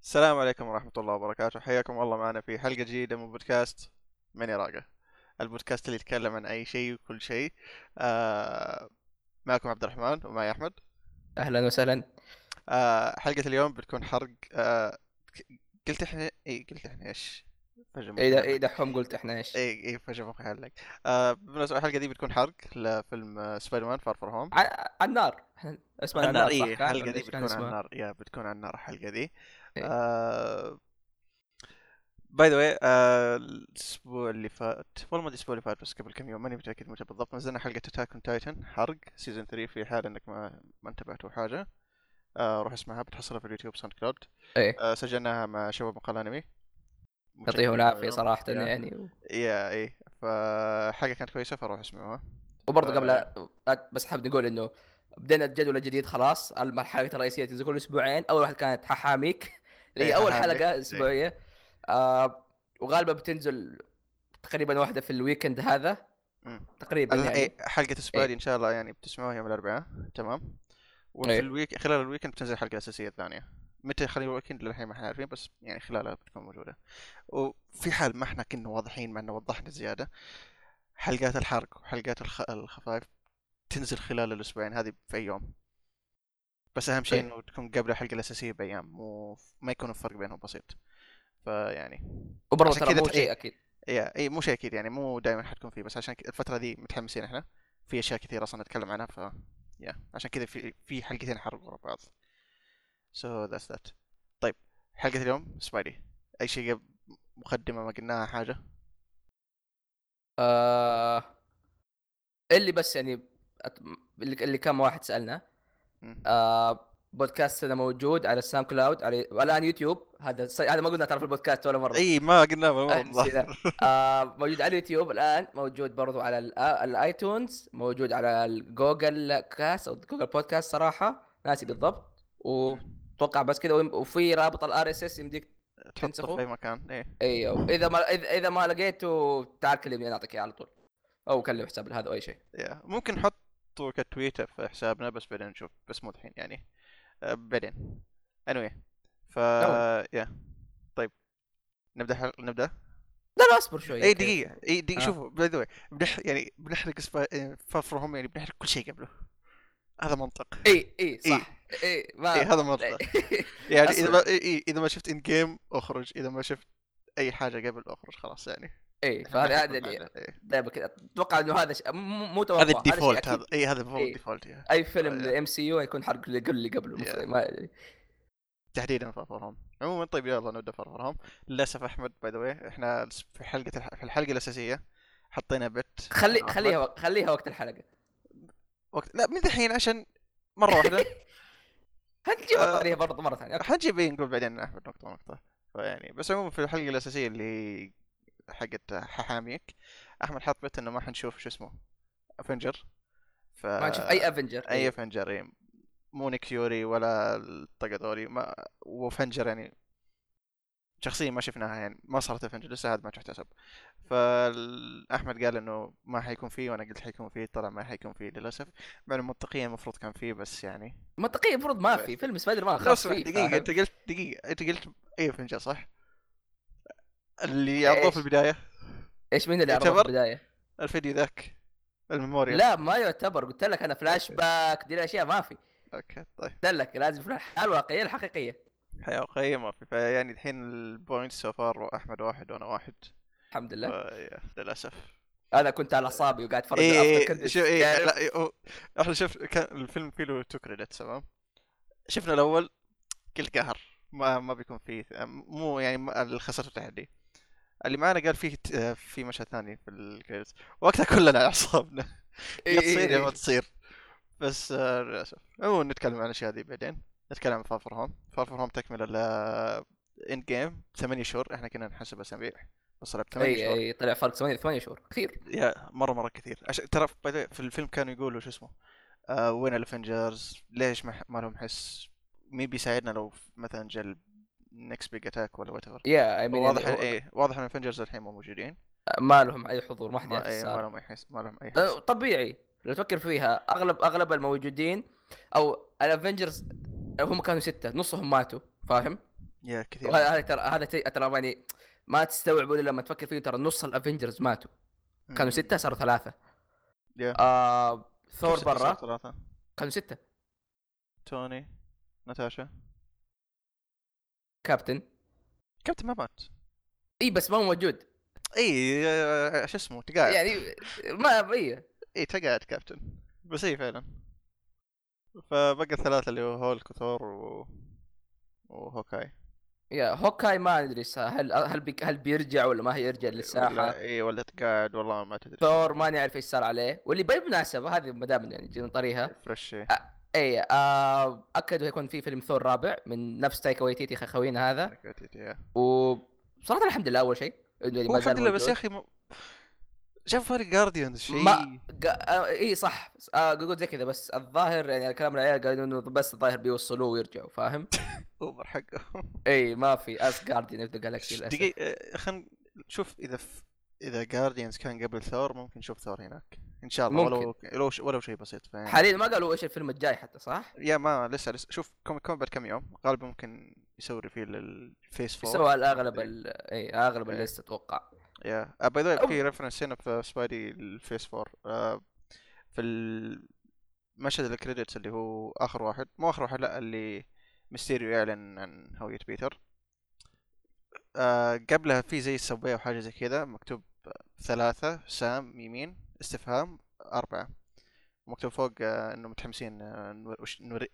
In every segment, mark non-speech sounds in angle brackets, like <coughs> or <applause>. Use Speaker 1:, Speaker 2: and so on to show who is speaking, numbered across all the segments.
Speaker 1: السلام عليكم ورحمة الله وبركاته حياكم الله معنا في حلقة جديدة من بودكاست من راقة البودكاست اللي يتكلم عن أي شيء وكل شيء آه معكم عبد الرحمن ومعي أحمد
Speaker 2: اهلا وسهلا
Speaker 1: آه حلقة اليوم بتكون حرق آه ك- قلت احنا اي قلت احنا ايش فجأة مخي
Speaker 2: اي
Speaker 1: علق.
Speaker 2: اي دحوم إيه قلت احنا ايش
Speaker 1: اي اي إيه، فجأة مخي علق آه بالمناسبة الحلقة دي بتكون حرق لفيلم آه، سبايدر مان فار فور هوم
Speaker 2: ع- عن النار احنا اسمها عن النار صح
Speaker 1: إيه،
Speaker 2: كان؟
Speaker 1: الحلقة
Speaker 2: ولا
Speaker 1: دي
Speaker 2: إيش كان
Speaker 1: بتكون عن
Speaker 2: اسمها؟
Speaker 1: النار يا بتكون عن النار الحلقة دي آه،
Speaker 2: إيه.
Speaker 1: باي ذا واي الاسبوع آه، اللي فات والله ما ادري الاسبوع اللي فات بس قبل كم يوم ماني متاكد متى بالضبط نزلنا حلقة اتاك اون تايتن حرق سيزون 3 في حال انك ما ما انتبهت ولا حاجة آه روح اسمعها بتحصلها في اليوتيوب ساوند كلاود
Speaker 2: ايه
Speaker 1: آه سجلناها مع شباب مقال انمي
Speaker 2: يعطيهم العافيه صراحه
Speaker 1: يا.
Speaker 2: يعني و-
Speaker 1: يا اي فحاجة كانت كويسة فروح اسمعوها
Speaker 2: وبرضه
Speaker 1: آه.
Speaker 2: قبل لا- بس حاب نقول انه بدينا الجدول الجديد خلاص الحلقه الرئيسيه تنزل كل اسبوعين اول واحده كانت ححاميك اللي
Speaker 1: إيه،
Speaker 2: هي اول
Speaker 1: ححاميك.
Speaker 2: حلقه اسبوعيه آه وغالبا بتنزل تقريبا واحده في الويكند هذا
Speaker 1: مم.
Speaker 2: تقريبا
Speaker 1: ال-
Speaker 2: يعني
Speaker 1: إيه، حلقة سبادي ان شاء الله يعني بتسمعوها يوم الاربعاء تمام وفي
Speaker 2: إيه.
Speaker 1: الويك خلال الويكند بتنزل الحلقة الأساسية الثانية متى خلال الويكند للحين ما احنا عارفين بس يعني خلالها بتكون موجودة وفي حال ما احنا كنا واضحين مع انه وضحنا زيادة حلقات الحرق وحلقات الخ... الخفايف تنزل خلال الأسبوعين هذه في أي يوم بس أهم شيء
Speaker 2: إيه.
Speaker 1: انه تكون قبل الحلقة الأساسية بأيام مو ما يكون الفرق بينهم بسيط فيعني
Speaker 2: وبرضه
Speaker 1: عشان
Speaker 2: ترى
Speaker 1: كذا
Speaker 2: مو
Speaker 1: تح-
Speaker 2: شيء اكيد
Speaker 1: يا اي إيه، مو شيء اكيد يعني مو دائما حتكون فيه بس عشان كذا الفتره دي متحمسين احنا في اشياء كثيره اصلا نتكلم عنها ف يا عشان كذا في في حلقتين حرقوا ورا بعض سو ذاتس ذات طيب حلقه اليوم سبايدي اي شيء قبل مقدمه ما قلناها حاجه
Speaker 2: آه اللي بس يعني أت- اللي اللي كم واحد سالنا
Speaker 1: مم.
Speaker 2: آه بودكاستنا موجود على الساوند كلاود على والان يوتيوب هذا الس- هذا ما قلنا ترى في البودكاست ولا مره
Speaker 1: اي ما قلناها ولا
Speaker 2: آه، نسينا.
Speaker 1: مره
Speaker 2: آه موجود على اليوتيوب الان موجود برضو على ال- آه، الايتونز موجود على الجوجل كاست او جوجل بودكاست صراحه ناسي بالضبط واتوقع بس كذا ويم- وفي رابط الار اس اس يمديك
Speaker 1: تحطه
Speaker 2: تنسخه؟
Speaker 1: في اي مكان ايه
Speaker 2: ايوه اذا ما إذا- اذا ما لقيته تعال كلمني انا اعطيك اياه على طول او كلم حساب هذا او اي شيء
Speaker 1: يا ممكن نحطه كتويتر في حسابنا بس بعدين نشوف بس مو الحين يعني آه، بعدين anyway ف يا طيب نبدا حل... نبدا
Speaker 2: لا لا اصبر شوي
Speaker 1: اي
Speaker 2: كذا.
Speaker 1: إيه، دقيقة اي دقيقة
Speaker 2: آه.
Speaker 1: شوفوا باي ذا واي بنح يعني بنحرق سبا... فروم يعني بنحرق كل شيء قبله هذا منطق
Speaker 2: اي اي صح اي ما
Speaker 1: اي
Speaker 2: <laughs>
Speaker 1: هذا منطق يعني اذا
Speaker 2: آه. أصلاً.
Speaker 1: ما إي- اي اذا ما شفت ان جيم اخرج اذا ما شفت اي حاجة قبل اخرج خلاص يعني
Speaker 2: اي <laughs> فهذا هذا اللي-
Speaker 1: إيه.
Speaker 2: دائما كذا اتوقع انه هذا شيء مو مو توقع
Speaker 1: هذا
Speaker 2: شيء
Speaker 1: الديفولت
Speaker 2: أكيد إيه.
Speaker 1: هذا اي هذا هو
Speaker 2: إي.
Speaker 1: الديفولت يا.
Speaker 2: اي فيلم
Speaker 1: آه،
Speaker 2: للام سي يو يكون حرق اللي قبل اللي قبله
Speaker 1: Yeah.
Speaker 2: المفروض ما
Speaker 1: تحديدا فروم عموما طيب يلا نبدا فروم للاسف احمد باي ذا واي احنا في حلقة الح- في الحلقة الاساسية حطينا بت
Speaker 2: خلي
Speaker 1: أحمد.
Speaker 2: خليها وق- خليها وقت الحلقه
Speaker 1: وقت لا من دحين عشان مرة واحدة
Speaker 2: هنجيب
Speaker 1: آه.
Speaker 2: عليها برضه مره ثانيه أوكي.
Speaker 1: حنجيب إيه نقول بعدين احمد نقطة نقطة فيعني بس عموما في الحلقة الأساسية اللي هي حقت ححاميك أحمد حط بيت إنه ما حنشوف شو اسمه افنجر ف
Speaker 2: ما نشوف اي افنجر
Speaker 1: آه، أي افنجر إيه. مو نيك فيوري ولا الطقدوري ما وافنجر يعني شخصية ما شفناها يعني ما صارت افنجر لسه هذا ما تحتسب فأحمد قال إنه ما حيكون فيه وأنا قلت حيكون فيه طلع ما حيكون فيه للأسف مع إنه منطقيا المفروض كان فيه بس يعني
Speaker 2: منطقيا المفروض ما في فيلم سبايدر مان
Speaker 1: لو
Speaker 2: خلاص
Speaker 1: سمحت
Speaker 2: فيه
Speaker 1: دقيقة
Speaker 2: فاهم؟
Speaker 1: انت قلت دقيقة انت قلت اي افنجر صح؟ اللي
Speaker 2: إيش؟
Speaker 1: عرضوه في البداية
Speaker 2: ايش مين اللي عرضه في
Speaker 1: يعتبر؟
Speaker 2: البدايه؟
Speaker 1: الفيديو ذاك الميموريا
Speaker 2: لا ما يعتبر قلت لك انا فلاش باك دي الاشياء ما في
Speaker 1: اوكي طيب
Speaker 2: قلت لك لازم في الحاله الواقعيه الحقيقيه
Speaker 1: حياة وقية ما في فيعني الحين البوينت سوفار احمد واحد وانا واحد
Speaker 2: الحمد لله
Speaker 1: آه، إيه، يا، للاسف
Speaker 2: انا كنت على اعصابي وقاعد اتفرج
Speaker 1: اي
Speaker 2: على
Speaker 1: اي
Speaker 2: after credits.
Speaker 1: شو اي
Speaker 2: تعرف؟
Speaker 1: لا إيه، إي، هو- احنا شفت كان الفيلم فيه له تو كريدتس تمام شفنا الاول قلت قهر ما ما بيكون فيه مو يعني ما- اللي خسرته تحدي اللي معانا قال فيه ت- آه، في مشهد ثاني في الكريدتس وقتها كلنا <laughs> على اعصابنا
Speaker 2: إي،
Speaker 1: يا
Speaker 2: إي،
Speaker 1: تصير يا
Speaker 2: إي.
Speaker 1: ما تصير بس آه، للاسف عموما نتكلم عن الاشياء ذي بعدين نتكلم عن فارفر هوم فارفر هوم تكمل ال اند جيم ثمانية شهور احنا كنا نحسب اسابيع بس طلع ثمانية
Speaker 2: اي
Speaker 1: شهور
Speaker 2: اي إيه، طلع فرق ثمانية ثمانية شهور اخير
Speaker 1: يا مره مره كثير عشان ترى by the way في الفيلم كانوا يقولوا شو اسمه آه وين الافنجرز ليش ما, ما لهم حس مين بيساعدنا لو مثلا جا نكست بيج اتاك ولا وات ايفر
Speaker 2: يا اي مين
Speaker 1: واضح ايه واضح ان الافنجرز الحين مو موجودين
Speaker 2: ما لهم اي حضور ما حد يعرف
Speaker 1: ما, إيه ما
Speaker 2: السالفة.
Speaker 1: لهم اي حس ما لهم اي حس
Speaker 2: أه، طبيعي لو تفكر فيها اغلب اغلب الموجودين او الافنجرز هم كانوا ستة نصهم ماتوا فاهم؟
Speaker 1: يا كثير
Speaker 2: وهذا هذا ترى هذا شيء ترى يعني ما تستوعبه الا لما تفكر فيه ترى نص الافنجرز ماتوا
Speaker 1: مم.
Speaker 2: كانوا سته صاروا ثلاثه
Speaker 1: يا.
Speaker 2: آه ثور
Speaker 1: ستة صار
Speaker 2: برا
Speaker 1: ثلاثة
Speaker 2: كانوا سته
Speaker 1: توني ناتاشا
Speaker 2: كابتن
Speaker 1: كابتن ما مات
Speaker 2: اي بس ما هو موجود
Speaker 1: اي آه، شو اسمه تقاعد
Speaker 2: يعني ما اي
Speaker 1: اي تقاعد كابتن بس اي فعلا فبقى الثلاثة اللي هو هولك وثور و... وهوكاي
Speaker 2: يا هوكاي ما ادري صار- هل هل بي هل بيرجع ولا ما هيرجع للساحه
Speaker 1: ولا اي ولا تقاعد والله ما تدري
Speaker 2: ثور ما نعرف ايش صار عليه واللي بالمناسبه هذه ما دام يعني جينا طريقها
Speaker 1: فريش شيء
Speaker 2: اي آه اكدوا يكون في فيلم ثور رابع من نفس تايكا ويتيتي خ- خوينا هذا وصراحه الحمد لله اول شيء إنه يعني ما
Speaker 1: هو
Speaker 2: زال
Speaker 1: الحمد لله بس
Speaker 2: موجود.
Speaker 1: يا اخي م... شاف فريق جارديانز شيء
Speaker 2: ما- قا- آه، اي صح آه قلت زي كذا بس الظاهر يعني كلام العيال قالوا انه بس الظاهر بيوصلوه ويرجعوا
Speaker 1: <laughs>
Speaker 2: فاهم؟
Speaker 1: اوفر حقهم
Speaker 2: اي ما في اس جارديان اوف ذا جالكسي للاسف
Speaker 1: دقيقة آه، خلينا نشوف اذا ف... اذا جارديانز كان قبل ثور ممكن نشوف ثور هناك ان شاء الله ولو ولو, ش... ولو شيء بسيط فاهم
Speaker 2: حاليا ما قالوا ايش الفيلم الجاي حتى صح؟
Speaker 1: يا ما لسه لسه شوف كوميك كون بعد كم يوم غالبا ممكن يسوي ريفيل للفيس فور
Speaker 2: سوى الاغلب ال- اي اغلب
Speaker 1: إيه.
Speaker 2: الليست اتوقع
Speaker 1: يا باي ذا
Speaker 2: أو-
Speaker 1: في ريفرنس هنا في سبايدي الفيس فور آه، في المشهد الكريدتس اللي هو اخر واحد مو اخر واحد لا اللي ميستيريو يعلن عن هوية بيتر آه، قبلها في زي السبوية وحاجة زي كذا مكتوب ثلاثة سام يمين استفهام أربعة مكتوب فوق آه، إنه متحمسين آه، نور- وش- نوري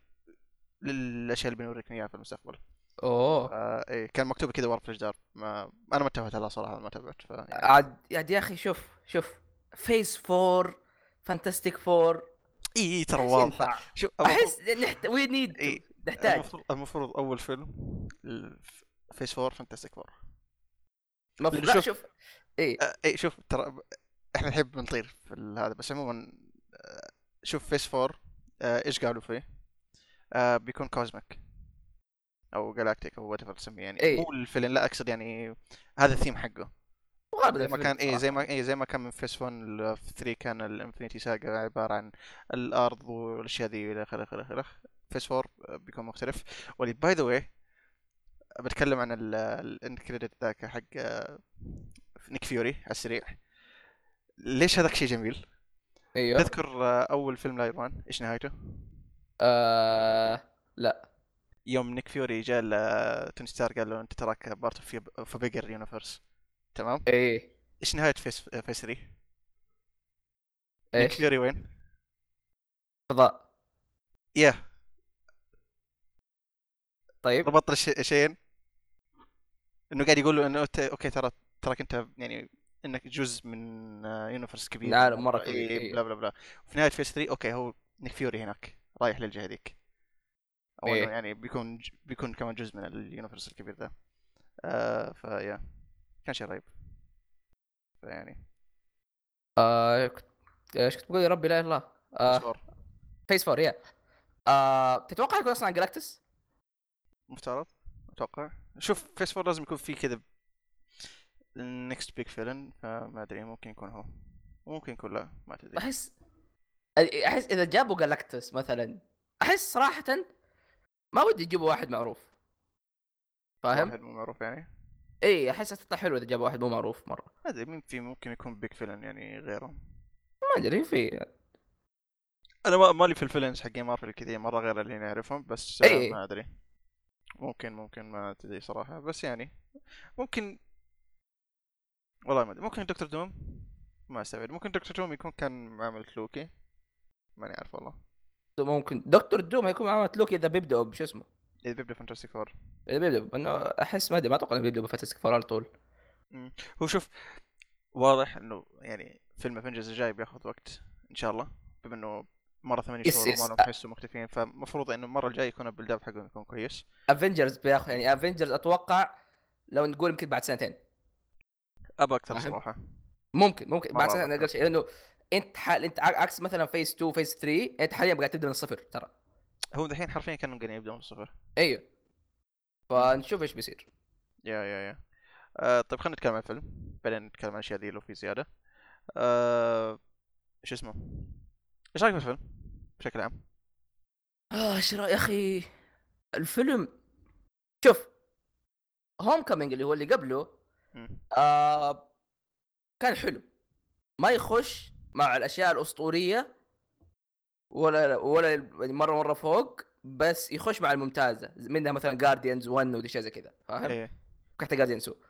Speaker 1: للأشياء اللي بنوريكم إياها في المستقبل
Speaker 2: اوه
Speaker 1: آه إيه كان مكتوب كذا ورا في الجدار ما انا ما تابعت لا صراحه ما تابعت ف يعني-
Speaker 2: عاد عاد يا اخي شوف شوف فيز 4 فانتستيك 4
Speaker 1: اي اي ترى
Speaker 2: إيش
Speaker 1: واضحه
Speaker 2: ينفع؟
Speaker 1: شوف
Speaker 2: احس نحت... وي نيد
Speaker 1: إيه.
Speaker 2: نحتاج
Speaker 1: المفروض, المفروض اول فيلم فيس فور فانتستيك فور
Speaker 2: المفروض
Speaker 1: شوف.
Speaker 2: لا شوف اي
Speaker 1: آه اي شوف ترى ب- احنا نحب نطير في ال- هذا بس عموما آه شوف فيس فور آه ايش قالوا فيه آه بيكون كوزميك او جالاكتيك او وات ايفر تسميه يعني
Speaker 2: إيه.
Speaker 1: مو الفيلن لا اقصد يعني هذا الثيم حقه
Speaker 2: وغالبا
Speaker 1: زي ما
Speaker 2: الفيلم
Speaker 1: كان اي
Speaker 2: صراحة.
Speaker 1: زي ما اي زي ما كان من فيس 1 ل 3 كان الانفنتي ساجا عباره عن الارض والاشياء ذي الى اخره الى اخره فيس 4 بيكون مختلف واللي باي ذا واي بتكلم عن الاند كريدت ذاك حق آه، نيك فيوري على السريع ليش هذاك شيء جميل؟
Speaker 2: ايوه
Speaker 1: تذكر آه، اول فيلم لاير وان ايش نهايته؟
Speaker 2: آه... لا
Speaker 1: يوم نيك فيوري جاء لتوني ستار قال له انت تراك بارت اوف بيجر يونيفرس تمام؟
Speaker 2: ايه
Speaker 1: ايش نهايه فيس فيس 3؟ نيك
Speaker 2: ايش
Speaker 1: فيوري وين؟
Speaker 2: فضاء
Speaker 1: يا
Speaker 2: طيب
Speaker 1: ربط الش- شيئين انه قاعد يقول له انه أنت- اوكي ترى تراك انت يعني انك جزء من آه، يونيفرس كبير
Speaker 2: من عالم مرة كبير،
Speaker 1: إيه،
Speaker 2: إيه.
Speaker 1: بلا بلا بلا وفي نهايه فيس 3 اوكي هو نيك فيوري هناك رايح للجهه ذيك او
Speaker 2: إيه.
Speaker 1: إيه. يعني بيكون ج- بيكون كمان جزء من اليونيفرس الكبير ذا آه فيا كان شيء رهيب فيعني
Speaker 2: آه... كنت- ايش كنت بقول يا ربي لا اله الا الله آه...
Speaker 1: مشوار.
Speaker 2: فيس فور يا آه... تتوقع يكون اصلا عن جلاكتس؟
Speaker 1: مفترض اتوقع شوف فيس 4 لازم يكون فيه كذا النكست بيج فيلن فما ادري ممكن يكون هو ممكن يكون لا ما تدري
Speaker 2: احس احس اذا جابوا جلاكتس مثلا احس صراحه ما ودي يجيبوا واحد معروف فاهم؟
Speaker 1: واحد مو معروف يعني
Speaker 2: اي احس تطلع حلو اذا جابوا واحد مو معروف مره
Speaker 1: ما ادري مين في ممكن يكون بيج فيلن يعني غيره
Speaker 2: ما ادري في
Speaker 1: انا ما مالي في الفيلنز حقين مارفل كذا مره غير اللي نعرفهم بس
Speaker 2: إي إي.
Speaker 1: ما ادري ممكن ممكن ما تدري صراحه بس يعني ممكن والله ما ادري ممكن دكتور دوم ما استبعد ممكن دكتور دوم يكون كان عامل كلوكي ماني عارف والله
Speaker 2: ممكن دكتور دوم هيكون معاه لوكي اذا بيبداوا بشو اسمه
Speaker 1: اذا بيبدا فانتستيك فور
Speaker 2: اذا بيبداوا انه احس ما ادري ما اتوقع انه بيبداوا بفاتس على طول
Speaker 1: هو شوف واضح انه يعني فيلم افنجرز الجاي بياخذ وقت ان شاء الله بما انه مره ثمانية
Speaker 2: يس-
Speaker 1: شهور
Speaker 2: يس.
Speaker 1: وما لهم تحسوا مختفيين فالمفروض انه المره الجايه يكون البيلد اب حقهم يكون كويس
Speaker 2: افنجرز بياخذ يعني افنجرز اتوقع لو نقول يمكن بعد سنتين
Speaker 1: ابى اكثر
Speaker 2: فاهم؟
Speaker 1: صراحه
Speaker 2: ممكن ممكن بعد
Speaker 1: مرة
Speaker 2: سنتين
Speaker 1: أبكر.
Speaker 2: اقل شيء لانه انت حال انت ع- عكس مثلا فيس 2 فيس 3 انت حاليا قاعد تبدا من الصفر ترى
Speaker 1: هو دحين حرفيا كانوا قاعدين يبدون من الصفر
Speaker 2: ايوه فنشوف ايش بيصير
Speaker 1: يا يا يا آه طيب خلينا نتكلم عن الفيلم بعدين نتكلم عن الاشياء ذي لو في زياده آه شو اسمه ايش رايك بالفيلم بشكل عام
Speaker 2: آه، اه ايش رأي- يا اخي الفيلم شوف هوم كامينج اللي هو اللي قبله
Speaker 1: مم.
Speaker 2: آه كان حلو ما يخش مع الاشياء الاسطوريه ولا ولا يعني مره مره فوق بس يخش مع الممتازه منها مثلا جارديانز 1 ودي اشياء زي كذا فاهم؟
Speaker 1: ايه
Speaker 2: حتى جارديانز 2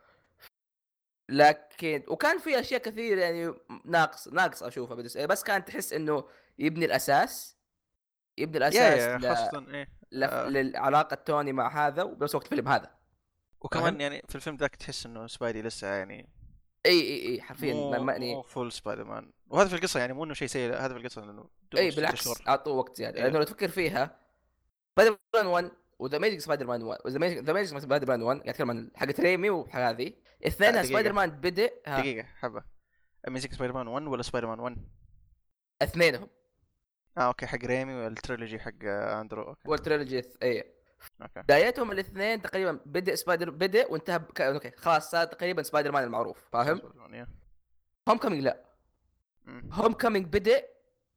Speaker 2: لكن وكان في اشياء كثير يعني ناقص ناقص اشوفها بالنسبة- بس كان تحس انه يبني الاساس يبني
Speaker 1: يا
Speaker 2: الاساس
Speaker 1: يا
Speaker 2: ل...
Speaker 1: خاصة ايه
Speaker 2: ل...
Speaker 1: آه.
Speaker 2: للعلاقه توني مع هذا وبنفس الوقت فيلم هذا
Speaker 1: وكمان
Speaker 2: فاهم؟
Speaker 1: يعني في الفيلم ذاك تحس انه سبايدي لسه يعني
Speaker 2: اي اي اي حرفيا
Speaker 1: مو-
Speaker 2: ما- ما- يعني
Speaker 1: مو فول سبايدر مان وهذا في القصة يعني مو انه شيء سيء لا، هذا في القصة انه دوب
Speaker 2: اي
Speaker 1: ست
Speaker 2: إيه، بالعكس
Speaker 1: شهور.
Speaker 2: اعطوه وقت زياده
Speaker 1: إيه.
Speaker 2: لانه لو تفكر فيها سبايدر مان 1 وذا ميجيك سبايدر مان 1 وذا ميجيك ذا ميجيك سبايدر مان 1 قاعد اتكلم يعني عن حقت ريمي وحق هذه
Speaker 1: لا،
Speaker 2: اثنينها
Speaker 1: دقيقة.
Speaker 2: سبايدر مان بدء ها،
Speaker 1: دقيقة حبة اميزنج سبايدر مان 1 ولا سبايدر مان 1؟
Speaker 2: اثنينهم
Speaker 1: اه اوكي حق ريمي والتريلوجي حق آه، اندرو اوكي
Speaker 2: والتريلوجي الث- اي
Speaker 1: اوكي
Speaker 2: إيه. بدايتهم الاثنين تقريبا بدء سبايدر بدء وانتهى بك... اوكي خلاص صار تقريبا سبايدر مان المعروف فاهم؟
Speaker 1: سبايدر مان، يا.
Speaker 2: هوم كامينج لا
Speaker 1: مم.
Speaker 2: هوم كامينج بدء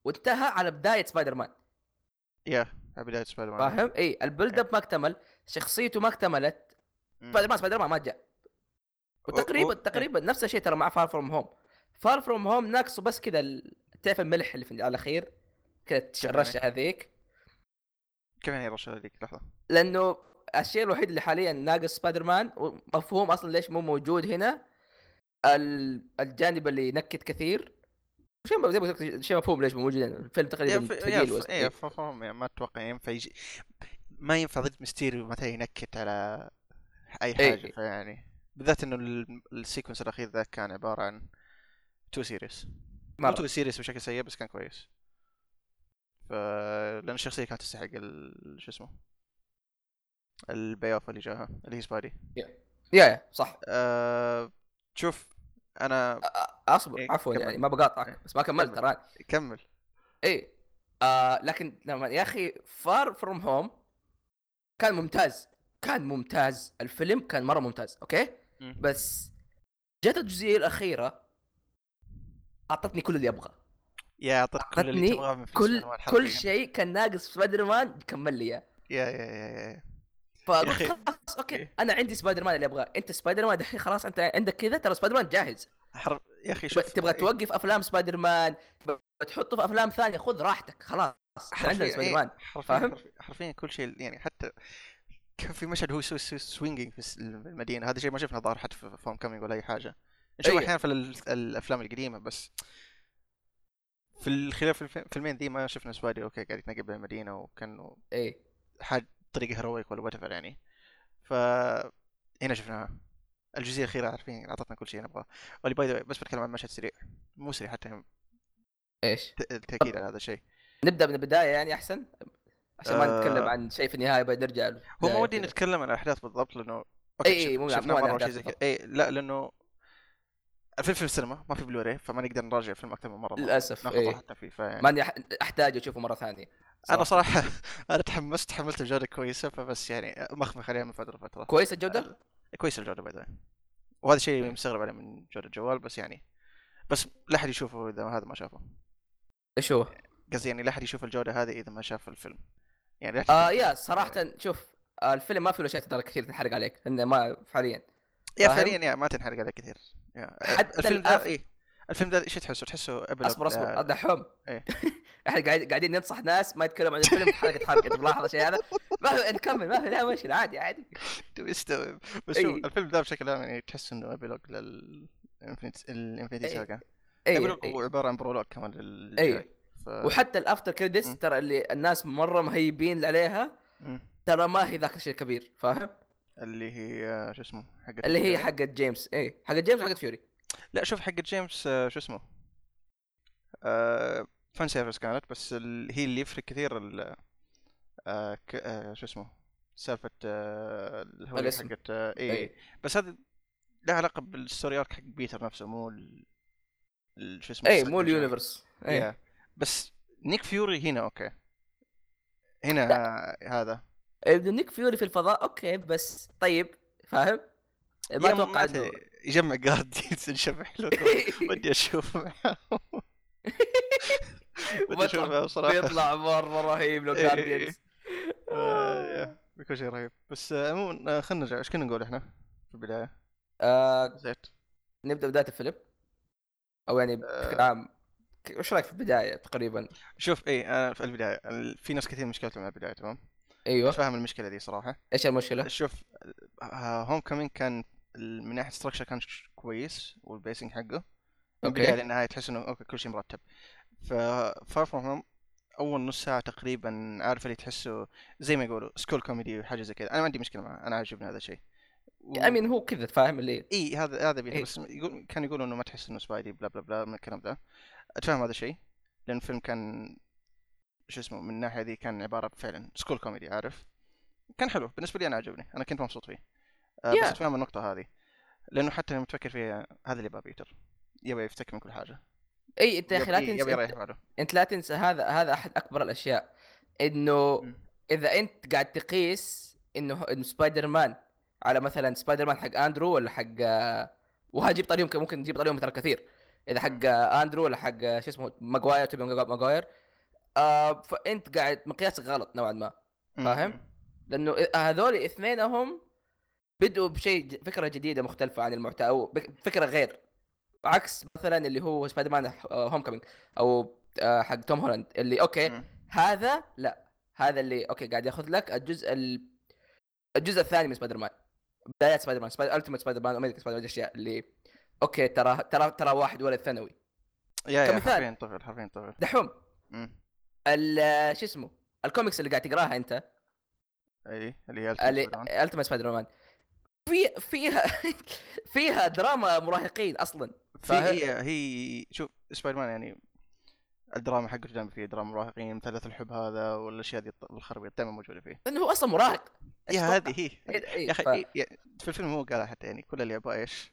Speaker 2: وانتهى على بدايه سبايدر مان
Speaker 1: يا على آه، بداية سبايدر مان
Speaker 2: فاهم؟ اي البيلد اب ما اكتمل شخصيته ما اكتملت
Speaker 1: مم.
Speaker 2: سبايدر مان سبايدر مان ما جاء وتقريبا
Speaker 1: و-
Speaker 2: تقريبا نفس الشيء ترى مع فار فروم هوم فار فروم هوم ناقصه بس كذا ال- تعرف الملح اللي في على الاخير كذا الرشه هذيك
Speaker 1: كيف يعني الرشة هذيك لحظة
Speaker 2: لانه الشيء الوحيد اللي حاليا ناقص سبايدر مان ومفهوم اصلا ليش مو موجود هنا ال- الجانب اللي ينكت كثير شيء زي ما قلت لك، شيء مفهوم ليش مو موجود يعني الفيلم
Speaker 1: يا
Speaker 2: تقريبا
Speaker 1: ف- يا
Speaker 2: ثقيل
Speaker 1: ف- يا
Speaker 2: وس-
Speaker 1: ف- فهم يعني ما اتوقع ينفع يجي ما ينفع ضد ميستيريو مثلا ينكت على اي
Speaker 2: إيه.
Speaker 1: حاجة فيعني بالذات انه ال- السيكونس الاخير ذاك كان عبارة عن تو سيريس مو
Speaker 2: مرة.
Speaker 1: تو سيريس بشكل سيء بس كان كويس ف لان الشخصيه كانت تستحق ال... شو اسمه البي اوف اللي جاها اللي هي سبايدي
Speaker 2: يا يا صح
Speaker 1: أه... شوف انا
Speaker 2: أ- اصبر
Speaker 1: إيه،
Speaker 2: عفوا
Speaker 1: كمل. إيه.
Speaker 2: يعني ما بقاطعك بس ما كملت
Speaker 1: كمل.
Speaker 2: ترى
Speaker 1: كمل
Speaker 2: ايه آه لكن لما يا اخي فار فروم هوم كان ممتاز كان ممتاز الفيلم كان مره ممتاز اوكي
Speaker 1: مم.
Speaker 2: بس جت الجزئيه الاخيره اعطتني كل اللي ابغاه
Speaker 1: يا اعطتك كل اللي
Speaker 2: أعطتني
Speaker 1: تبغاه من في
Speaker 2: كل
Speaker 1: سبايدر مان
Speaker 2: كل
Speaker 1: حرفياً.
Speaker 2: شيء كان ناقص في سبايدر مان كمل لي اياه
Speaker 1: يا يا يا يا
Speaker 2: فقلت
Speaker 1: أخي.
Speaker 2: خلاص اوكي
Speaker 1: إيه.
Speaker 2: انا عندي سبايدر مان اللي ابغاه انت سبايدر مان دحين خلاص انت عندك كذا ترى سبايدر مان جاهز
Speaker 1: حرف يا اخي إيه، شوف
Speaker 2: تبغى توقف افلام سبايدر مان تحطه في افلام ثانيه خذ راحتك خلاص عندنا
Speaker 1: حرفياً-
Speaker 2: سبايدر
Speaker 1: إيه،
Speaker 2: مان
Speaker 1: حرفيا
Speaker 2: فاهم؟
Speaker 1: حرفياً- حرفيا كل شيء يعني حتى كان في مشهد هو يسوي سوي سوينجينج في الس- المدينه هذا شيء ما شفناه ظاهر حتى في فوم كامينج ولا اي حاجه نشوف
Speaker 2: أيوة.
Speaker 1: احيانا في ال- الافلام القديمه بس في ال- خلال في الف- الفيلمين ذي ما شفنا سبايدي اوكي قاعد يتنقل بين المدينه وكانه
Speaker 2: ايه
Speaker 1: حاجه طريقه هيرويك ولا whatever يعني ف هنا شفناها الجزئيه الاخيره عارفين اعطتنا كل شيء نبغاه واللي باي بس بتكلم عن مشهد سريع مو سريع حتى هم-
Speaker 2: ايش؟
Speaker 1: ت- التاكيد على هذا الشيء
Speaker 2: نبدا من البدايه يعني احسن عشان ما
Speaker 1: آه.
Speaker 2: نتكلم عن شيء في النهايه بعد نرجع له
Speaker 1: هو ما ودي نتكلم عن الاحداث بالضبط لانه
Speaker 2: إي إي،
Speaker 1: شف-
Speaker 2: مو-
Speaker 1: شفنا
Speaker 2: مو عن
Speaker 1: مره
Speaker 2: الأحداث
Speaker 1: شيء زي كذا
Speaker 2: بالضبط.
Speaker 1: اي لا لانه الفيلم في السينما ما في بلوري فما نقدر نراجع الفيلم اكثر من مره
Speaker 2: للاسف
Speaker 1: ناخذ
Speaker 2: إيه.
Speaker 1: راحتنا فيه فيعني
Speaker 2: ماني أح- احتاج اشوفه مره ثانيه
Speaker 1: انا <laughs> صراحه انا تحمست تحملت الجوده كويسه فبس يعني مخمخ عليها من فتره لفتره
Speaker 2: كويس
Speaker 1: أه.
Speaker 2: الجوده؟
Speaker 1: كويسه الجوده باي وهذا شيء مستغرب عليه من جوده الجوال بس يعني بس لا احد يشوفه اذا هذا ما شافه
Speaker 2: ايش هو؟
Speaker 1: قصدي يعني لا احد يشوف الجوده هذه اذا ما شاف الفيلم يعني لا أحد
Speaker 2: آه
Speaker 1: يشوف-
Speaker 2: يا صراحه شوف آه، الفيلم ما فيه له اشياء ترى كثير تنحرق عليك انه ما حاليا
Speaker 1: يا
Speaker 2: فاهم؟
Speaker 1: فعليا يا ما تنحرق عليه كثير يا.
Speaker 2: حتى
Speaker 1: الفيلم ذا
Speaker 2: الآخر.
Speaker 1: ايه الفيلم ذا ايش تحسه؟ تحسه ابل
Speaker 2: اصبر اصبر
Speaker 1: آه،
Speaker 2: الدحوم <laughs>
Speaker 1: إيه.
Speaker 2: احنا قاعد- قاعدين ننصح ناس ما يتكلموا عن الفيلم حرقه حرقه أنت ملاحظ الشيء هذا؟ ما هو إيه، نكمل ما هو لا ماشي عادي عادي
Speaker 1: يستوعب بس شوف
Speaker 2: إيه.
Speaker 1: الفيلم ذا بشكل عام يعني تحس انه ابيلوج لل الانفنتي
Speaker 2: إيه.
Speaker 1: ساجا
Speaker 2: اي
Speaker 1: ابيلوج هو عباره عن برولوج كمان لل
Speaker 2: اي
Speaker 1: ف...
Speaker 2: وحتى الافتر
Speaker 1: آه. مم.
Speaker 2: كريدتس ترى اللي الناس مره مهيبين عليها
Speaker 1: مم.
Speaker 2: ترى ما هي ذاك الشيء الكبير فاهم؟
Speaker 1: اللي هي آه، شو اسمه حقت
Speaker 2: اللي هي حقت جيمس ايه حقت جيمس وحقت فيوري
Speaker 1: لا شوف حقت جيمس آه، شو اسمه آه... فان سيرفس كانت بس ال... هي اللي يفرق كثير ال... آه... ك... آه... شو اسمه سالفه آه... الهوية
Speaker 2: الاسم. إيه.
Speaker 1: حقت آه... اي
Speaker 2: اي
Speaker 1: بس هذا له علاقه بالستوري ارك حق بيتر نفسه مو ال... ال- شو اسمه
Speaker 2: اي
Speaker 1: السايد
Speaker 2: إيه، مو
Speaker 1: مشاعر.
Speaker 2: اليونيفرس إيه. اي
Speaker 1: Yeah. بس نيك فيوري هنا اوكي هنا هذا
Speaker 2: بدون نيك فيوري في الفضاء اوكي بس طيب فاهم؟ ما
Speaker 1: يا
Speaker 2: اتوقع
Speaker 1: ممكن
Speaker 2: <laughs> انه
Speaker 1: يجمع <laughs> جاردينز نشبح له ودي
Speaker 2: <laughs>
Speaker 1: اشوف معاهم ودي اشوف معاهم صراحه <laughs>
Speaker 2: بيطلع مره رهيب لو
Speaker 1: إيه.
Speaker 2: جارديانز
Speaker 1: آه، يا، بيكون شيء رهيب بس آه، عموما آه، خلينا نرجع ايش كنا نقول احنا؟ في البدايه
Speaker 2: آه
Speaker 1: نسيت
Speaker 2: نبدا بدايه الفيلم او يعني
Speaker 1: آه.
Speaker 2: بشكل عام ك- وش رايك في البدايه تقريبا؟
Speaker 1: شوف اي انا في البدايه ال- في ناس كثير مشكلتهم مع البدايه تمام
Speaker 2: ايوه
Speaker 1: فاهم المشكله دي صراحه
Speaker 2: ايش المشكله؟
Speaker 1: آه، شوف هوم كومينج كان ال- من ناحيه ستراكشر كان ش- كويس والبيسنج حقه من
Speaker 2: أوكي.
Speaker 1: البدايه للنهايه تحس انه اوكي كل شيء مرتب ففار فروم هوم اول نص ساعه تقريبا عارف اللي تحسه زي ما يقولوا سكول كوميدي وحاجه زي كذا انا ما عندي مشكله معه انا عاجبني هذا الشيء و...
Speaker 2: امين هو كذا فاهم اللي
Speaker 1: اي هذا هذا بيها
Speaker 2: إيه.
Speaker 1: بس يقول كان يقول انه ما تحس انه سبايدي بلا بلا بلا من الكلام ذا اتفهم هذا الشيء لان الفيلم كان شو اسمه من الناحيه دي كان عباره فعلا سكول كوميدي عارف كان حلو بالنسبه لي انا عجبني انا كنت مبسوط فيه آه بس
Speaker 2: Yeah.
Speaker 1: اتفهم النقطه هذه لانه حتى لما تفكر فيها هذا اللي يبغى بيتر يبغى يفتك من كل حاجه
Speaker 2: اي انت يا اخي لا
Speaker 1: يبغى- يبغى يريح
Speaker 2: تنسى
Speaker 1: باله
Speaker 2: انت لا تنسى هذا هذا احد اكبر الاشياء انه
Speaker 1: مم.
Speaker 2: اذا انت قاعد تقيس انه إنه سبايدر مان على مثلا سبايدر مان حق اندرو ولا حق وهذا جيب طريقهم ممكن تجيب طريقهم ترى كثير اذا حق اندرو ولا حق شو اسمه ماجواير توبي ماجواير آه فانت قاعد مقياسك غلط نوعا ما فاهم؟
Speaker 1: مم.
Speaker 2: لانه هذول اثنينهم بدوا بشيء ج- فكره جديده مختلفه عن المعتاد او بك- فكره غير عكس مثلا اللي هو سبايدر مان هوم كومينج او آه، حق توم هولاند اللي اوكي
Speaker 1: مم.
Speaker 2: هذا لا هذا اللي اوكي قاعد ياخذ لك الجزء ال... الجزء الثاني من سبايدر مان بدايات سبايدر مان سبايدر التيمت سبايدر مان امريكا سبايدر مان الاشياء اللي اوكي ترى ترى ترى واحد ولد ثانوي
Speaker 1: يا يا
Speaker 2: كمثال.
Speaker 1: حرفيا طفل حرفيا طفل
Speaker 2: دحوم
Speaker 1: مم.
Speaker 2: ال- شو اسمه الكوميكس اللي قاعد تقراها انت
Speaker 1: اي اللي هي الفيلم
Speaker 2: اللي التيمت سبايدر مان في فيها <laughs> فيها دراما مراهقين اصلا
Speaker 1: في
Speaker 2: فاهم؟
Speaker 1: هي هي شوف سبايدر مان يعني الدراما حقته دائما فيه دراما مراهقين مثلث الحب هذا والاشياء دي الخربيط دائما موجوده فيه
Speaker 2: انه هو اصلا مراهق
Speaker 1: يا
Speaker 2: أتوقع.
Speaker 1: هذه هي
Speaker 2: إيه، إيه،
Speaker 1: يا اخي
Speaker 2: ف-
Speaker 1: إيه، يا- في الفيلم هو قالها حتى يعني كل اللي ابغاه ايش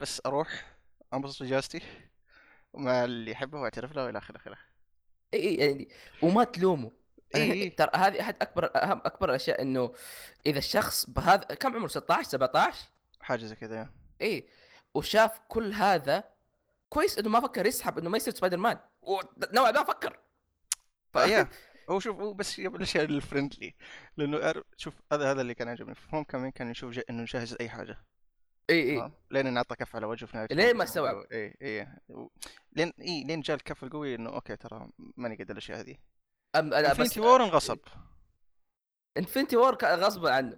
Speaker 1: بس اروح انبسط في جلستي مع اللي يحبه واعترف له والى اخره اخره
Speaker 2: اي اي يعني وما تلومه
Speaker 1: إي
Speaker 2: يعني
Speaker 1: إي.
Speaker 2: ترى هذه احد اكبر اهم اكبر الاشياء انه اذا الشخص بهذا كم عمره 16 17
Speaker 1: حاجه زي كذا
Speaker 2: اي وشاف كل هذا كويس انه ما فكر يسحب انه ما يصير سبايدر مان نوعا ما فكر <laughs>
Speaker 1: فيا هو شوف هو بس يبغى الاشياء الفرندلي لانه أعرف- شوف هذا هذا اللي كان عجبني في هوم كمان كان يشوف ج- انه جاهز اي حاجه
Speaker 2: اي اي
Speaker 1: فاهم؟ لين انعطى كف على وجهه في نهايه
Speaker 2: إيه. لين ما استوعب.
Speaker 1: اي اي إيه. و- لين اي لين جاء الكف القوي انه اوكي ترى ماني قد الاشياء هذه
Speaker 2: أم انا بس
Speaker 1: انفنتي وور انغصب
Speaker 2: انفنتي وور غصب عنه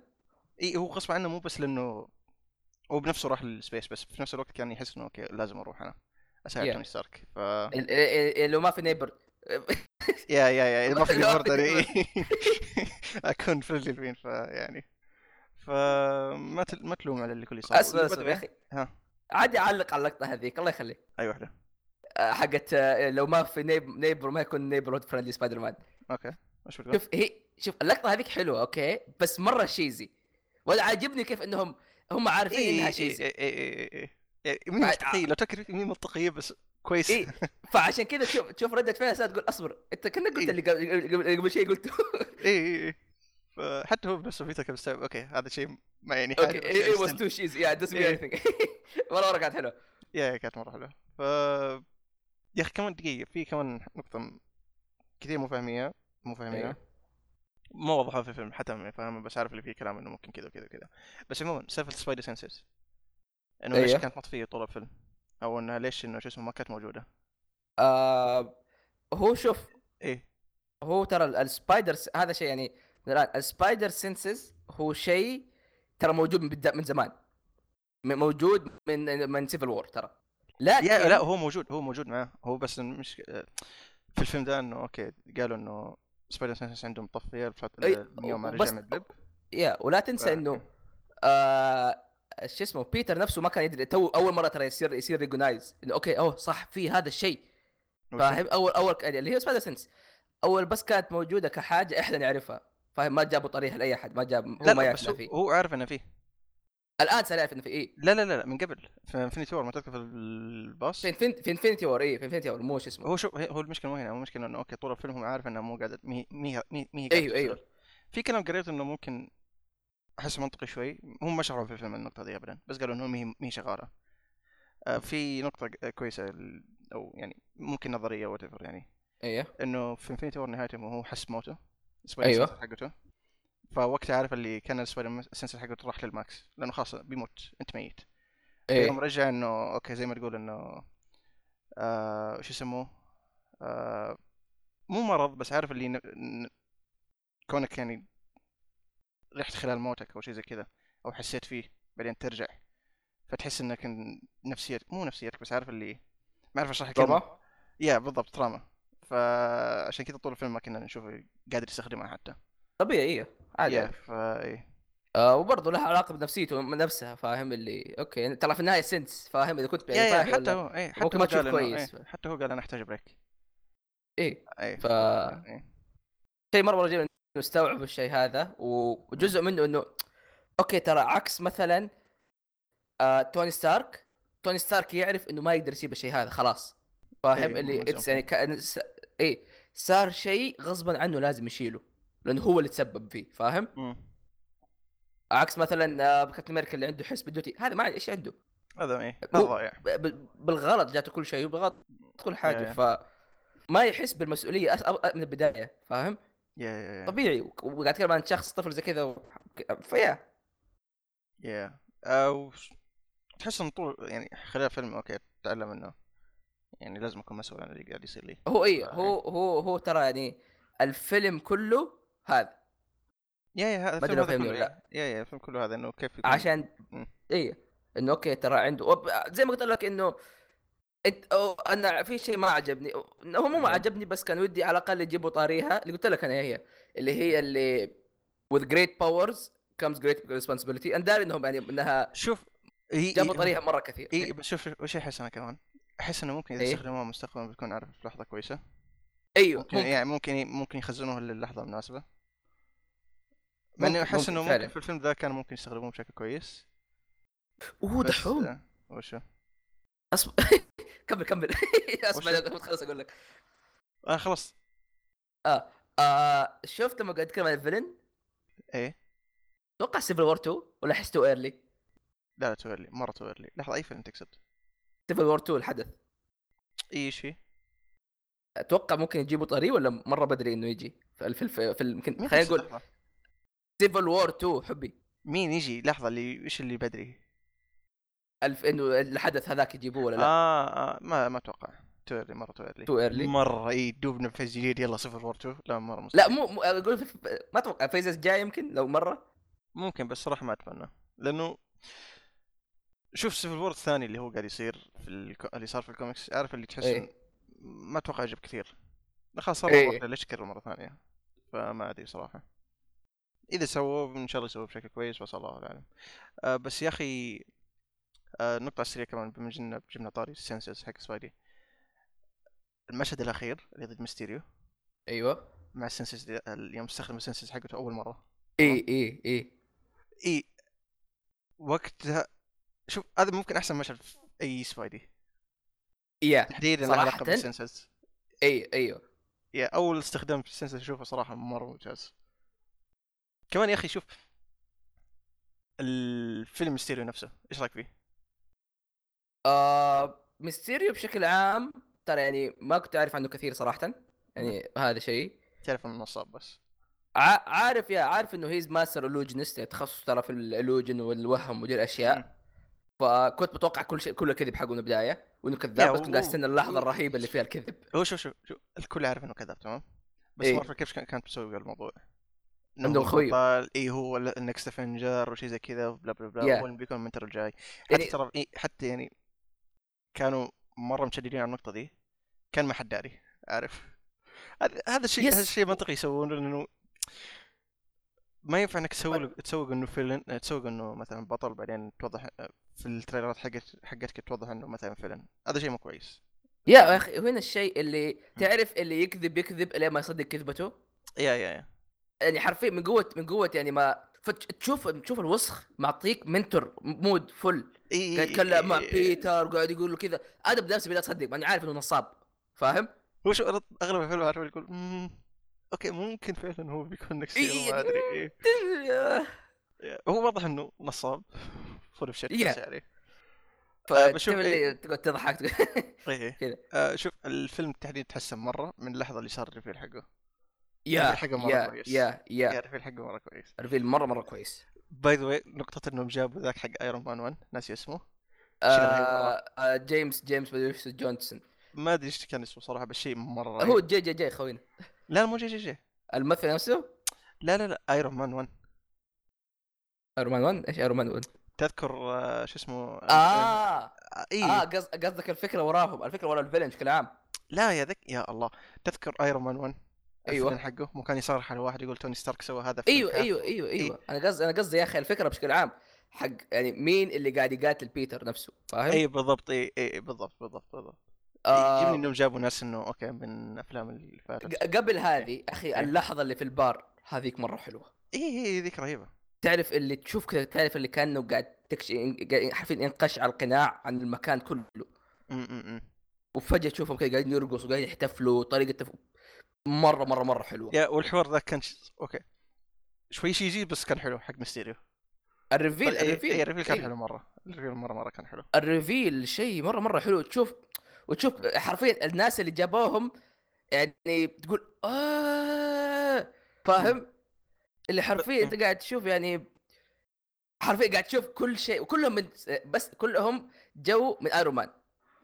Speaker 2: إيه.
Speaker 1: اي إيه، هو غصب عنه مو بس لانه هو بنفسه راح للسبيس بس في نفس الوقت كان يحس انه اوكي لازم اروح انا اساعد
Speaker 2: Yeah.
Speaker 1: توني ستارك
Speaker 2: <laughs>
Speaker 1: ف
Speaker 2: ال- ال- ال- لو ما في نيبر
Speaker 1: يا يا يا
Speaker 2: <laughs>
Speaker 1: ما في إيه.
Speaker 2: لا،
Speaker 1: برضه
Speaker 2: لا.
Speaker 1: <laughs> إي. اكون فريندلي الحين فيعني فما تل- يعني. ما تلوم على اللي كل يصير
Speaker 2: اسمع اسمع يا اخي
Speaker 1: ها
Speaker 2: عادي اعلق على اللقطه هذيك الله يخليك
Speaker 1: اي واحده
Speaker 2: آه، حقت آه، لو ما في نيب نيبر ما يكون نيبر فريندلي سبايدر مان
Speaker 1: اوكي ايش بتقول؟
Speaker 2: شوف هي شوف اللقطه هذيك حلوه اوكي بس مره شيزي وانا عاجبني كيف انهم هم عارفين
Speaker 1: إي
Speaker 2: انها
Speaker 1: إي
Speaker 2: شيزي
Speaker 1: إي إي إي إي. يعني من المنطقية لو تفكر فيه من المنطقية بس كويس
Speaker 2: اي فعشان كذا تشوف تشوف رده فعلها صارت تقول اصبر انت كانك قلت
Speaker 1: إي.
Speaker 2: اللي قبل- قبل قبل شيء قلته
Speaker 1: اي اي إيه، فحتى هو بنفسه فيتك مستوعب اوكي هذا شيء ما يعني حاجة
Speaker 2: اوكي
Speaker 1: بس
Speaker 2: اي واز
Speaker 1: still-
Speaker 2: تو شيزي يا دس
Speaker 1: إي.
Speaker 2: <laughs> مره مره كانت حلوه
Speaker 1: يا يا كانت مرة حلوة ف يا اخي كمان دقيقة في كمان نقطة م- كثير مو فاهميها مو فاهمينها
Speaker 2: أيوة.
Speaker 1: ما وضحوها في الفيلم حتى ما فاهمها بس عارف اللي فيه كلام انه ممكن كذا وكذا وكذا بس عموما سالفة سبايدر سنسز انه ليش
Speaker 2: أيوة.
Speaker 1: كانت مطفية طول الفيلم او انها ليش انه شو اسمه ما كانت موجودة
Speaker 2: آه، هو شوف
Speaker 1: ايه
Speaker 2: هو ترى ال- السبايدر س- هذا شيء يعني الآن السبايدر سينسز هو شيء ترى موجود من بدا- من زمان م- موجود من من سيفل وور ترى لكن
Speaker 1: يا لا هو موجود هو موجود معاه هو بس مش في الفيلم ده انه اوكي قالوا انه سبايدر سنس عندهم طفيه الفت...
Speaker 2: أي،
Speaker 1: من يوم ما
Speaker 2: وبس-
Speaker 1: رجع من الدب
Speaker 2: يا ولا تنسى انه آه شو اسمه بيتر نفسه ما كان يدري تو اول مره ترى يصير يصير ريجونايز انه اوكي اوه صح في هذا الشيء فاهم اول اول يعني اللي هي سبايدر سنس اول بس كانت موجوده كحاجه احنا نعرفها فاهم ما جابوا طريقها لاي احد ما جاب هو
Speaker 1: لا
Speaker 2: ما
Speaker 1: لا
Speaker 2: يعرف
Speaker 1: بس
Speaker 2: إنه
Speaker 1: هو,
Speaker 2: فيه
Speaker 1: هو عارف انه فيه
Speaker 2: الان صار يعرف انه في ايه
Speaker 1: لا لا لا, لا من قبل في انفنتي وور ما تذكر في الباص
Speaker 2: في انفنتي في انفنتي وور ايه في انفنتي وور مو شو اسمه
Speaker 1: هو شو هو المشكله مو هنا هو المشكله انه اوكي طول الفيلم هو عارف انه مو قاعد مي مي مي, مي قاعدة
Speaker 2: ايوه ايوه
Speaker 1: تصير. في كلام قريته انه ممكن احس منطقي شوي هم ما شرحوا في الفيلم النقطه دي ابدا بس قالوا انه مي مي شغاله آه، في نقطه كويسه ال- او يعني ممكن نظريه وات يعني
Speaker 2: ايوه
Speaker 1: انه في انفنتي وور نهايته هو حس موته سبايدر
Speaker 2: أيوة.
Speaker 1: سنس حقته فوقتها عارف اللي كان السبايدر سنسر حقه راح للماكس لانه خلاص بيموت انت ميت يوم
Speaker 2: ايه
Speaker 1: رجع انه اوكي زي ما تقول انه آه شو يسموه آه مو مرض بس عارف اللي ن... ن... كونك يعني رحت خلال موتك او شيء زي كذا او حسيت فيه بعدين ترجع فتحس انك إن- نفسيتك مو نفسيتك بس عارف اللي ما اعرف اشرح الكلمه
Speaker 2: تروما
Speaker 1: يا بالضبط تراما فعشان كذا طول الفيلم ما كنا نشوفه قادر يستخدمها حتى
Speaker 2: طبيعيه إيه، عادي
Speaker 1: يا فا إيه.
Speaker 2: آه وبرضه لها علاقه بنفسيته من نفسها فاهم اللي اوكي يعني ترى في النهايه سنس فاهم اذا كنت
Speaker 1: يا يا
Speaker 2: فاهم
Speaker 1: حتى
Speaker 2: ولا-
Speaker 1: هو ايه حتى
Speaker 2: ممكن
Speaker 1: هو
Speaker 2: ما تشوف
Speaker 1: قال إنه-
Speaker 2: كويس.
Speaker 1: إيه، حتى هو قال انا احتاج بريك
Speaker 2: ايه
Speaker 1: ايه
Speaker 2: ف
Speaker 1: إيه.
Speaker 2: شيء مره مره جميل انه استوعب الشيء هذا و- وجزء منه انه اوكي ترى عكس مثلا آه توني ستارك توني ستارك يعرف انه ما يقدر يسيب الشيء هذا خلاص فاهم
Speaker 1: إيه،
Speaker 2: اللي
Speaker 1: ملزم.
Speaker 2: اتس يعني كان س... ايه صار شيء غصبا عنه لازم يشيله لانه هو اللي تسبب فيه فاهم
Speaker 1: مم.
Speaker 2: عكس مثلا آه كابتن امريكا اللي عنده حس بالدوتي هذا ما ايش عنده
Speaker 1: هذا ايه
Speaker 2: مو-
Speaker 1: هذا ضايع
Speaker 2: ب- ب- بالغلط جاته كل شيء وبالغلط كل حاجه
Speaker 1: يا-
Speaker 2: ف ما يحس بالمسؤوليه أس- أو- من البدايه فاهم
Speaker 1: يا يا يا
Speaker 2: طبيعي وك- وقاعد اتكلم عن شخص طفل زي كذا و... فيا
Speaker 1: يا او تحس انه طول يعني خلال الفيلم اوكي تعلم انه يعني لازم اكون مسؤول عن اللي قاعد يصير لي
Speaker 2: هو اي هو هو هو ترى يعني الفيلم كله هذا
Speaker 1: يا يا هذا
Speaker 2: ما
Speaker 1: الفيلم
Speaker 2: أدري لو
Speaker 1: هذا كله
Speaker 2: فهمني ولا
Speaker 1: يا يا الفيلم كله هذا انه كيف يكون
Speaker 2: عشان
Speaker 1: مم.
Speaker 2: اي انه اوكي ترى عنده وب... زي ما قلت لك انه انت أو انا في شيء ما عجبني إنه هو مو ما
Speaker 1: أيوه.
Speaker 2: عجبني بس كان ودي على الاقل يجيبوا طاريها اللي قلت لك انا هي اللي هي اللي with great powers comes great responsibility انا داري انهم يعني انها
Speaker 1: شوف إي- إي-
Speaker 2: جابوا طريقها مره كثير
Speaker 1: اي بس شوف شوف وش احس انا كمان احس انه ممكن اذا
Speaker 2: إيه.
Speaker 1: استخدموها مستقبلا بتكون عارف في لحظه كويسه
Speaker 2: ايوه
Speaker 1: ممكن
Speaker 2: ممكن.
Speaker 1: يعني ممكن ممكن يخزنوها للحظه المناسبه مع اني
Speaker 2: ممكن-
Speaker 1: احس
Speaker 2: ممكن
Speaker 1: انه
Speaker 2: فعلاً.
Speaker 1: ممكن في الفيلم ذا كان ممكن يستخدموه بشكل كويس
Speaker 2: اوه
Speaker 1: بس-
Speaker 2: دحوم
Speaker 1: آه، وشو
Speaker 2: اصبر <laughs> كمل كمل <laughs> اسمع
Speaker 1: وش-
Speaker 2: لما تخلص اقول لك
Speaker 1: اه خلاص
Speaker 2: آه شفت لما قاعد اتكلم عن الفيلن
Speaker 1: ايه
Speaker 2: اتوقع سيفل وور 2 ولا احس تو ايرلي
Speaker 1: لا لا تورلي مره تورلي لحظه اي فيلم تقصد
Speaker 2: سيفل وور 2 الحدث
Speaker 1: اي شيء
Speaker 2: اتوقع ممكن يجيبوا طريق ولا مره بدري انه يجي في الفيلم في ال- يمكن
Speaker 1: مين
Speaker 2: خلينا
Speaker 1: تقصد
Speaker 2: نقول
Speaker 1: لحظة؟
Speaker 2: سيفل وور 2 حبي
Speaker 1: مين يجي لحظه اللي ايش اللي بدري
Speaker 2: الف انه الحدث هذاك يجيبوه ولا لا
Speaker 1: آه, اه ما ما اتوقع تورلي مره تورلي
Speaker 2: تو ايرلي
Speaker 1: مره اي دوبنا في الجديد يلا صفر وور 2 لا مره
Speaker 2: لا
Speaker 1: مستحيل
Speaker 2: مو, مو اقول في ما اتوقع فيزز جاي يمكن لو مره
Speaker 1: ممكن بس صراحه ما اتمنى لانه شوف سيفل وور الثاني اللي هو قاعد يصير في الكو... اللي صار في الكوميكس عارف اللي تحس
Speaker 2: إيه.
Speaker 1: إن- ما اتوقع يجيب كثير لا خلاص صار
Speaker 2: إيه.
Speaker 1: مرة واحدة، ليش تكرر مره ثانيه فما ادري صراحه اذا سووه ان شاء الله يسووه بشكل كويس بس الله اعلم آه بس يا اخي آه نقطه سريعه كمان بما جبنا جبنا طاري السنسز حق سبايدي المشهد الاخير اللي ضد ميستيريو
Speaker 2: ايوه
Speaker 1: مع السنسز دي- اليوم استخدم السنسز حقته اول مره
Speaker 2: اي اي اي
Speaker 1: اي وقتها شوف هذا ممكن احسن مشهد في اي سبايدي
Speaker 2: يا
Speaker 1: تحديدا له
Speaker 2: صراحة؟
Speaker 1: علاقه بالسنسز
Speaker 2: اي ايوه
Speaker 1: يا اول استخدام في السنسز اشوفه صراحه مره ممتاز كمان يا اخي شوف الفيلم ستيريو نفسه ايش رايك فيه؟
Speaker 2: آه ميستيريو بشكل عام ترى يعني ما كنت اعرف عنه كثير صراحه يعني هذا شيء
Speaker 1: تعرف انه نصاب بس
Speaker 2: ع- عارف يا عارف انه هيز ماستر الوجنست يعني تخصص ترى في الالوجن والوهم ودي
Speaker 1: مم.
Speaker 2: الاشياء فكنت متوقع كل شيء كله كذب حقه من البدايه وانه
Speaker 1: يا
Speaker 2: كذاب بس
Speaker 1: هو-
Speaker 2: كنت قاعد استنى اللحظه
Speaker 1: هو-
Speaker 2: الرهيبه اللي فيها الكذب
Speaker 1: هو شوف شوف شوف الكل عارف انه كذاب تمام بس
Speaker 2: إيه.
Speaker 1: ما اعرف كيف كان- كانت مسوي الموضوع
Speaker 2: إنه خوي.
Speaker 1: قال اي إيه، هو النكست افنجر وشي زي كذا بلا بلا بلا
Speaker 2: Yeah.
Speaker 1: وين بيكون المنتر الجاي حتى
Speaker 2: يعني-
Speaker 1: ترى إيه حتى يعني كانوا مره مشددين على النقطه دي كان ما حد داري عارف هذا- هذا الشيء
Speaker 2: Yes.
Speaker 1: هذا الشيء منطقي يسوونه لانه ما ينفع انك تسوي تسوق انه فيلن تسوق انه مثلا بطل بعدين توضح آه، في التريلرات حقت حقتك توضح انه مثلا فيلن هذا شيء مو كويس
Speaker 2: يا اخي هنا الشيء اللي تعرف اللي يكذب يكذب الين ما يصدق كذبته
Speaker 1: يا يا يا
Speaker 2: يعني حرفيا من قوه من قوه يعني ما فتشوف تشوف الوسخ معطيك منتور مود فل
Speaker 1: إيه
Speaker 2: قاعد يتكلم مع بيتر وقاعد يقول له كذا انا بنفسي بدات اصدق ماني عارف انه نصاب
Speaker 1: <laughs>
Speaker 2: فاهم؟
Speaker 1: هو شو اغلب الفيلم عارف اللي يقول "مم، اوكي ممكن فعلا هو بيكون نكست
Speaker 2: إي
Speaker 1: ما
Speaker 2: إي،
Speaker 1: ادري إيه. هو واضح انه نصاب فول اوف شيت
Speaker 2: Yeah.
Speaker 1: عليه بشوف
Speaker 2: فشوف
Speaker 1: إيه.
Speaker 2: اللي تقعد تضحك <laughs> تقعد-
Speaker 1: ايه
Speaker 2: كذا.
Speaker 1: آه شوف الفيلم بالتحديد تحسن مره من اللحظه اللي صار الريفيل حقه
Speaker 2: يا
Speaker 1: الحلقة مرة
Speaker 2: يا
Speaker 1: كويس.
Speaker 2: يا يا
Speaker 1: يعرف الحق مره كويس
Speaker 2: الريفيل مره مره كويس
Speaker 1: باي ذا واي نقطة انهم جابوا ذاك حق ايرون مان 1 ناسي اسمه
Speaker 2: آه آه جيمس جيمس بديوس جونسون
Speaker 1: ما ادري ايش كان اسمه صراحة بس شيء مرة
Speaker 2: هو جي جي جي خوينا
Speaker 1: لا مو جي جي جي
Speaker 2: الممثل نفسه
Speaker 1: لا لا لا ايرون مان 1
Speaker 2: ايرون مان 1 ايش ايرون مان 1
Speaker 1: تذكر آه، شو اسمه
Speaker 2: اه
Speaker 1: اي
Speaker 2: اه قص- قصدك الفكره وراهم الفكره ورا الفيلن بشكل عام
Speaker 1: لا يا ذك يا الله تذكر ايرون مان 1
Speaker 2: أيوة.
Speaker 1: الفيلن حقه مو كان يصرح على واحد يقول توني ستارك سوى هذا في
Speaker 2: ايوه
Speaker 1: الكهف.
Speaker 2: ايوه ايوه
Speaker 1: إيه.
Speaker 2: ايوه انا قصدي انا قصدي يا اخي الفكره بشكل عام حق يعني مين اللي قاعد يقاتل بيتر نفسه فاهم؟
Speaker 1: اي بالضبط اي اي بالضبط بالضبط بالضبط
Speaker 2: أيوه، آه،
Speaker 1: يجيبني انهم جابوا ناس انه اوكي من افلام اللي فاتت
Speaker 2: ق- قبل هذه اخي
Speaker 1: إيه.
Speaker 2: اللحظه اللي في البار هذيك مره حلوه
Speaker 1: اي اي ذيك رهيبه
Speaker 2: تعرف اللي تشوف كذا تعرف اللي كانه قاعد تكش قاعد- حرفيا انقشع القناع عن المكان كله
Speaker 1: أم أم أم.
Speaker 2: وفجاه تشوفهم كذا قاعدين يرقصوا قاعدين يحتفلوا طريقه تف... مره مره مره حلوه
Speaker 1: يا والحوار ذاك كان ش... اوكي شوي شي جي بس كان حلو حق ميستيريو
Speaker 2: الريفيل الريفيل
Speaker 1: اي طيب، إيه، الريفيل كان
Speaker 2: أيوة.
Speaker 1: حلو مره الريفيل مره مره كان حلو
Speaker 2: الريفيل شيء مره مره حلو تشوف وتشوف حرفيا الناس اللي جابوهم يعني تقول آه فاهم اللي
Speaker 1: <laughs>
Speaker 2: حرفيا انت قاعد تشوف يعني حرفيا قاعد تشوف كل شيء وكلهم من بس كلهم جو من ايرون مان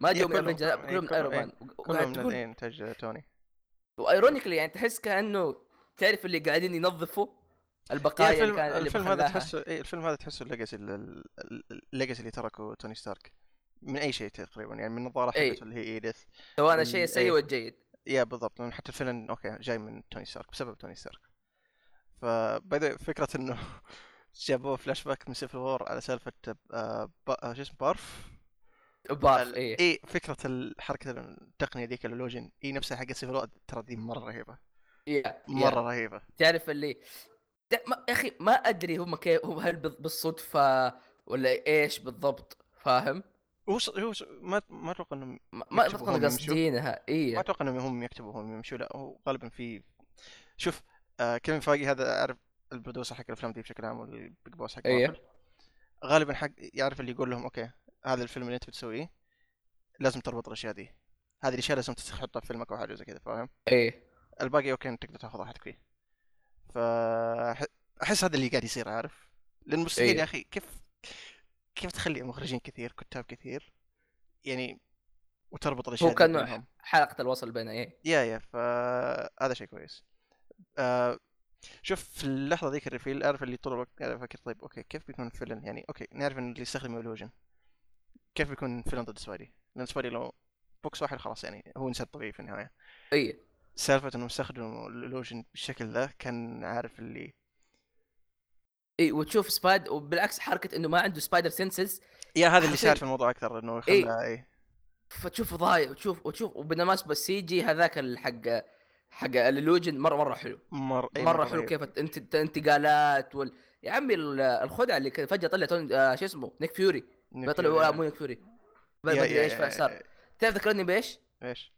Speaker 2: ما
Speaker 1: إيه،
Speaker 2: جو من
Speaker 1: كلهم-
Speaker 2: افنجر
Speaker 1: كلهم-
Speaker 2: كلهم من
Speaker 1: إيه،
Speaker 2: ايرون مان
Speaker 1: كلهم
Speaker 2: وقاعد
Speaker 1: من
Speaker 2: تقول
Speaker 1: إيه، انتاج توني
Speaker 2: وايرونيكلي يعني تحس كانه تعرف اللي قاعدين ينظفوا
Speaker 1: يا
Speaker 2: البقايا اللي
Speaker 1: الفيلم
Speaker 2: كان اللي
Speaker 1: الفيلم هذا
Speaker 2: محلاها.
Speaker 1: تحسه إيه، الفيلم هذا تحسه الليجاسي الليجاسي اللي تركه توني ستارك من اي شيء تقريبا يعني من النظاره
Speaker 2: إيه.
Speaker 1: حقته اللي هي ايديث
Speaker 2: سواء
Speaker 1: ال-
Speaker 2: الشيء
Speaker 1: إيه.
Speaker 2: السيء والجيد
Speaker 1: يا بالضبط لأن حتى الفيلم اوكي جاي من توني ستارك بسبب توني ستارك ف باي فكره انه <laughs> جابوه فلاش باك من سيفل وور على سالفه آه، ب- آه، شو اسمه بارف
Speaker 2: بارف
Speaker 1: ال- إيه.
Speaker 2: ايه
Speaker 1: اي فكره الحركه التقنيه ذيك اللوجن اي إيه، نفسها حق سيفل وور ترى دي مره رهيبه
Speaker 2: يا- يا.
Speaker 1: مره رهيبه
Speaker 2: تعرف اللي لا، ما... يا اخي ما ادري هم كيف هم هل بال- بالصدفه ولا ايش بالضبط فاهم؟
Speaker 1: هو ص- هو ص- ما ما اتوقع انهم
Speaker 2: ما- ما
Speaker 1: يكتبوا هم
Speaker 2: اتوقع
Speaker 1: يمشوا.
Speaker 2: قاصدينها إيه.
Speaker 1: ما
Speaker 2: اي
Speaker 1: اتوقع انهم هم يكتبوا هم يمشوا لا هو غالبا في شوف آه كيفن فاجي هذا اعرف البرودوسر حق الافلام دي بشكل عام والبيج بوس حق
Speaker 2: أيوه.
Speaker 1: مارفل. غالبا حق يعرف اللي يقول لهم اوكي هذا الفيلم اللي انت بتسويه لازم تربط الاشياء دي هذه الاشياء لازم تحطها في فيلمك او حاجه زي كذا فاهم
Speaker 2: اي
Speaker 1: الباقي اوكي انت تقدر تاخذ راحتك فيه فا احس هذا اللي قاعد يصير عارف لان مستحيل
Speaker 2: أيوه.
Speaker 1: يا اخي كيف كيف تخلي مخرجين كثير كتاب كثير يعني وتربط الاشياء
Speaker 2: هو
Speaker 1: دي
Speaker 2: كان
Speaker 1: بينهم.
Speaker 2: حلقه الوصل بين ايه
Speaker 1: يا يا فهذا شيء كويس آه شوف في اللحظه ذيك الريفيل اعرف اللي طول الوقت قاعد افكر طيب اوكي كيف بيكون الفيلن يعني اوكي نعرف ان اللي يستخدم الوجن كيف بيكون فيلن ضد سبايدي لان سبايدي لو بوكس واحد خلاص يعني هو انسان طبيعي في النهايه
Speaker 2: اي
Speaker 1: سالفه انهم استخدموا الوجن بالشكل ذا كان عارف اللي
Speaker 2: اي إيه. وتشوف سبايد وبالعكس حركه انه ما عنده سبايدر سنسز
Speaker 1: يا هذا اللي
Speaker 2: حرفياً.
Speaker 1: ساعد في الموضوع اكثر انه
Speaker 2: إيه.
Speaker 1: خلى اي
Speaker 2: فتشوفه ضايع وتشوف وتشوف وبالمناسبه السي جي هذاك الحق حق اللوجن مره مره حلو
Speaker 1: مر... إيه
Speaker 2: مره حلو
Speaker 1: رهيب.
Speaker 2: كيف انت انتقالات وال يا عمي ال- الخدعه اللي كده فجاه طلع توني- آه، شو اسمه نيك فيوري
Speaker 1: نيك فيوري. آه.
Speaker 2: بيطلع مو نيك فيوري ما
Speaker 1: يا-
Speaker 2: ادري
Speaker 1: يا-
Speaker 2: ايش
Speaker 1: يا-
Speaker 2: صار تعرف ذكرني بايش؟
Speaker 1: ايش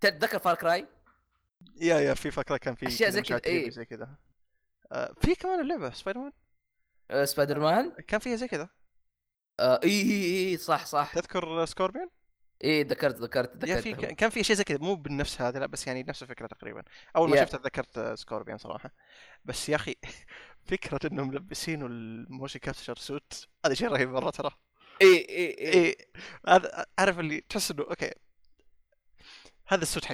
Speaker 2: تتذكر فار كراي؟
Speaker 1: يا يا في فكره كان في
Speaker 2: أشياء زي كذا،
Speaker 1: مشاكل
Speaker 2: إيه.
Speaker 1: زي كذا آه في كمان اللعبه سبايدر مان
Speaker 2: آه، سبايدر مان؟
Speaker 1: كان فيها زي كذا
Speaker 2: آه، اي اي اي صح صح
Speaker 1: تذكر سكوربيون؟
Speaker 2: اي ذكرت ذكرت ذكرت
Speaker 1: يا في ك- كان في شيء زي كذا مو بالنفس هذا لا بس يعني نفس الفكره تقريبا اول ما
Speaker 2: يا.
Speaker 1: شفت تذكرت سكوربيون صراحه بس يا <laughs> اخي فكره انهم ملبسينه الموشن كابتشر سوت هذا شيء رهيب مره ترى
Speaker 2: اي اي اي
Speaker 1: ايه هذا عارف اللي تحس انه اوكي هذا السوت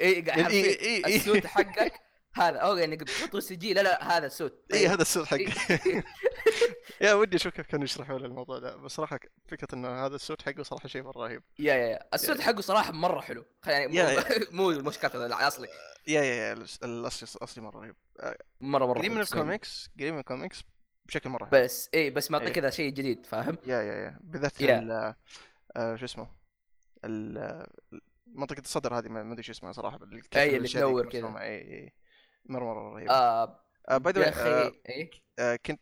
Speaker 1: إيه،
Speaker 2: قاعد
Speaker 1: حقك يعني
Speaker 2: اي قاعد
Speaker 1: إي- إي- إي-
Speaker 2: حرفياً
Speaker 1: إي.
Speaker 2: السوت حقك هذا او يعني بتحطه سي جي لا لا هذا السوت
Speaker 1: اي هذا السوت
Speaker 2: إيه.
Speaker 1: حقك <laughs> يا ودي اشوف كيف كانوا يشرحوا لي الموضوع ده بس صراحه ك- فكره انه هذا السوت حقه صراحه شيء مره رهيب
Speaker 2: يا يا يا السوت حقه صراحه مره حلو خ- يعني مو-
Speaker 1: يا-
Speaker 2: <laughs> مو مش كابتن الاصلي
Speaker 1: يا يا يا الأس- الاصلي الاصلي مره رهيب
Speaker 2: مره مره
Speaker 1: قريب من
Speaker 2: حلو، تسلم.
Speaker 1: الكوميكس قريب من الكوميكس بشكل مره رهيب
Speaker 2: بس اي بس معطيك
Speaker 1: إيه.
Speaker 2: كذا شيء جديد فاهم؟
Speaker 1: يا يا يا بالذات
Speaker 2: يا.
Speaker 1: ال آه، شو اسمه ال- آه، منطقة الصدر هذه ما ما ادري شو اسمها صراحة بال- كيف
Speaker 2: اللي
Speaker 1: الأشياء ذيك
Speaker 2: تنور
Speaker 1: مرسومة.
Speaker 2: كذا.
Speaker 1: اي اي مرة مرة رهيبة
Speaker 2: آه
Speaker 1: باي
Speaker 2: يا
Speaker 1: ذا
Speaker 2: اخي اي
Speaker 1: آه، كنت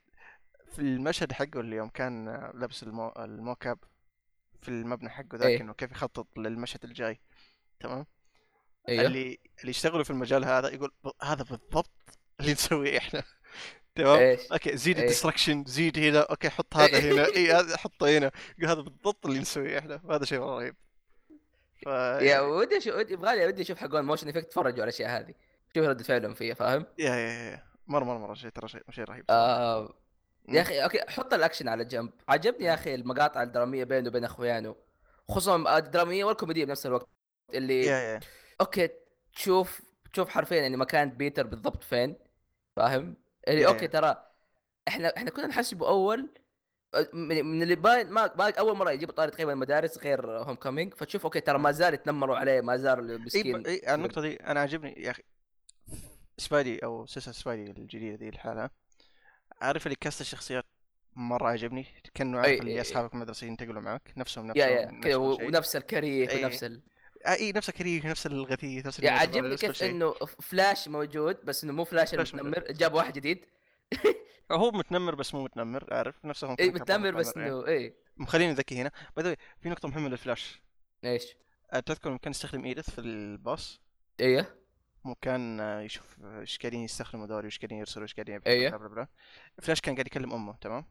Speaker 1: في المشهد حقه اللي يوم كان آه، لابس المو... الموكاب في المبنى حقه ذاك
Speaker 2: إيه.
Speaker 1: انه كيف يخطط للمشهد الجاي تمام
Speaker 2: ايوه
Speaker 1: اللي اللي يشتغلوا في المجال هذا يقول "ب- هذا بالضبط اللي نسويه احنا <laughs> تمام
Speaker 2: ايش؟
Speaker 1: اوكي زيد
Speaker 2: إيه.
Speaker 1: الديستركشن زيد هنا اوكي حط هذا
Speaker 2: <laughs>
Speaker 1: هنا اي هذا حطه هنا يقول هذا بالضبط اللي نسويه احنا هذا شيء مرة رهيب ف يعني
Speaker 2: يا ودي اشوف ودي- يبغالي ودي اشوف حقون موشن افكت تفرجوا على الاشياء هذه شوف رده فعلهم فيها فاهم؟
Speaker 1: يا يا يا مره مره مره شيء ترى شيء شيء رهيب
Speaker 2: آه
Speaker 1: مم.
Speaker 2: يا اخي اوكي حط الاكشن على جنب عجبني يا اخي المقاطع الدراميه بينه وبين آه، اخوانه خصوصا الدراميه والكوميديه بنفس الوقت اللي
Speaker 1: يا يا
Speaker 2: اوكي تشوف تشوف حرفيا يعني مكان بيتر بالضبط فين فاهم؟ اللي
Speaker 1: Yeah,
Speaker 2: اوكي
Speaker 1: yeah.
Speaker 2: ترى احنا احنا كنا نحسبه اول من من اللي باين ما ما اول مره يجيبوا طاري تقريبا المدارس غير هوم كومينج فتشوف اوكي ترى ما زال يتنمروا عليه ما زال
Speaker 1: اي
Speaker 2: المسكين
Speaker 1: إيه، ب- اي على النقطة دي انا عاجبني يا اخي سبايدي او سلسلة سبايدي الجديدة دي الحالة عارف اللي كاست الشخصيات مرة عجبني كانه
Speaker 2: أي-
Speaker 1: عارف اللي
Speaker 2: أي-
Speaker 1: اصحابك المدرسة ينتقلوا معك نفسهم
Speaker 2: إيه، يا
Speaker 1: نفسهم
Speaker 2: يا كذا
Speaker 1: نفس كل شيء.
Speaker 2: ونفس الكريه
Speaker 1: إيه.
Speaker 2: ونفس ال...
Speaker 1: آه، اي نفس الكريه نفس الغثيث نفس
Speaker 2: يا
Speaker 1: الموضوع،
Speaker 2: عجبني
Speaker 1: نفس كل
Speaker 2: يعني كيف
Speaker 1: شيء.
Speaker 2: انه فلاش موجود بس انه مو فلاش
Speaker 1: فلاش
Speaker 2: المتنمر جاب واحد جديد إيه،
Speaker 1: هو متنمر بس مو متنمر عارف نفسهم
Speaker 2: اي
Speaker 1: كان كان
Speaker 2: متنمر بس
Speaker 1: إيه.
Speaker 2: انه اي
Speaker 1: مخليني ذكي هنا باي في نقطة مهمة للفلاش
Speaker 2: ايش
Speaker 1: آه، تذكر لما كان يستخدم ايدث في الباص
Speaker 2: ايه
Speaker 1: وكان آه، يشوف آه، ايش قاعدين يستخدموا دوري وايش قاعدين يرسلوا ايش قاعدين يبحثوا،
Speaker 2: أيه.
Speaker 1: بلا بلا بلا. فلاش كان قاعد يكلم امه تمام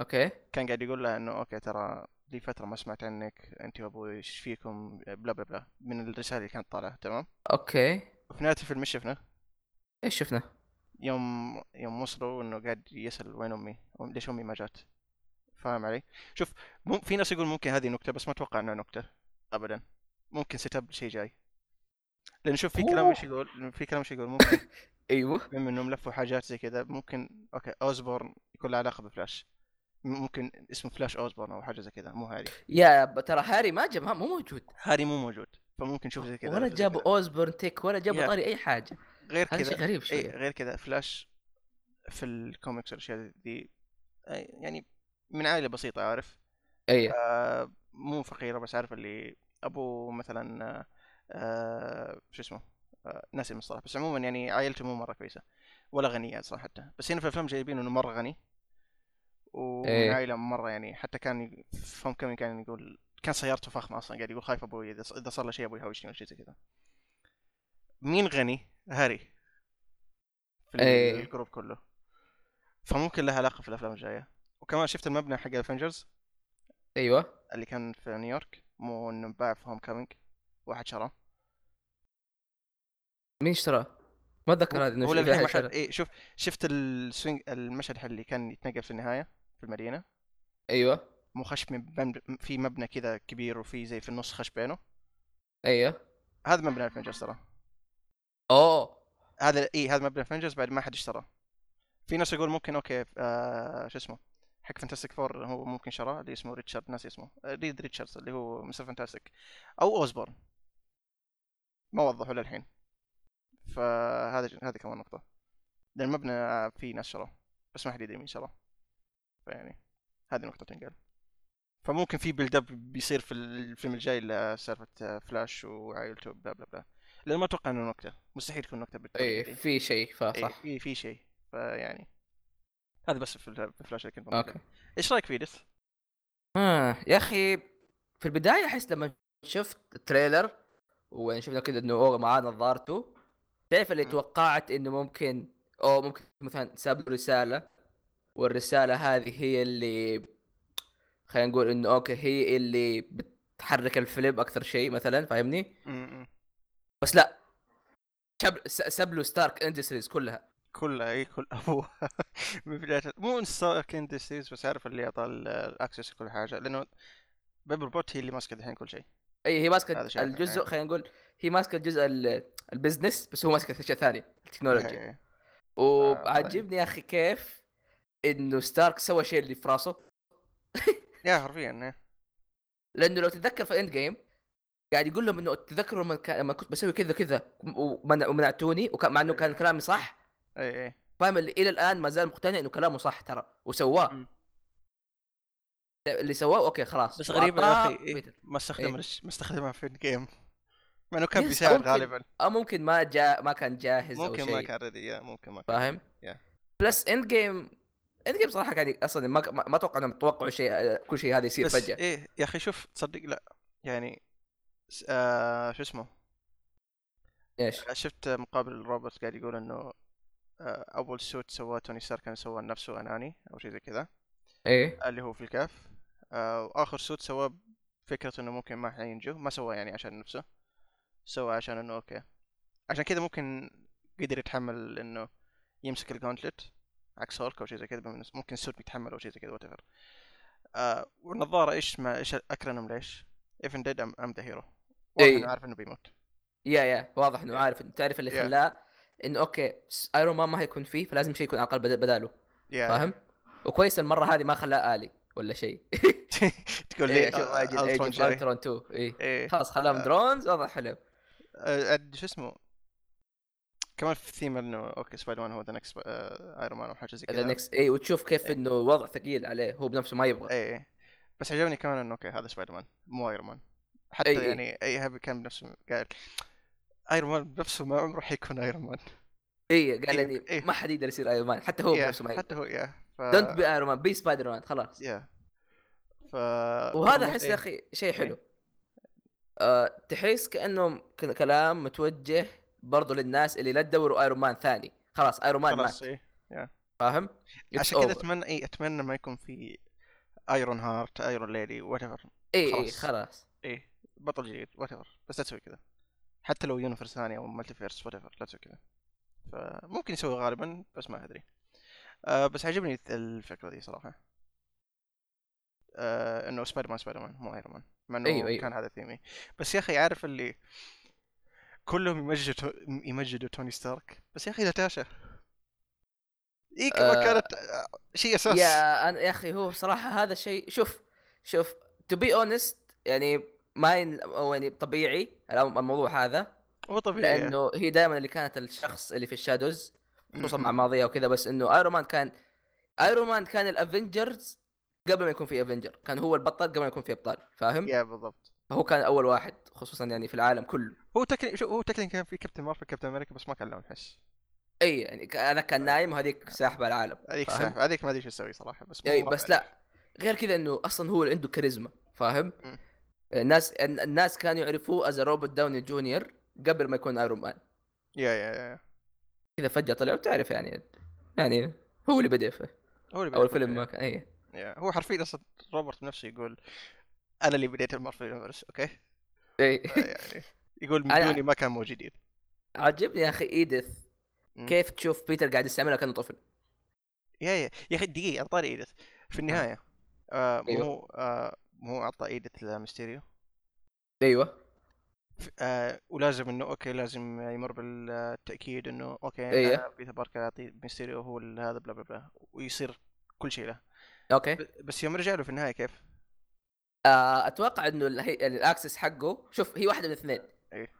Speaker 2: اوكي
Speaker 1: كان قاعد يقول لها انه اوكي ترى لي فتره ما سمعت عنك انت وابوي ايش فيكم بلا بلا بلا من الرساله اللي كانت طالعه تمام
Speaker 2: اوكي
Speaker 1: وفي نهايه الفيلم إيش شفنا
Speaker 2: ايش شفنا
Speaker 1: يوم يوم وصلوا انه قاعد يسال وين امي أم- ليش امي ما جات فاهم علي شوف مم في ناس يقول ممكن هذه نكته بس ما اتوقع انها نكته ابدا ممكن سيت اب شيء جاي لان شوف في كلام
Speaker 2: أوه.
Speaker 1: ايش يقول في كلام ايش يقول ممكن
Speaker 2: <laughs> ايوه
Speaker 1: بما انهم لفوا حاجات زي كذا ممكن اوكي اوزبورن يكون له علاقه بفلاش م- ممكن اسمه فلاش اوزبورن او حاجه زي كذا مو هاري
Speaker 2: يا ب- ترى هاري ما جاب مو موجود
Speaker 1: هاري مو موجود فممكن نشوف زي كذا
Speaker 2: ولا
Speaker 1: زي
Speaker 2: جابوا
Speaker 1: كذا.
Speaker 2: اوزبورن تيك ولا جابوا
Speaker 1: يا. أيوه.
Speaker 2: طاري اي حاجه
Speaker 1: غير
Speaker 2: هذا شيء
Speaker 1: كذا
Speaker 2: غريب
Speaker 1: اي
Speaker 2: شويه
Speaker 1: إيه، غير كذا فلاش في الكوميكس والاشياء ذي أي- يعني من عائله بسيطه عارف
Speaker 2: اي
Speaker 1: آه مو فقيره بس عارف اللي ابوه مثلا آه، آه شو اسمه آه ناسي المصطلح بس عموما يعني عائلته مو مره كويسه ولا غنيه اصلا حتى بس هنا في الفيلم جايبين انه مره غني ومن
Speaker 2: إيه.
Speaker 1: عائله مره يعني حتى كان ي- في هوم كومينج كان يقول كان سيارته فخمه اصلا قاعد يقول خايف ابوي اذا اذا صار له شيء ابوي يهاوشني ولا شيء زي كذا مين غني؟ هاري في ال-
Speaker 2: إيه.
Speaker 1: الجروب كله فممكن لها علاقه في الافلام الجايه وكمان شفت المبنى حق الافنجرز
Speaker 2: ايوه
Speaker 1: اللي كان في نيويورك مو انه انباع في هوم كومينج واحد شراه
Speaker 2: مين اشتراه؟ ما اتذكر هذا انه
Speaker 1: هو
Speaker 2: في
Speaker 1: للحين
Speaker 2: أحد
Speaker 1: ما حد
Speaker 2: اشتراه.
Speaker 1: اي إيه، شوف شفت السوينج المشهد اللي كان يتنقل في النهايه في المدينه
Speaker 2: ايوه
Speaker 1: مو خش من بن- في مبنى كذا كبير وفي زي في النص خش بينه
Speaker 2: ايوه
Speaker 1: هذا مبنى الافنجرز ترى
Speaker 2: اوه
Speaker 1: هذا اي هذا مبنى الافنجرز بعد ما حد اشتراه في ناس يقول ممكن اوكي آه شو اسمه حق فانتاستيك فور هو ممكن شراه اللي اسمه ريتشارد ناس اسمه آه، ريد ريتشاردز اللي هو مستر فانتاستيك او اوزبورن ما وضحوا للحين فهذا ج- هذه كمان نقطة لأن المبنى آه، في ناس شراه بس ما حد يدري مين شراه فيعني هذه نقطة تنقال فممكن في بيلد اب بيصير في الفيلم الجاي لسالفة آه، فلاش وعائلته بلا بلا بلا لأن ما أتوقع إنه نكتة مستحيل تكون نكتة بالطريقة
Speaker 2: اي
Speaker 1: دي.
Speaker 2: في شيء
Speaker 1: إيه،
Speaker 2: فصح
Speaker 1: في في شيء فيعني هذا بس في ال- في الفلاش اللي كنت بقوله.
Speaker 2: اوكي
Speaker 1: ايش رايك في ديث؟
Speaker 2: آه يا اخي في البدايه احس لما شفت التريلر وشفنا كذا انه اوه معانا نظارته تعرف اللي
Speaker 1: مم.
Speaker 2: توقعت انه ممكن او ممكن مثلا ساب له رساله والرساله هذه هي اللي خلينا نقول انه اوكي هي اللي بتحرك الفيلم اكثر شيء مثلا فاهمني بس لا شاب س- ساب له ستارك اندستريز كلها
Speaker 1: كلها اي كل ابوه <laughs> من بدايه مو ستارك اندستريز بس عارف اللي اعطى ال- الاكسس لكل حاجه لانه بيبر بوت هي اللي ماسكه الحين كل شيء
Speaker 2: اي هي
Speaker 1: هذا
Speaker 2: ماسكه
Speaker 1: شيء آخر،
Speaker 2: الجزء
Speaker 1: إيه.
Speaker 2: خلينا نقول هي ماسكه الجزء ال- البزنس بس هو ماسك الاشياء الثانيه التكنولوجيا
Speaker 1: إيه.
Speaker 2: وعجبني يا اخي كيف انه ستارك سوى شيء اللي في راسه
Speaker 1: يا حرفيا إيه.
Speaker 2: لانه لو تتذكر في اند جيم قاعد يقول لهم انه تذكروا لما كان- لما كنت بسوي كذا كذا ومنع- ومنعتوني وكان مع انه كان كلامي صح
Speaker 1: اي اي
Speaker 2: فاهم اللي الى الان ما زال مقتنع انه كلامه صح ترى وسواه
Speaker 1: مم.
Speaker 2: اللي سواه اوكي خلاص
Speaker 1: بس غريبه يا
Speaker 2: وأعطاه
Speaker 1: اخي إيه،
Speaker 2: بيتر.
Speaker 1: ما استخدم
Speaker 2: إيه.
Speaker 1: رش- ما استخدمها في الجيم مع انه كان
Speaker 2: يس،
Speaker 1: بيساعد
Speaker 2: ممكن.
Speaker 1: غالبا
Speaker 2: او ممكن ما جاء ما كان جاهز او
Speaker 1: ممكن
Speaker 2: شيء
Speaker 1: ما كان ريدي ممكن ما كان
Speaker 2: فاهم؟
Speaker 1: Yeah.
Speaker 2: بلس اند جيم اند جيم صراحه كان اصلا ما ما ما اتوقع انهم توقعوا شيء كل شيء هذا يصير
Speaker 1: بس
Speaker 2: فجاه
Speaker 1: ايه يا اخي شوف تصدق لا يعني س- آه شو اسمه إيه.
Speaker 2: ايش؟
Speaker 1: آه، شفت مقابل روبرت قاعد يقول انه آه، اول سوت سواه توني ستارك كان سواه لنفسه اناني او شيء زي كذا
Speaker 2: ايه
Speaker 1: اللي هو في الكهف آه، واخر سوت سواه فكرة انه ممكن ما حينجو ما سواه يعني عشان نفسه سواه عشان انه اوكي عشان كذا ممكن قدر يتحمل انه يمسك الجونتلت عكس هولك او شيء زي كذا بالنسبة- ممكن سوت بيتحمل او شيء زي كذا وات آه والنظاره ايش ما ايش اكرنهم ليش؟ اف ديد ام ام ذا هيرو
Speaker 2: إي.
Speaker 1: عارف انه بيموت
Speaker 2: يا يا واضح انه عارف تعرف اللي
Speaker 1: Yeah.
Speaker 2: خلاه انه اوكي ايرون مان ما حيكون فيه فلازم شيء يكون على الاقل بدل- بداله
Speaker 1: يا
Speaker 2: فاهم؟ وكويس المره هذه ما خلاه الي ولا
Speaker 1: <laughs>
Speaker 2: شيء
Speaker 1: تقول لي
Speaker 2: إيه، عشان واجد
Speaker 1: آه،
Speaker 2: Age
Speaker 1: ألترون
Speaker 2: of
Speaker 1: شري.
Speaker 2: Ultron 2 اي
Speaker 1: إيه.
Speaker 2: خلاص خلاهم
Speaker 1: آه.
Speaker 2: درونز وضع حلو
Speaker 1: آه، عاد شو اسمه كمان في ثيم انه اوكي سبايدر مان هو ذا نكست ايرون مان او حاجه زي
Speaker 2: اذا
Speaker 1: كذا
Speaker 2: نكس اي إيه، وتشوف كيف
Speaker 1: إيه.
Speaker 2: انه وضع ثقيل عليه هو بنفسه ما يبغى
Speaker 1: اي إيه، بس عجبني كمان انه اوكي هذا سبايدر مان مو ايرون مان حتى
Speaker 2: إي، إي.
Speaker 1: يعني اي هابي كان بنفسه قال ايرون مان بنفسه ما عمره حيكون ايرون مان
Speaker 2: اي قال
Speaker 1: إيه،
Speaker 2: يعني
Speaker 1: إيه.
Speaker 2: ما حد يقدر يصير ايرون مان حتى هو
Speaker 1: يا،
Speaker 2: بنفسه ما يبغى
Speaker 1: حتى هو يا ف
Speaker 2: دونت بي ايرون مان بي سبايدر مان خلاص
Speaker 1: يا ف
Speaker 2: وهذا
Speaker 1: إيه.
Speaker 2: احس يا اخي شيء حلو
Speaker 1: إيه.
Speaker 2: أه تحس كانه كل- كلام متوجه برضو للناس اللي لا تدوروا ايرون مان ثاني خلاص ايرون مان مات
Speaker 1: خلاص إيه.
Speaker 2: فاهم؟ It's
Speaker 1: عشان كذا
Speaker 2: over.
Speaker 1: اتمنى اي اتمنى ما يكون في ايرون هارت ايرون ليدي وات ايفر
Speaker 2: اي اي
Speaker 1: خلاص.
Speaker 2: إيه، خلاص
Speaker 1: ايه بطل جديد وات ايفر بس لا تسوي كذا حتى لو يونيفرس ثاني او مالتي فيرس وات ايفر لا تسوي كذا فممكن يسوي غالبا بس ما ادري آه بس عجبني الت- الفكره دي صراحه آه انه سبايدر مان سبايدر مان مو ايرون مان مع انه
Speaker 2: أيوه، أيوه.
Speaker 1: كان هذا ثيمي بس يا اخي عارف اللي كلهم يمجدوا يمجدوا توني ستارك بس يا اخي ناتاشا اي كمان
Speaker 2: آه،
Speaker 1: إيه، كانت آه، شيء اساس
Speaker 2: يا أنا يا اخي هو صراحه هذا الشيء شوف شوف تو بي اونست يعني ما ين... أو يعني طبيعي الأم- الموضوع هذا
Speaker 1: هو طبيعي
Speaker 2: لانه هي دائما اللي كانت الشخص اللي في الشادوز خصوصا مع ماضيه وكذا بس انه ايرون مان كان ايرون مان كان الافنجرز قبل ما يكون في افنجر كان هو البطل قبل ما يكون في ابطال فاهم؟
Speaker 1: يا بالضبط
Speaker 2: هو كان اول واحد خصوصا يعني في العالم كله
Speaker 1: هو تكني شو هو تكني كان في كابتن مارفل كابتن امريكا بس ما كان لهم حس
Speaker 2: اي يعني ك- انا كان نايم وهذيك ساحبه العالم
Speaker 1: هذيك
Speaker 2: فاهم؟
Speaker 1: سالفه هذيك ما ادري شو اسوي صراحه بس
Speaker 2: اي
Speaker 1: مرة
Speaker 2: بس
Speaker 1: حلو.
Speaker 2: لا غير كذا انه اصلا هو اللي عنده كاريزما فاهم؟
Speaker 1: مم.
Speaker 2: الناس الن- الناس كانوا يعرفوه از روبرت داوني جونيور قبل ما يكون ايرون مان
Speaker 1: يا يا يا
Speaker 2: كذا فجاه طلع وتعرف يعني يعني هو اللي بدا فيه
Speaker 1: هو اللي
Speaker 2: او
Speaker 1: بدأ
Speaker 2: الفيلم ما
Speaker 1: يفكر.
Speaker 2: كان اي
Speaker 1: يا. هو حرفيا اصلا روبرت نفسه يقول انا اللي بديت المارفل يونيفرس
Speaker 2: <laughs>
Speaker 1: اوكي
Speaker 2: اي
Speaker 1: يعني يقول من
Speaker 2: أنا-
Speaker 1: دوني ما كان موجودين
Speaker 2: عجبني يا اخي ايديث
Speaker 1: مم.
Speaker 2: كيف تشوف بيتر قاعد يستعملها كانه طفل
Speaker 1: يا يا يا اخي دقيقه عن طاري ايديث في النهايه آه
Speaker 2: نعم. أيوه.
Speaker 1: مو آه مو اعطى ايديث لميستيريو
Speaker 2: ايوه
Speaker 1: آه ولازم انه اوكي لازم يمر بالتاكيد انه اوكي
Speaker 2: أيوه.
Speaker 1: أنا بيتر باركر اعطي ميستيريو هو ال- هذا بلا بلا بلا ويصير كل شيء له
Speaker 2: اوكي
Speaker 1: ب- بس يوم رجع له في النهايه كيف؟
Speaker 2: آه، اتوقع انه ال- هي- يعني الاكسس حقه شوف هي واحده من الاثنين
Speaker 1: إيه.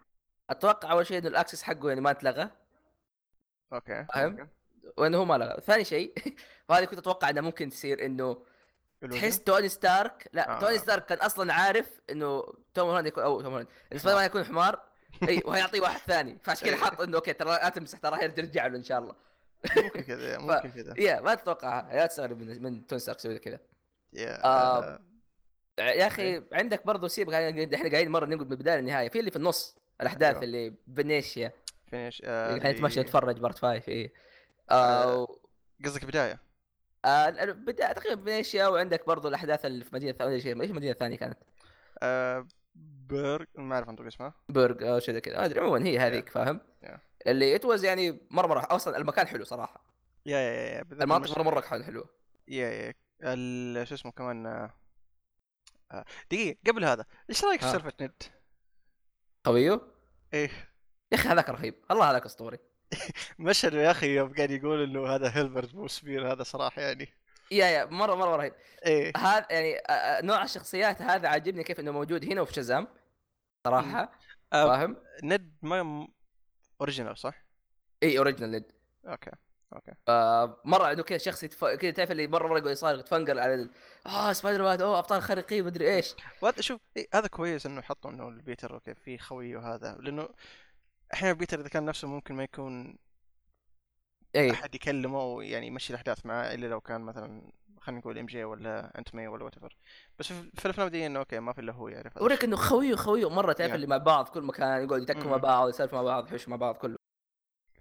Speaker 2: اتوقع اول شيء انه الاكسس حقه يعني ما اتلغى
Speaker 1: اوكي
Speaker 2: فاهم؟
Speaker 1: أوكي.
Speaker 2: وانه هو ما لغى ثاني شيء <laughs> وهذه كنت اتوقع انها ممكن تصير انه
Speaker 1: الوزن؟
Speaker 2: تحس توني ستارك لا
Speaker 1: آه.
Speaker 2: آه. توني ستارك كان اصلا عارف انه توم هولاند يكون او توم هولاند سبايدر مان يكون حمار <laughs> اي وهيعطيه واحد ثاني فعشان كذا حاط انه اوكي ترى لا تمسح ترى يرجع له ان شاء الله
Speaker 1: ممكن
Speaker 2: <laughs>
Speaker 1: كذا ممكن كذا
Speaker 2: يا ما تتوقعها لا تستغرب من, من توني ستارك يسوي كذا
Speaker 1: يا
Speaker 2: آه،
Speaker 1: آه، إيه.
Speaker 2: يا اخي عندك برضه سيب قاعدين- احنا قاعدين مره ننقل من البدايه للنهايه في اللي في النص الاحداث
Speaker 1: أيوه.
Speaker 2: اللي بنيشيا
Speaker 1: فينيش آه،
Speaker 2: اللي قاعدين نتمشى
Speaker 1: اللي-
Speaker 2: نتفرج بارت فايف
Speaker 1: آه.
Speaker 2: اي إيه. آه.
Speaker 1: قصدك بدايه
Speaker 2: آه، البدايه تقريبا بنيشيا وعندك برضه الاحداث اللي في مدينه ثانيه ايش المدينه الثانيه كانت؟
Speaker 1: آه، برج ما اعرف انطق اسمها
Speaker 2: برج او شيء زي كذا ما ادري عموما هي هذيك فاهم؟
Speaker 1: Yeah.
Speaker 2: اللي اتوز يعني مره مره اصلا المكان حلو صراحه
Speaker 1: يا يا يا- يا بالذات
Speaker 2: المناطق
Speaker 1: المش-
Speaker 2: مره مره حلوه حلوه
Speaker 1: يا يا ال- شو اسمه كمان آه، آه، دقيقه قبل هذا ايش رايك في
Speaker 2: ها.
Speaker 1: سالفه ند؟
Speaker 2: قويه
Speaker 1: ايه
Speaker 2: إيوه؟ يا اخي هذاك رهيب الله هذاك اسطوري
Speaker 1: مشهد يا اخي يوم قاعد يقول انه هذا هيلبرت مو سبير هذا صراحه يعني
Speaker 2: يا يا مره مره رهيب
Speaker 1: ايه
Speaker 2: هذا يعني آه، آه، نوع الشخصيات هذا عاجبني كيف انه موجود هنا وفي شزام صراحه
Speaker 1: آه،
Speaker 2: فاهم؟
Speaker 1: ند ما اوريجينال صح؟
Speaker 2: اي اوريجنال ليد
Speaker 1: اوكي
Speaker 2: مره عنده كذا شخص يتف... كذا تعرف اللي مره مره يقول صار يتفنقل على ال- اه سبايدر مان اوه ابطال خارقين مدري ايش
Speaker 1: وهذا شوف إيه هذا كويس انه حطوا انه البيتر اوكي في خوي وهذا لانه احيانا بيتر اذا كان نفسه ممكن ما يكون
Speaker 2: اي
Speaker 1: احد يكلمه ويعني يمشي الاحداث معاه الا لو كان مثلا خلينا نقول ام جي ولا انت مي ولا وات بس في في الافلام دي انه اوكي ما في الا هو يعرف هذا
Speaker 2: اوريك
Speaker 1: الشيء.
Speaker 2: انه خوي وخوي مره تعرف
Speaker 1: Yeah.
Speaker 2: اللي مع بعض كل مكان يقعدوا يتكوا مع
Speaker 1: Mm.
Speaker 2: بعض يسالفوا مع بعض يحوشوا مع بعض كله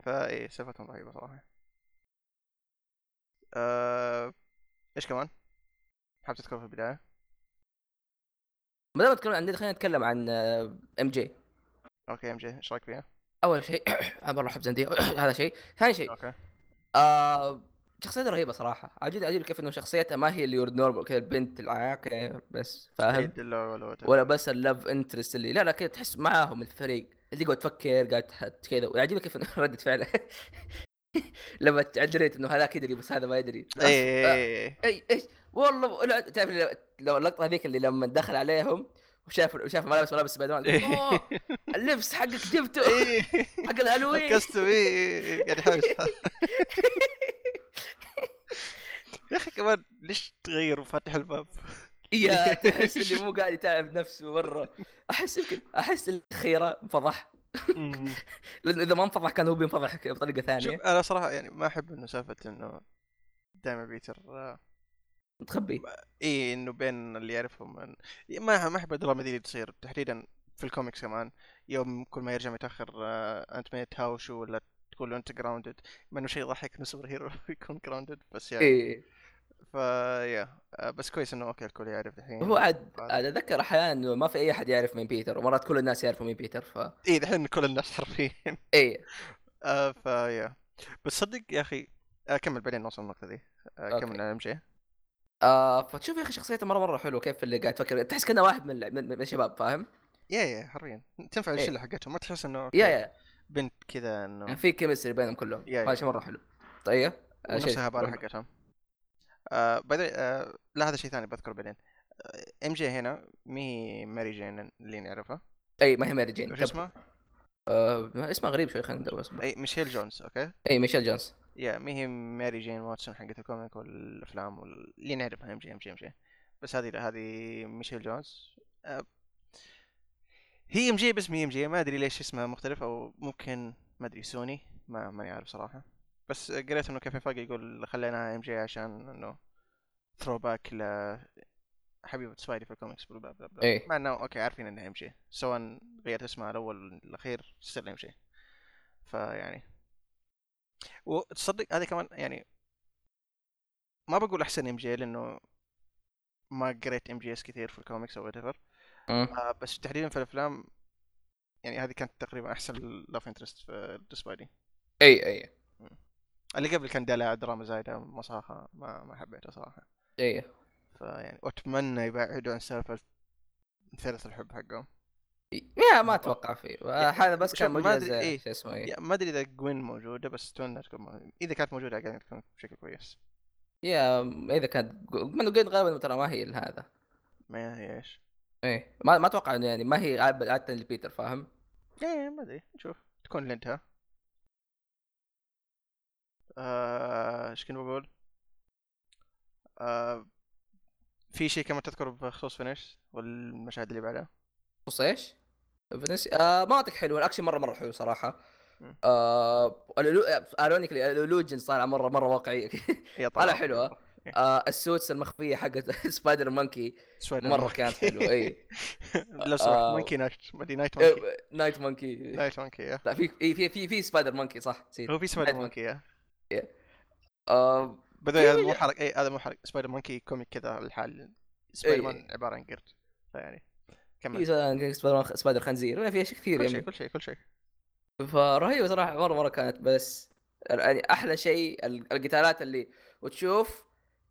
Speaker 1: فايه سالفتهم رهيبه صراحه آه... ايش كمان؟ حاب تذكر في البدايه؟
Speaker 2: ما دام نتكلم عن آه، خلينا نتكلم عن ام جي
Speaker 1: اوكي ام جي ايش رايك فيها؟
Speaker 2: اول شيء <coughs> انا مره احب زنديق <coughs> هذا شيء ثاني شيء
Speaker 1: اوكي
Speaker 2: آه شخصيته رهيبه صراحه عجيب عجيب كيف انه شخصيتها ما هي اللي نورمال كذا البنت العاقله بس فاهم
Speaker 1: عيد ولا ولا whatever.
Speaker 2: ولا بس اللاف انترست اللي لا لا كذا تحس معاهم الفريق اللي قاعد تفكر قاعد تحط كذا ويعجبك كيف إنه <laughs> ردة فعله لما تعجلت انه هذاك يدري بس هذا ما يدري
Speaker 1: اي اي اي
Speaker 2: اي ايش والله لا، تعرف اللي- لو اللقطه هذيك اللي لما دخل عليهم وشاف وشاف ملابس ملابس سبايدر مان أوه، اللبس حقك جبته
Speaker 1: إي.
Speaker 2: <laughs> حق الهالوين
Speaker 1: ركزت فيه قاعد يحاول يستهبل. يا اخي كمان ليش تغير وفاتح الباب؟
Speaker 2: يا تحس اللي مو قاعد يتعب نفسه مره احس يمكن احس الخيره انفضح لانه اذا ما انفضح كان هو بينفضح بطريقه ثانيه
Speaker 1: <laughs> شوف انا صراحه يعني ما احب انه سالفه انه دائما بيتر آه،
Speaker 2: متخبي
Speaker 1: اي انه بين اللي يعرفهم من... ما ما احب الدراما دي اللي تصير تحديدا في الكوميكس كمان يوم كل ما يرجع متاخر آه، انت ما تهاوشوا ولا تقول له انت جراوندد مع انه شيء يضحك انه سوبر هيرو <laughs> يكون جراوندد بس يعني
Speaker 2: اي
Speaker 1: فا يا آه، بس كويس انه اوكي الكل يعرف الحين
Speaker 2: هو عاد عاد اتذكر احيانا انه ما في اي احد يعرف مين بيتر ومرات كل الناس يعرفوا مين بيتر ف إيه.
Speaker 1: اي دحين كل الناس حرفيا
Speaker 2: اي
Speaker 1: <laughs> آه فا يا بس صدق يا اخي آه كمل بعدين نوصل النقطه دي آه
Speaker 2: أوكي.
Speaker 1: كمل ام جي
Speaker 2: آه فتشوف يا اخي شخصيته مره مره حلوه كيف اللي قاعد تفكر تحس كانه واحد من من- من الشباب فاهم؟
Speaker 1: يا يا حرفيا تنفع
Speaker 2: إيه.
Speaker 1: الشله حقتهم ما تحس انه
Speaker 2: يا يا
Speaker 1: بنت كذا انه
Speaker 2: في كيمستري بينهم كلهم
Speaker 1: نعم. يا-
Speaker 2: هذا شيء مره حلو طيب آه، شيء-
Speaker 1: ونفس الهباله حقتهم آه بعدين آه لا هذا شيء ثاني بذكره بعدين آه، ام جي هنا مي ماري جين اللي نعرفها
Speaker 2: اي إيه، ما هي ماري جين
Speaker 1: وش
Speaker 2: طب،
Speaker 1: اسمها؟
Speaker 2: آه، اسمها غريب شوي خلينا ندور اصبر
Speaker 1: اي ميشيل جونز اوكي
Speaker 2: اي ميشيل جونز
Speaker 1: يا مي هي ماري جين واتسون حقت الكوميك والافلام وال- اللي نعرفها ام جي ام جي ام جي بس هذه لا هذه ميشيل جونز آه هي ام جي باسم ام جي ما ادري ليش اسمها مختلف او ممكن ما ادري سوني ما ماني عارف صراحه بس قريت انه كافي فاق يقول خليناها ام جي عشان انه ثرو باك ل حبيبة سبايدي في الكوميكس بلا بلا بلا بلا.
Speaker 2: إيه.
Speaker 1: مع انه اوكي عارفين انها ام جي سواء غيرت اسمها الاول ولا الاخير تصير ام جي فيعني وتصدق هذه كمان يعني ما بقول احسن ام جي لانه ما قريت ام جي اس كثير في الكوميكس او whatever
Speaker 2: مم.
Speaker 1: آه، بس تحديدا في الافلام يعني هذه كانت تقريبا احسن لاف انترست في السبايدي
Speaker 2: اي اي
Speaker 1: اللي قبل كان دلع دراما زايده مصاحه ما ما حبيتها صراحه
Speaker 2: اي
Speaker 1: فيعني واتمنى يعني يبعدوا عن سالفه ثالث الحب حقهم
Speaker 2: يا ما اتوقع فيه آه، هذا بس
Speaker 1: شوف،
Speaker 2: كان
Speaker 1: ما
Speaker 2: مجاز
Speaker 1: أدري، إيه.
Speaker 2: شو اسمه إيه.
Speaker 1: يعني ما ادري اذا جوين موجوده بس اتمنى تكون موجودة. اذا كانت موجوده قاعدين تكون بشكل كويس
Speaker 2: يا اذا كان من قلت غالبا ترى ما هي هذا
Speaker 1: ما هي ايش
Speaker 2: ايه ما ما اتوقع انه يعني ما هي عادة عادة لبيتر فاهم؟
Speaker 1: ايه ما ادري نشوف تكون لينتها آه، ايش كنت بقول؟ آه، في شيء كمان تذكر بخصوص فينيش والمشاهد اللي بعدها
Speaker 2: خصوص ايش؟ فينيس آه مناطق حلوه الاكشن مره مره حلو صراحه
Speaker 1: مم.
Speaker 2: آه ايرونيكلي الالوجن صار مره مره
Speaker 1: <laughs>
Speaker 2: واقعيه
Speaker 1: هي
Speaker 2: على حلوه آه السوتس المخفيه حقت <laughs> سبايدر مونكي مره كانت حلوه
Speaker 1: <laughs>
Speaker 2: اي
Speaker 1: لو سمحت
Speaker 2: آه. إيه.
Speaker 1: مونكي نايت مدري نايت مونكي
Speaker 2: نايت مونكي
Speaker 1: نايت مونكي يا.
Speaker 2: لا في إيه، في في في سبايدر مونكي صح نسيت
Speaker 1: هو في سبايدر
Speaker 2: نايت
Speaker 1: مونكي يا
Speaker 2: آه
Speaker 1: بدأ هذا مو حرق اي هذا مو حرق سبايدر مونكي كوميك كذا
Speaker 2: إيه.
Speaker 1: الحال سبايدر مان عباره عن قرد فيعني
Speaker 2: في
Speaker 1: كمل
Speaker 2: سبايدر سبايدر خنزير في اشياء كثير
Speaker 1: كل شيء
Speaker 2: إيه، يعني
Speaker 1: كل شيء كل شيء
Speaker 2: فرهيبه صراحه مره مره كانت بس يعني احلى شيء ال- القتالات اللي وتشوف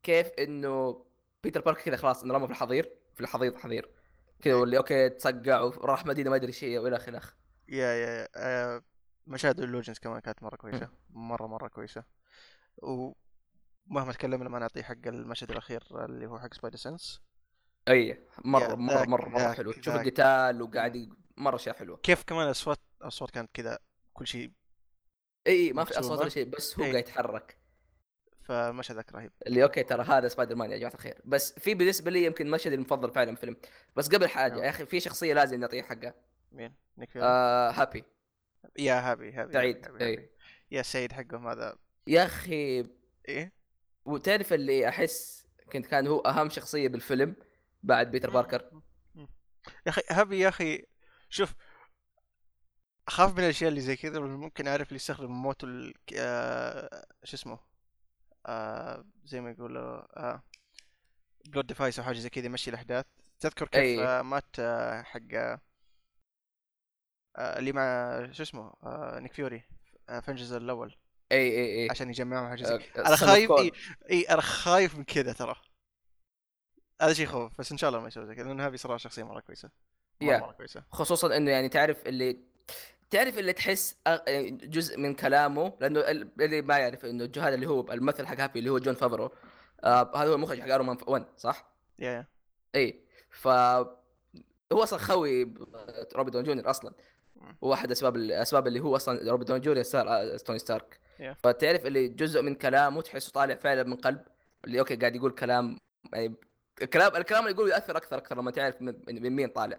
Speaker 2: كيف انه بيتر بارك كذا خلاص انرمى في الحظير في الحضيض حظير كذا
Speaker 1: إيه.
Speaker 2: واللي اوكي تصقع وراح مدينه ما ادري شيء والى اخره
Speaker 1: يا يا آه، مشاهد اللوجنز كمان كانت مره كويسه مره مره كويسه ومهما تكلمنا ما نعطيه حق المشهد الاخير اللي هو حق سبايدر سنس
Speaker 2: اي مره
Speaker 1: يا،
Speaker 2: مره
Speaker 1: ذاك-
Speaker 2: مره, مرة
Speaker 1: ذاك-
Speaker 2: حلو تشوف
Speaker 1: ذاك. إيه.
Speaker 2: القتال وقاعد ي- مره اشياء حلوه
Speaker 1: كيف كمان الاصوات الاصوات كانت كذا كل شيء
Speaker 2: اي ما في
Speaker 1: مقسومة.
Speaker 2: اصوات ولا شيء بس هو
Speaker 1: إي.
Speaker 2: قاعد يتحرك
Speaker 1: فمشهد ذاك رهيب
Speaker 2: اللي اوكي ترى هذا سبايدر مان يا جماعه الخير بس في بالنسبه لي يمكن المشهد المفضل فعلا في الفيلم بس قبل حاجه
Speaker 1: نعم.
Speaker 2: يا اخي في شخصيه لازم نعطيها حقها
Speaker 1: مين نيك فيوري؟
Speaker 2: آه هابي
Speaker 1: يا هابي هابي
Speaker 2: سعيد إيه.
Speaker 1: هابي، هابي.
Speaker 2: اي
Speaker 1: يا سعيد حقهم هذا
Speaker 2: يا اخي
Speaker 1: ايه
Speaker 2: وتعرف اللي احس كنت كان هو اهم شخصيه بالفيلم بعد بيتر باركر
Speaker 1: يا اخي هابي يا اخي شوف اخاف من الاشياء اللي زي كذا ممكن اعرف اللي يستخدم موته ال... ك- آه... شو اسمه آه... زي ما يقولوا آه... بلود ديفايس او حاجه آه، زي كذا يمشي الاحداث تذكر كيف
Speaker 2: أي.
Speaker 1: آه مات آه حق آه آه، اللي مع شو اسمه آه، نيك فيوري آه، في الجزء الاول
Speaker 2: اي اي اي
Speaker 1: عشان يجمعهم حاجه زي
Speaker 2: إيه، آه،
Speaker 1: انا
Speaker 2: Son of
Speaker 1: خايف
Speaker 2: Korn.
Speaker 1: اي إيه انا خايف من كذا ترى هذا شيء يخوف بس ان شاء الله ما يسوي زي كذا لان هذه صراحه شخصيه مره كويسه مره,
Speaker 2: Yeah.
Speaker 1: مرة كويسه
Speaker 2: خصوصا انه يعني تعرف اللي تعرف اللي تحس أغ- جزء من كلامه لانه ال- اللي ما يعرف انه جو هذا اللي هو الممثل حق هابي اللي هو جون فافرو آه هذا هو المخرج حق ايرون مان 1 صح؟
Speaker 1: يا يا
Speaker 2: اي إيه، ف هو اصلا خوي ب- روبرت دون جونيور اصلا
Speaker 1: مم.
Speaker 2: هو احد اسباب الاسباب اللي هو اصلا روبرت دون جونيور صار آه، توني ستارك
Speaker 1: Yeah.
Speaker 2: فتعرف اللي جزء من كلامه تحسه طالع فعلا من قلب اللي اوكي قاعد يقول كلام يعني الكلام الكلام اللي يقوله ياثر اكثر اكثر لما تعرف من, من من مين طالع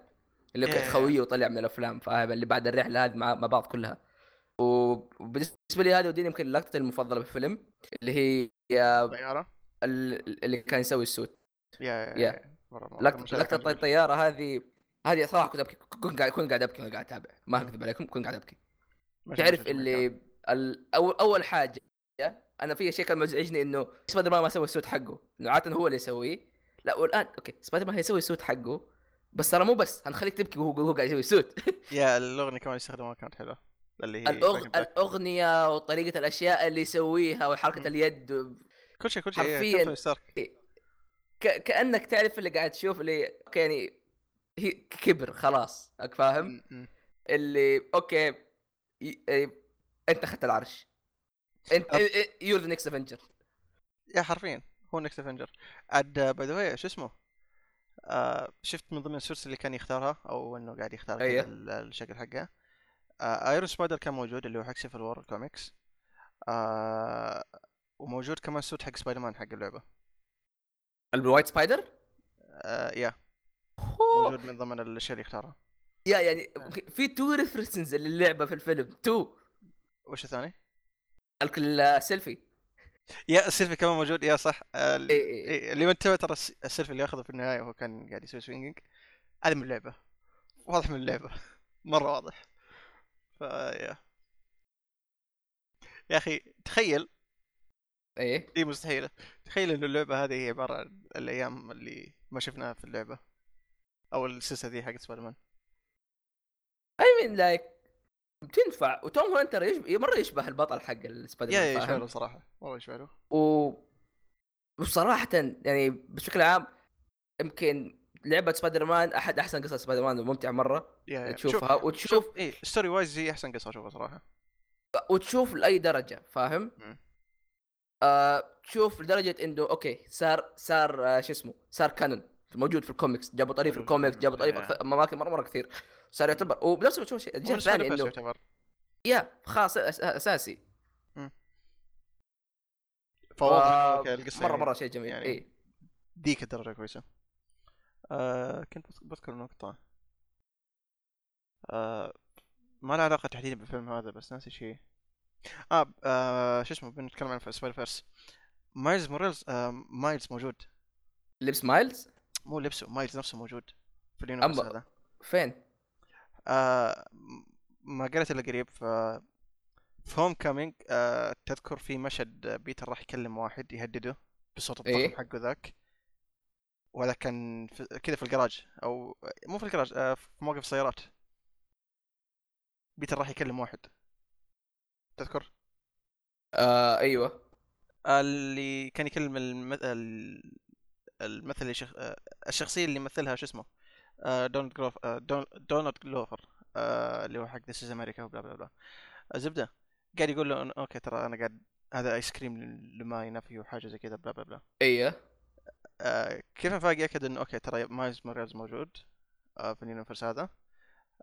Speaker 2: اللي
Speaker 1: Yeah, yeah,
Speaker 2: كانت
Speaker 1: yeah.
Speaker 2: خويه وطلع من الافلام فاهم اللي بعد الرحله هذه مع, مع بعض كلها وبالنسبه لي هذه وديني يمكن لقطتي المفضله بالفيلم اللي هي يا-
Speaker 1: طياره
Speaker 2: ال- اللي كان يسوي السوت
Speaker 1: يا يا,
Speaker 2: Yeah. طيب،
Speaker 1: يا. مره مره
Speaker 2: لقطه
Speaker 1: مشاهد
Speaker 2: لقطه
Speaker 1: كانت-
Speaker 2: الطياره هذه هذه صراحه كنت ابكي كنت قاعد كنت قاعد ابكي وانا قاعد اتابع ما اكذب عليكم كنت قاعد ابكي
Speaker 1: مشاهد
Speaker 2: تعرف
Speaker 1: جميلة
Speaker 2: اللي
Speaker 1: كانت.
Speaker 2: ال- اول اول حاجه انا في شيء كان مزعجني انه سبايدر مان ما سوى السوت حقه انه عاده هو اللي يسويه لا والان اوكي سبايدر مان هيسوي السوت حقه بس ترى مو بس هنخليك تبكي وهو وهو قاعد يسوي السوت
Speaker 1: يا الاغنيه كمان يستخدموها كانت حلوه اللي هي
Speaker 2: <laughs> الأغ...
Speaker 1: Back in Black.
Speaker 2: الاغنيه وطريقه الاشياء اللي يسويها
Speaker 1: مم.
Speaker 2: وحركه اليد و...
Speaker 1: كل شيء كل شيء
Speaker 2: حرفياً.
Speaker 1: حرفيا ستارك
Speaker 2: ك... كانك تعرف اللي قاعد تشوف اللي أوكي، يعني هي كبر خلاص أك- فاهم
Speaker 1: م- م.
Speaker 2: اللي اوكي ي- إيه، انت اخذت العرش آه، انت يور ذا نكست افنجر
Speaker 1: يا حرفيا هو نكست افنجر عاد باي ذا واي شو اسمه آه شفت من ضمن السورس اللي كان يختارها او انه قاعد يختار كذا
Speaker 2: أيه.
Speaker 1: ال- الشكل حقه آه ايرون سبايدر كان موجود اللي هو حق سيفل وور كوميكس آه وموجود كمان سوت حق سبايدر مان حق اللعبه
Speaker 2: الوايت سبايدر
Speaker 1: آه يا
Speaker 2: هو-
Speaker 1: موجود من ضمن الاشياء اللي اختارها
Speaker 2: يا يعني في تو ريفرنسز للعبه في الفيلم تو
Speaker 1: وش الثاني؟
Speaker 2: السيلفي
Speaker 1: يا السيلفي كمان موجود يا صح آه ال-
Speaker 2: إيه، إيه.
Speaker 1: إيه، اللي ما انتبه ترى الس- السيلفي اللي اخذه في النهايه وهو كان قاعد يسوي سوينجينج هذا من اللعبه واضح من اللعبه <laughs> مره واضح ف يا يا اخي تخيل
Speaker 2: ايه
Speaker 1: دي مستحيله تخيل انه اللعبه هذه هي عباره عن الايام اللي ما شفناها في اللعبه او السلسله دي حق سبايدر مان
Speaker 2: اي مين لايك تنفع وتوم هولاند ترى يشبه مره يشبه البطل حق السبايدر
Speaker 1: يا
Speaker 2: مان
Speaker 1: يا
Speaker 2: فاهم؟
Speaker 1: يشبه له صراحه والله يشبه له
Speaker 2: و وصراحة يعني بشكل عام يمكن لعبة سبايدر مان أحد أحسن قصص سبايدر مان وممتع مرة
Speaker 1: يا يا شوف
Speaker 2: تشوفها وتشوف
Speaker 1: ايه ستوري وايز هي احسن قصه اشوفها صراحه
Speaker 2: وتشوف لأي درجة فاهم؟
Speaker 1: مم.
Speaker 2: آه تشوف لدرجة إنه أوكي صار صار آه شو اسمه صار كانون موجود في الكوميكس جابوا طريق في
Speaker 1: حلو،
Speaker 2: الكوميكس
Speaker 1: حلو،
Speaker 2: جابوا طريق
Speaker 1: يا.
Speaker 2: في أكثر- أماكن مرة مرة كثير صار يعتبر وبنفس الوقت تشوف شيء الجهة
Speaker 1: ونسوي
Speaker 2: الثانية
Speaker 1: له بس
Speaker 2: إنه
Speaker 1: يعتبر
Speaker 2: يا خلاص أس- أساسي
Speaker 1: فواضح
Speaker 2: آه،
Speaker 1: أوكي، القصه
Speaker 2: مرة
Speaker 1: يعني
Speaker 2: مرة شيء جميل
Speaker 1: يعني-
Speaker 2: إيه
Speaker 1: ديك الدرجة كويسة آه كنت بذك- بذكر نقطة آه ما لها علاقة تحديدا بالفيلم هذا بس ناسي شيء آه, ب- آه شو اسمه بنتكلم عن سبايدر فيرس مايلز موريلز آه مايلز موجود
Speaker 2: لبس مايلز
Speaker 1: مو لبسه مايلز نفسه موجود في اليونيفرس
Speaker 2: أما-
Speaker 1: هذا
Speaker 2: فين؟
Speaker 1: آه م- ما قريت الا قريب ف في هوم كامينج آه تذكر في مشهد آه، بيتر راح يكلم واحد يهدده بالصوت الضخم
Speaker 2: إيه.
Speaker 1: حقه ذاك وهذا كان في... كذا في الجراج او مو في الجراج آه في موقف سيارات بيتر راح يكلم واحد تذكر
Speaker 2: آه أيوه
Speaker 1: آه اللي كان يكلم المثل الممثل اللي شخ... آه الشخصيه اللي مثلها شو اسمه آه دونالد جلوفر آه دون... دونالد جلوفر آه اللي هو حق ذيس از امريكا وبلا بلا بلا الزبده قاعد يقول له أنا- اوكي ترى انا قاعد هذا ايس كريم لما ينفي وحاجه زي كذا بلا بلا بلا
Speaker 2: أيوه
Speaker 1: آه كيفن فايجي اكد انه اوكي ترى مايلز موريلز موجود آه في اليونيفرس هذا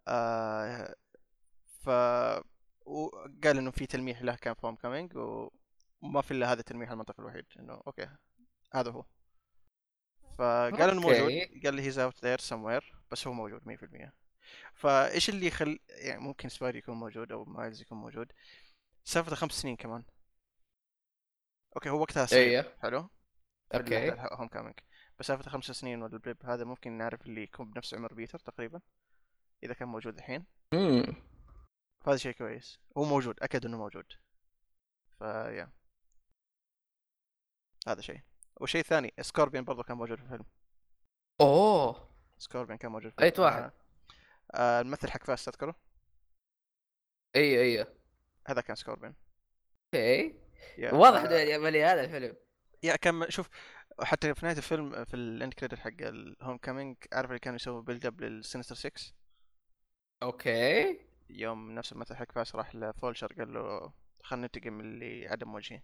Speaker 1: آه ف وقال انه في تلميح له كان فوم كامينج وما في الا هذا التلميح المنطقي الوحيد انه اوكي هذا هو فقال انه موجود
Speaker 2: أوكي.
Speaker 1: قال لي هيز اوت ذير سموير بس هو موجود 100% فايش اللي يخل يعني ممكن سباير يكون موجود او مايلز يكون موجود سالفه خمس سنين كمان اوكي هو وقتها صغير
Speaker 2: أيوه
Speaker 1: حلو
Speaker 2: أوكي
Speaker 1: هوم كامينج مسافة خمس سنين ولا البليب هذا ممكن نعرف اللي يكون بنفس عمر بيتر تقريبا إذا كان موجود الحين
Speaker 2: مم.
Speaker 1: فهذا شيء كويس هو موجود أكد إنه موجود فيا هذا شيء وشيء ثاني سكوربين برضه كان موجود في الفيلم
Speaker 2: اوه
Speaker 1: سكوربين كان موجود في
Speaker 2: أي
Speaker 1: الفيلم.
Speaker 2: واحد؟
Speaker 1: آه، آه الممثل حق فاست تذكره
Speaker 2: ايوه ايوه
Speaker 1: هذا كان سكوربين
Speaker 2: اوكي
Speaker 1: يا-
Speaker 2: واضح إنه يعمل هذا الفيلم
Speaker 1: يا كان شوف حتى في نهايه الفيلم في الاند كريدت حق الهوم كامينج عارف اللي كانوا يسووا بيلد اب للسينستر 6
Speaker 2: اوكي
Speaker 1: يوم نفس الممثل حق فاس راح لفولشر قال له خلنا ننتقم من اللي عدم وجهي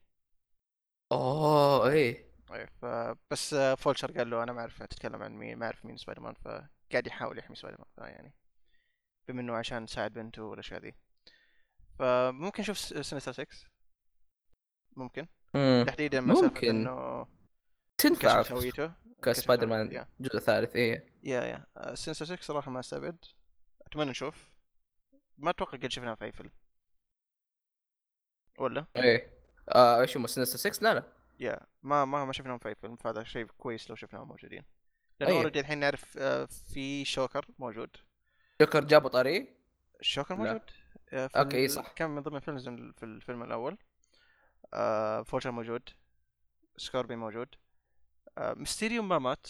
Speaker 2: اوه اي
Speaker 1: طيب فبس فولشر قال له انا ما اعرف تتكلم عن مين ما اعرف مين سبايدر مان فقاعد يحاول يحمي سبايدر مان فيعني بما انه عشان ساعد بنته والاشياء دي فممكن نشوف سينستر 6 ممكن تحديدا ما سالفة
Speaker 2: ممكن.
Speaker 1: انه
Speaker 2: تنفع
Speaker 1: كشف هويته كشف
Speaker 2: كسبايدر
Speaker 1: هويته.
Speaker 2: مان
Speaker 1: يا.
Speaker 2: جزء ثالث إيه. اي
Speaker 1: يا يا سينسر 6 صراحة ما استبعد أتمنى نشوف ما أتوقع قد شفناها في أي فيلم ولا
Speaker 2: اي آه، ايش هم سينستر 6 لا لا
Speaker 1: يا ما ما ما شفناهم في أي فيلم فهذا شيء كويس لو شفناهم موجودين لأن
Speaker 2: أيه.
Speaker 1: أوريدي الحين نعرف آه، في شوكر موجود
Speaker 2: جوكر جابوا طريق
Speaker 1: الشوكر
Speaker 2: لا.
Speaker 1: موجود آه، في
Speaker 2: أوكي، إيه،
Speaker 1: ال-
Speaker 2: صح.
Speaker 1: كان من ضمن الفيلم في الفيلم الأول آه، فولشر موجود سكوربي موجود آه، ميستيريو ما مات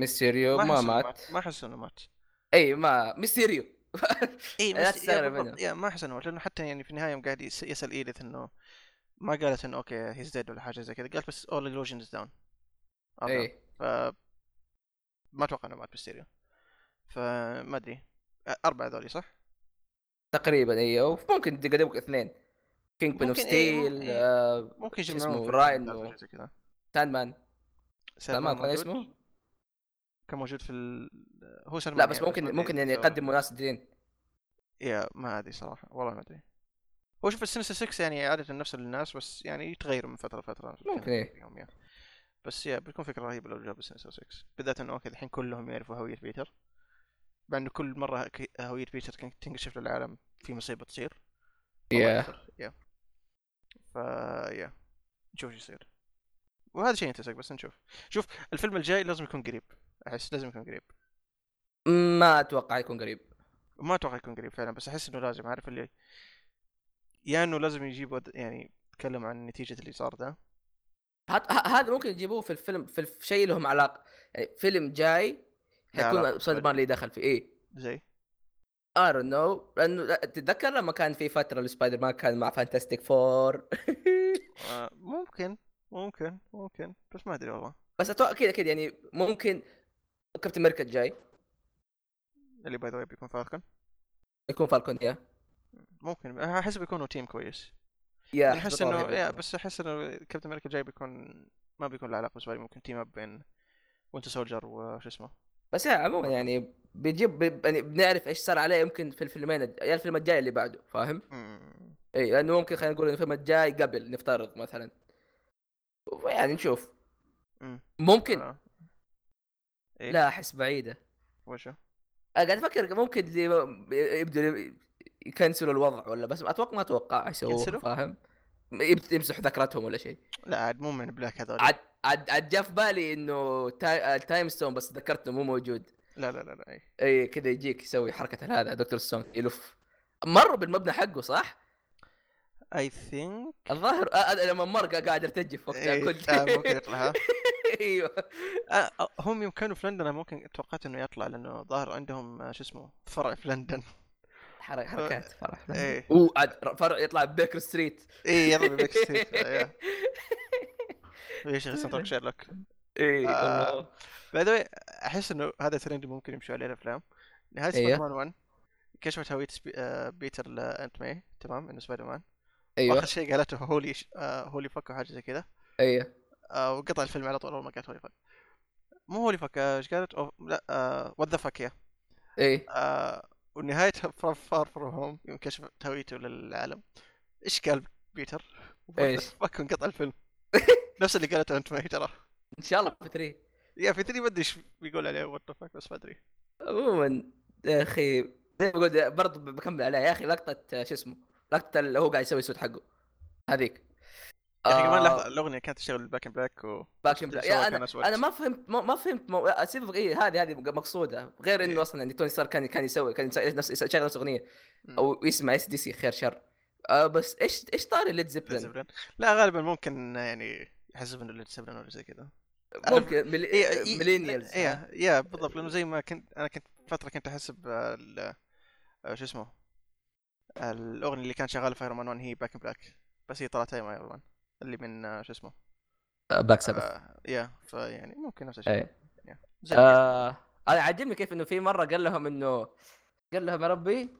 Speaker 2: ميستيريو
Speaker 1: ما أحس
Speaker 2: ما
Speaker 1: إنه
Speaker 2: مات
Speaker 1: ما أحس إنه مات
Speaker 2: اي ما ميستيريو <laughs>
Speaker 1: اي
Speaker 2: لا
Speaker 1: بس
Speaker 2: تستغرب
Speaker 1: يا بالضبط-
Speaker 2: منه.
Speaker 1: يا ما احس انه مات، لانه حتى يعني في النهايه يوم قاعد يس- يسال ايديث انه ما قالت انه اوكي هيز ديد ولا حاجه زي كذا قالت بس اول illusions داون
Speaker 2: اي
Speaker 1: ف ما اتوقع انه مات بستيريو فما ادري أ- اربعه ذولي صح؟
Speaker 2: تقريبا ايوه ممكن تقدمك اثنين كينج بن اوف
Speaker 1: ممكن، إيه،
Speaker 2: ستيل
Speaker 1: ممكن، إيه.
Speaker 2: آه،
Speaker 1: ممكن
Speaker 2: شو
Speaker 1: يجمعون
Speaker 2: اسمه؟
Speaker 1: في
Speaker 2: راين
Speaker 1: الفيلم
Speaker 2: و-
Speaker 1: حاجة زي كذا
Speaker 2: ساند مان
Speaker 1: سلمان
Speaker 2: كان
Speaker 1: موجود؟
Speaker 2: اسمه؟
Speaker 1: كان موجود في ال... هو سلمان
Speaker 2: لا بس
Speaker 1: يعني،
Speaker 2: ممكن
Speaker 1: ما
Speaker 2: ممكن
Speaker 1: أدري
Speaker 2: يعني
Speaker 1: سوى.
Speaker 2: يقدموا ناس دين
Speaker 1: يا ما ادري صراحه والله ما ادري هو شوف السنسة 6 يعني عادة نفس الناس بس يعني يتغير من فترة لفترة
Speaker 2: ممكن، إيه.
Speaker 1: يوم يوم. بس يا بتكون فكرة رهيبة لو جابوا السنسة 6 بالذات انه اوكي الحين كلهم يعرفوا هوية بيتر مع انه كل مرة ك- هوية بيتر كان تنكشف للعالم في مصيبة تصير والله أكثر، يا فا يا نشوف شو يصير وهذا شيء ينتسك بس نشوف شوف الفيلم الجاي لازم يكون قريب احس لازم يكون قريب
Speaker 2: ما اتوقع يكون قريب
Speaker 1: ما اتوقع يكون قريب فعلا بس احس انه لازم عارف اللي يا انه لازم يجيبوا د- يعني يتكلم عن نتيجة اللي صار ده
Speaker 2: هات- ه- هذا ممكن يجيبوه في الفيلم في الف- شيء لهم علاقه يعني فيلم جاي
Speaker 1: لا علاقة
Speaker 2: حيكون سايبر مان
Speaker 1: بالسبايدر.
Speaker 2: اللي دخل فيه ايه
Speaker 1: زي
Speaker 2: اي دونت نو لانه لا، تتذكر لما كان في فتره لسبايدر مان كان مع فانتاستيك فور
Speaker 1: آه ممكن ممكن ممكن بس ما ادري والله
Speaker 2: <laughs> بس اتوقع كذا كذا يعني ممكن كابتن امريكا الجاي
Speaker 1: اللي باي ذا واي بيكون فالكون
Speaker 2: يكون فالكون يا
Speaker 1: ممكن احس بيكونوا تيم كويس
Speaker 2: يا
Speaker 1: يعني احس انه
Speaker 2: بالطبع.
Speaker 1: يا بس احس انه كابتن امريكا الجاي بيكون ما بيكون له علاقة بالنسبة ممكن تيم اب بين وانت سولجر وش اسمه
Speaker 2: بس يعني عموما يعني بيجيب بي- يعني بنعرف ايش صار عليه يمكن في الفيلمين الج- يا الفيلم الجاي اللي بعده فاهم؟
Speaker 1: مم.
Speaker 2: اي لانه ممكن خلينا نقول إن الفيلم الجاي قبل نفترض مثلا يعني نشوف
Speaker 1: مم.
Speaker 2: ممكن
Speaker 1: آه. إيه؟
Speaker 2: لا احس بعيده
Speaker 1: وشو
Speaker 2: انا أه، قاعد افكر ممكن لي- يبدوا يكنسلوا الوضع ولا بس اتوقع ما اتوقع يسووه
Speaker 1: يكنسلوا؟
Speaker 2: فاهم؟ يب- يمسحوا ذكرتهم ولا شيء
Speaker 1: لا عاد مو من بلاك هذول
Speaker 2: عاد عاد عاد جاء في بالي انه تا- التايم ستون بس ذكرته مو موجود
Speaker 1: لا لا لا لا إيه. اي
Speaker 2: اي كذا يجيك يسوي حركه هذا دكتور ستون يلف مروا بالمبنى حقه صح؟
Speaker 1: اي ثينك
Speaker 2: الظاهر آه، آه، لما مر قا- قاعد ارتجف وقتها كنت
Speaker 1: إيه، آه،
Speaker 2: <laughs>
Speaker 1: ممكن يطلع ها
Speaker 2: ايوه
Speaker 1: آه، آه، هم يوم كانوا في لندن أنا ممكن توقعت انه يطلع لانه ظاهر عندهم آه، شو اسمه فرع في
Speaker 2: <laughs>
Speaker 1: لندن
Speaker 2: حر- حركات فرح
Speaker 1: إيه.
Speaker 2: وعاد فرع يطلع بيكر ستريت
Speaker 1: اي يضرب <laughs> بيك
Speaker 2: <laughs>
Speaker 1: ستريت
Speaker 2: آه،
Speaker 1: ايش سنترك شيرلوك
Speaker 2: اي
Speaker 1: آه.
Speaker 2: والله.
Speaker 1: باي ذا احس انه هذا ترند ممكن يمشوا عليه الافلام نهايه
Speaker 2: أيوه.
Speaker 1: سبايدر مان 1 كشفت هويه سبي... آه، بيتر لانت ماي تمام انه سبايدر مان
Speaker 2: ايوه
Speaker 1: واخر شيء قالته هولي ش... آه، هولي فك او حاجه زي كذا
Speaker 2: ايوه
Speaker 1: آه، وقطع الفيلم على طول اول ما قالت هولي فك مو هولي فك آه، ايش قالت؟ أو... لا آه، وات ذا فك يا
Speaker 2: اي
Speaker 1: آه ونهاية <laughs> فار فروم هوم يوم كشفت هويته للعالم ايش قال بيتر؟ <laughs>
Speaker 2: إيش؟
Speaker 1: فك انقطع الفيلم نفس اللي قالته انت ماي ترى
Speaker 2: ان شاء الله في 3
Speaker 1: يا في ثري ما ادري ايش بيقول عليه وات فاك بس ما ادري
Speaker 2: عموما يا اخي زي ما قلت برضه بكمل عليها يا اخي لقطه آه، شو اسمه لقطه اللي هو قاعد يسوي السود حقه هذيك آه،
Speaker 1: يا اخي كمان لحظة الاغنية كانت تشتغل باك اند باك و
Speaker 2: باك إن بلاك. يا
Speaker 1: سواء
Speaker 2: انا
Speaker 1: كان أسود.
Speaker 2: انا ما فهمت ما, ما فهمت مو... سيبك اي هذه هذه مقصوده غير انه اصلا يعني توني ستار كان كان يسوي كان يسوي نفس يشغل نفس اغنيه
Speaker 1: إيه. مم.
Speaker 2: او يسمع اس دي سي خير شر آه بس ايش ايش طاري ليد زيبلن
Speaker 1: زبلن. لا غالبا ممكن يعني يحسب انه اللي تسبلن ولا زي كذا
Speaker 2: ممكن ملي...
Speaker 1: إيه، إيه،
Speaker 2: ميلينيالز
Speaker 1: يا يا بالضبط لانه زي ما كنت انا كنت فترة كنت احسب آه، ال- آه، شو اسمه الاغنيه اللي كان شغاله في ايرون مان 1 هي باك بلاك بس هي طلعت ايرون مان اللي من آه، شو اسمه
Speaker 2: باك سبب
Speaker 1: آه، يا فيعني ممكن نفس الشيء
Speaker 2: اي
Speaker 1: زي-
Speaker 2: إيه. آه انا عاجبني كيف انه في مره قال لهم انه قال لهم يا ربي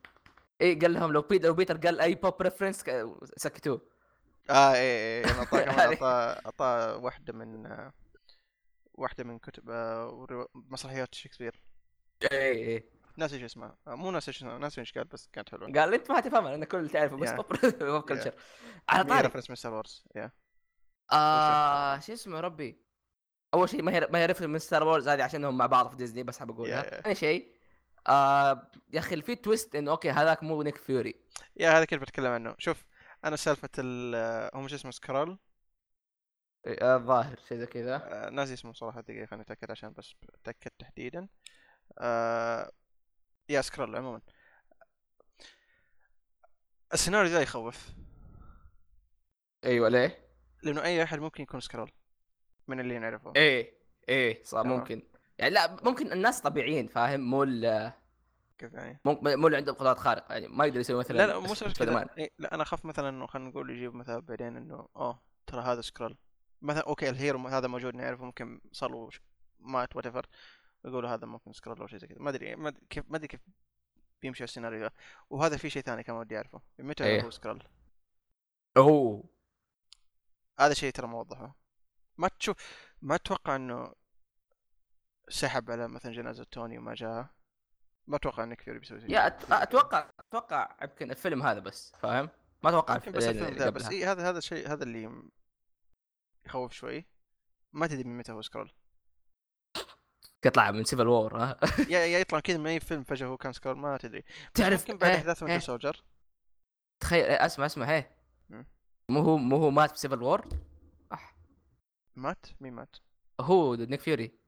Speaker 2: اي قال لهم لو بيتر بيتر قال اي بوب ريفرنس سكتوه
Speaker 1: اه اي اي انا اعطاه كمان
Speaker 2: هذه.
Speaker 1: اعطاه اعطاه واحده من آه، واحده من كتب آه، ورو- مسرحيات شكسبير
Speaker 2: اي اي
Speaker 1: ناسي ايش اسمها آه، مو ناسي ايش اسمها ناسي ايش قال بس كانت حلوه
Speaker 2: قال انت ما تفهمها لان كل اللي تعرفه بس
Speaker 1: Yeah.
Speaker 2: بوب كلتشر على
Speaker 1: هي
Speaker 2: طاري
Speaker 1: ريفرنس من ستار وورز يا
Speaker 2: آه شو اسمه يا ربي اول شيء ما هي ما هي ريفرنس من ستار وورز هذه عشان هم مع بعض في ديزني بس حاب اقولها
Speaker 1: Yeah, yeah.
Speaker 2: ثاني شيء آه يا اخي في تويست انه اوكي هذاك مو نيك فيوري
Speaker 1: يا هذا كيف بتكلم عنه شوف انا سالفه ال آه، هم شو اسمه سكرول
Speaker 2: آه، الظاهر شيء زي كذا
Speaker 1: آه، ناسي اسمه صراحه دقيقه خليني اتاكد عشان بس اتاكد تحديدا آه يا سكرول عموما السيناريو ذا يخوف
Speaker 2: ايوه ليه؟
Speaker 1: لانه اي احد ممكن يكون سكرول من اللي نعرفه
Speaker 2: ايه ايه صح
Speaker 1: تمام.
Speaker 2: ممكن يعني لا ممكن الناس طبيعيين فاهم مو ال-
Speaker 1: كيف يعني
Speaker 2: مو مو اللي عندهم قدرات خارقه يعني ما يقدر يسوي مثلا
Speaker 1: لا لا مو
Speaker 2: سب-
Speaker 1: سالفه
Speaker 2: سبايدر
Speaker 1: كذا
Speaker 2: مان.
Speaker 1: إيه، لا انا اخاف مثلا انه خلينا نقول يجيب مثلا بعدين انه اوه ترى هذا سكرول مثلا اوكي الهيرو هذا موجود نعرفه ممكن صار له ش- مات وات ايفر يقولوا هذا ممكن سكرول او شيء زي كذا ما ادري ما ادري كيف ما ادري كيف بيمشي السيناريو ذا وهذا في شيء ثاني كمان ودي اعرفه متى
Speaker 2: إيه.
Speaker 1: هو سكرول
Speaker 2: اوه
Speaker 1: هذا شيء ترى موضحه ما تشوف ما تتوقع انه سحب على مثلا جنازه توني وما جاء ما اتوقع انك فيوري بيسوي شيء
Speaker 2: يا أت- اتوقع اتوقع يمكن الفيلم هذا بس فاهم؟ ما اتوقع
Speaker 1: يمكن بس الفيلم ذا بس
Speaker 2: قبلها.
Speaker 1: إيه هذا هذا الشيء هذا اللي م- يخوف شوي ما تدري من متى هو
Speaker 2: <laughs>
Speaker 1: سكرول
Speaker 2: يطلع من سيفل وور ها <laughs>
Speaker 1: يا يا يطلع كذا من اي فيلم فجاه هو كان سكرول ما تدري
Speaker 2: تعرف
Speaker 1: يمكن بعد
Speaker 2: إيه،
Speaker 1: احداث
Speaker 2: إيه،
Speaker 1: وينتر سولجر
Speaker 2: تخيل إيه، اسمع اسمع ايه
Speaker 1: مم.
Speaker 2: مو هو مو هو مات في سيفل وور
Speaker 1: مات مين مات؟
Speaker 2: هو نيك فيوري
Speaker 1: لا،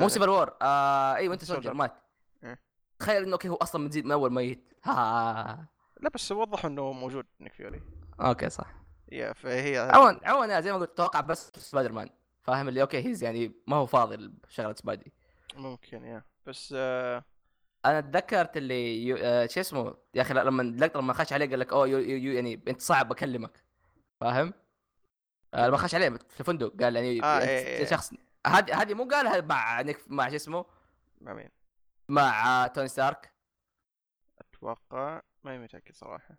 Speaker 2: مو
Speaker 1: لا.
Speaker 2: سيفل وور آه ايوه انت سولجر
Speaker 1: سولجر.
Speaker 2: مات
Speaker 1: إيه.
Speaker 2: تخيل انه اوكي هو اصلا من جديد من اول ميت <laughs> ها
Speaker 1: لا بس وضحوا انه موجود نيك فيوري
Speaker 2: اوكي صح
Speaker 1: يا فهي
Speaker 2: عموما عموما أنا زي ما قلت اتوقع بس سبايدر مان فاهم اللي اوكي هيز يعني ما هو فاضي لشغله سبايدي
Speaker 1: ممكن يا بس آه
Speaker 2: انا تذكرت اللي يو... آه شو اسمه يا اخي لما اللقطه لما خش عليه قال لك اوه يو... يو... يو... يعني انت صعب اكلمك فاهم؟ آه لما خش عليه في الفندق قال يعني
Speaker 1: آه،
Speaker 2: أنت
Speaker 1: إيه، إيه.
Speaker 2: شخص هذه هذه مو قالها مع نيك مع شو اسمه
Speaker 1: مع مين؟
Speaker 2: مع آه، توني ستارك
Speaker 1: اتوقع ماني متاكد صراحه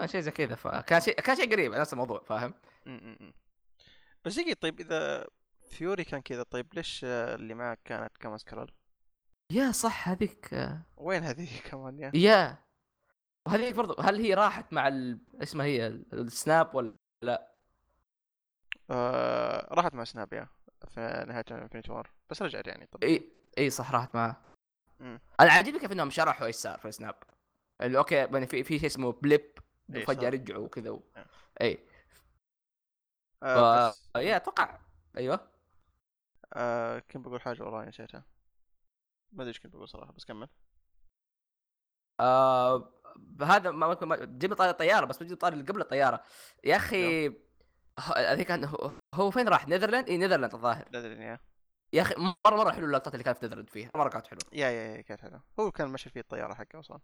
Speaker 2: آه، شيء زي كذا فكان شيء كان شيء قريب على نفس الموضوع فاهم؟
Speaker 1: م- م- م. بس دقيقة طيب إذا فيوري كان كذا طيب ليش آه، اللي معك كانت كمان سكرول؟
Speaker 2: يا صح هذيك آه،
Speaker 1: وين هذه <laughs> كمان يا؟
Speaker 2: يا وهذيك برضو هل هي راحت مع ال... اسمها هي السناب ولا
Speaker 1: آه راحت مع سناب يا في نهاية انفنتي وور بس رجعت يعني طب
Speaker 2: اي اي صح راحت معاه
Speaker 1: مم.
Speaker 2: انا عاجبني كيف انهم شرحوا ايش صار في سناب اللي اوكي يعني في في شيء اسمه بليب
Speaker 1: إيه،
Speaker 2: فجاه
Speaker 1: صار.
Speaker 2: رجعوا وكذا و...
Speaker 1: نعم.
Speaker 2: اي ف...
Speaker 1: آه بس
Speaker 2: يا اتوقع ايوه
Speaker 1: آه كنت بقول حاجة والله نسيتها ما ادري ايش كنت بقول صراحة بس كمل
Speaker 2: آه... هذا ما ممكن ما... جيب لي طاري الطياره بس بجيب طاري اللي قبل الطياره يا اخي ه- هذيك كان هو... هو فين راح نيذرلاند؟ اي نيذرلاند الظاهر
Speaker 1: لا ادري يا
Speaker 2: يا اخي مره مره حلو اللقطات اللي كانت في نيذرلاند فيها مره كانت حلوه
Speaker 1: يا يا يا كانت حلوة هو كان ماشي فيه الطيارة حقه اصلا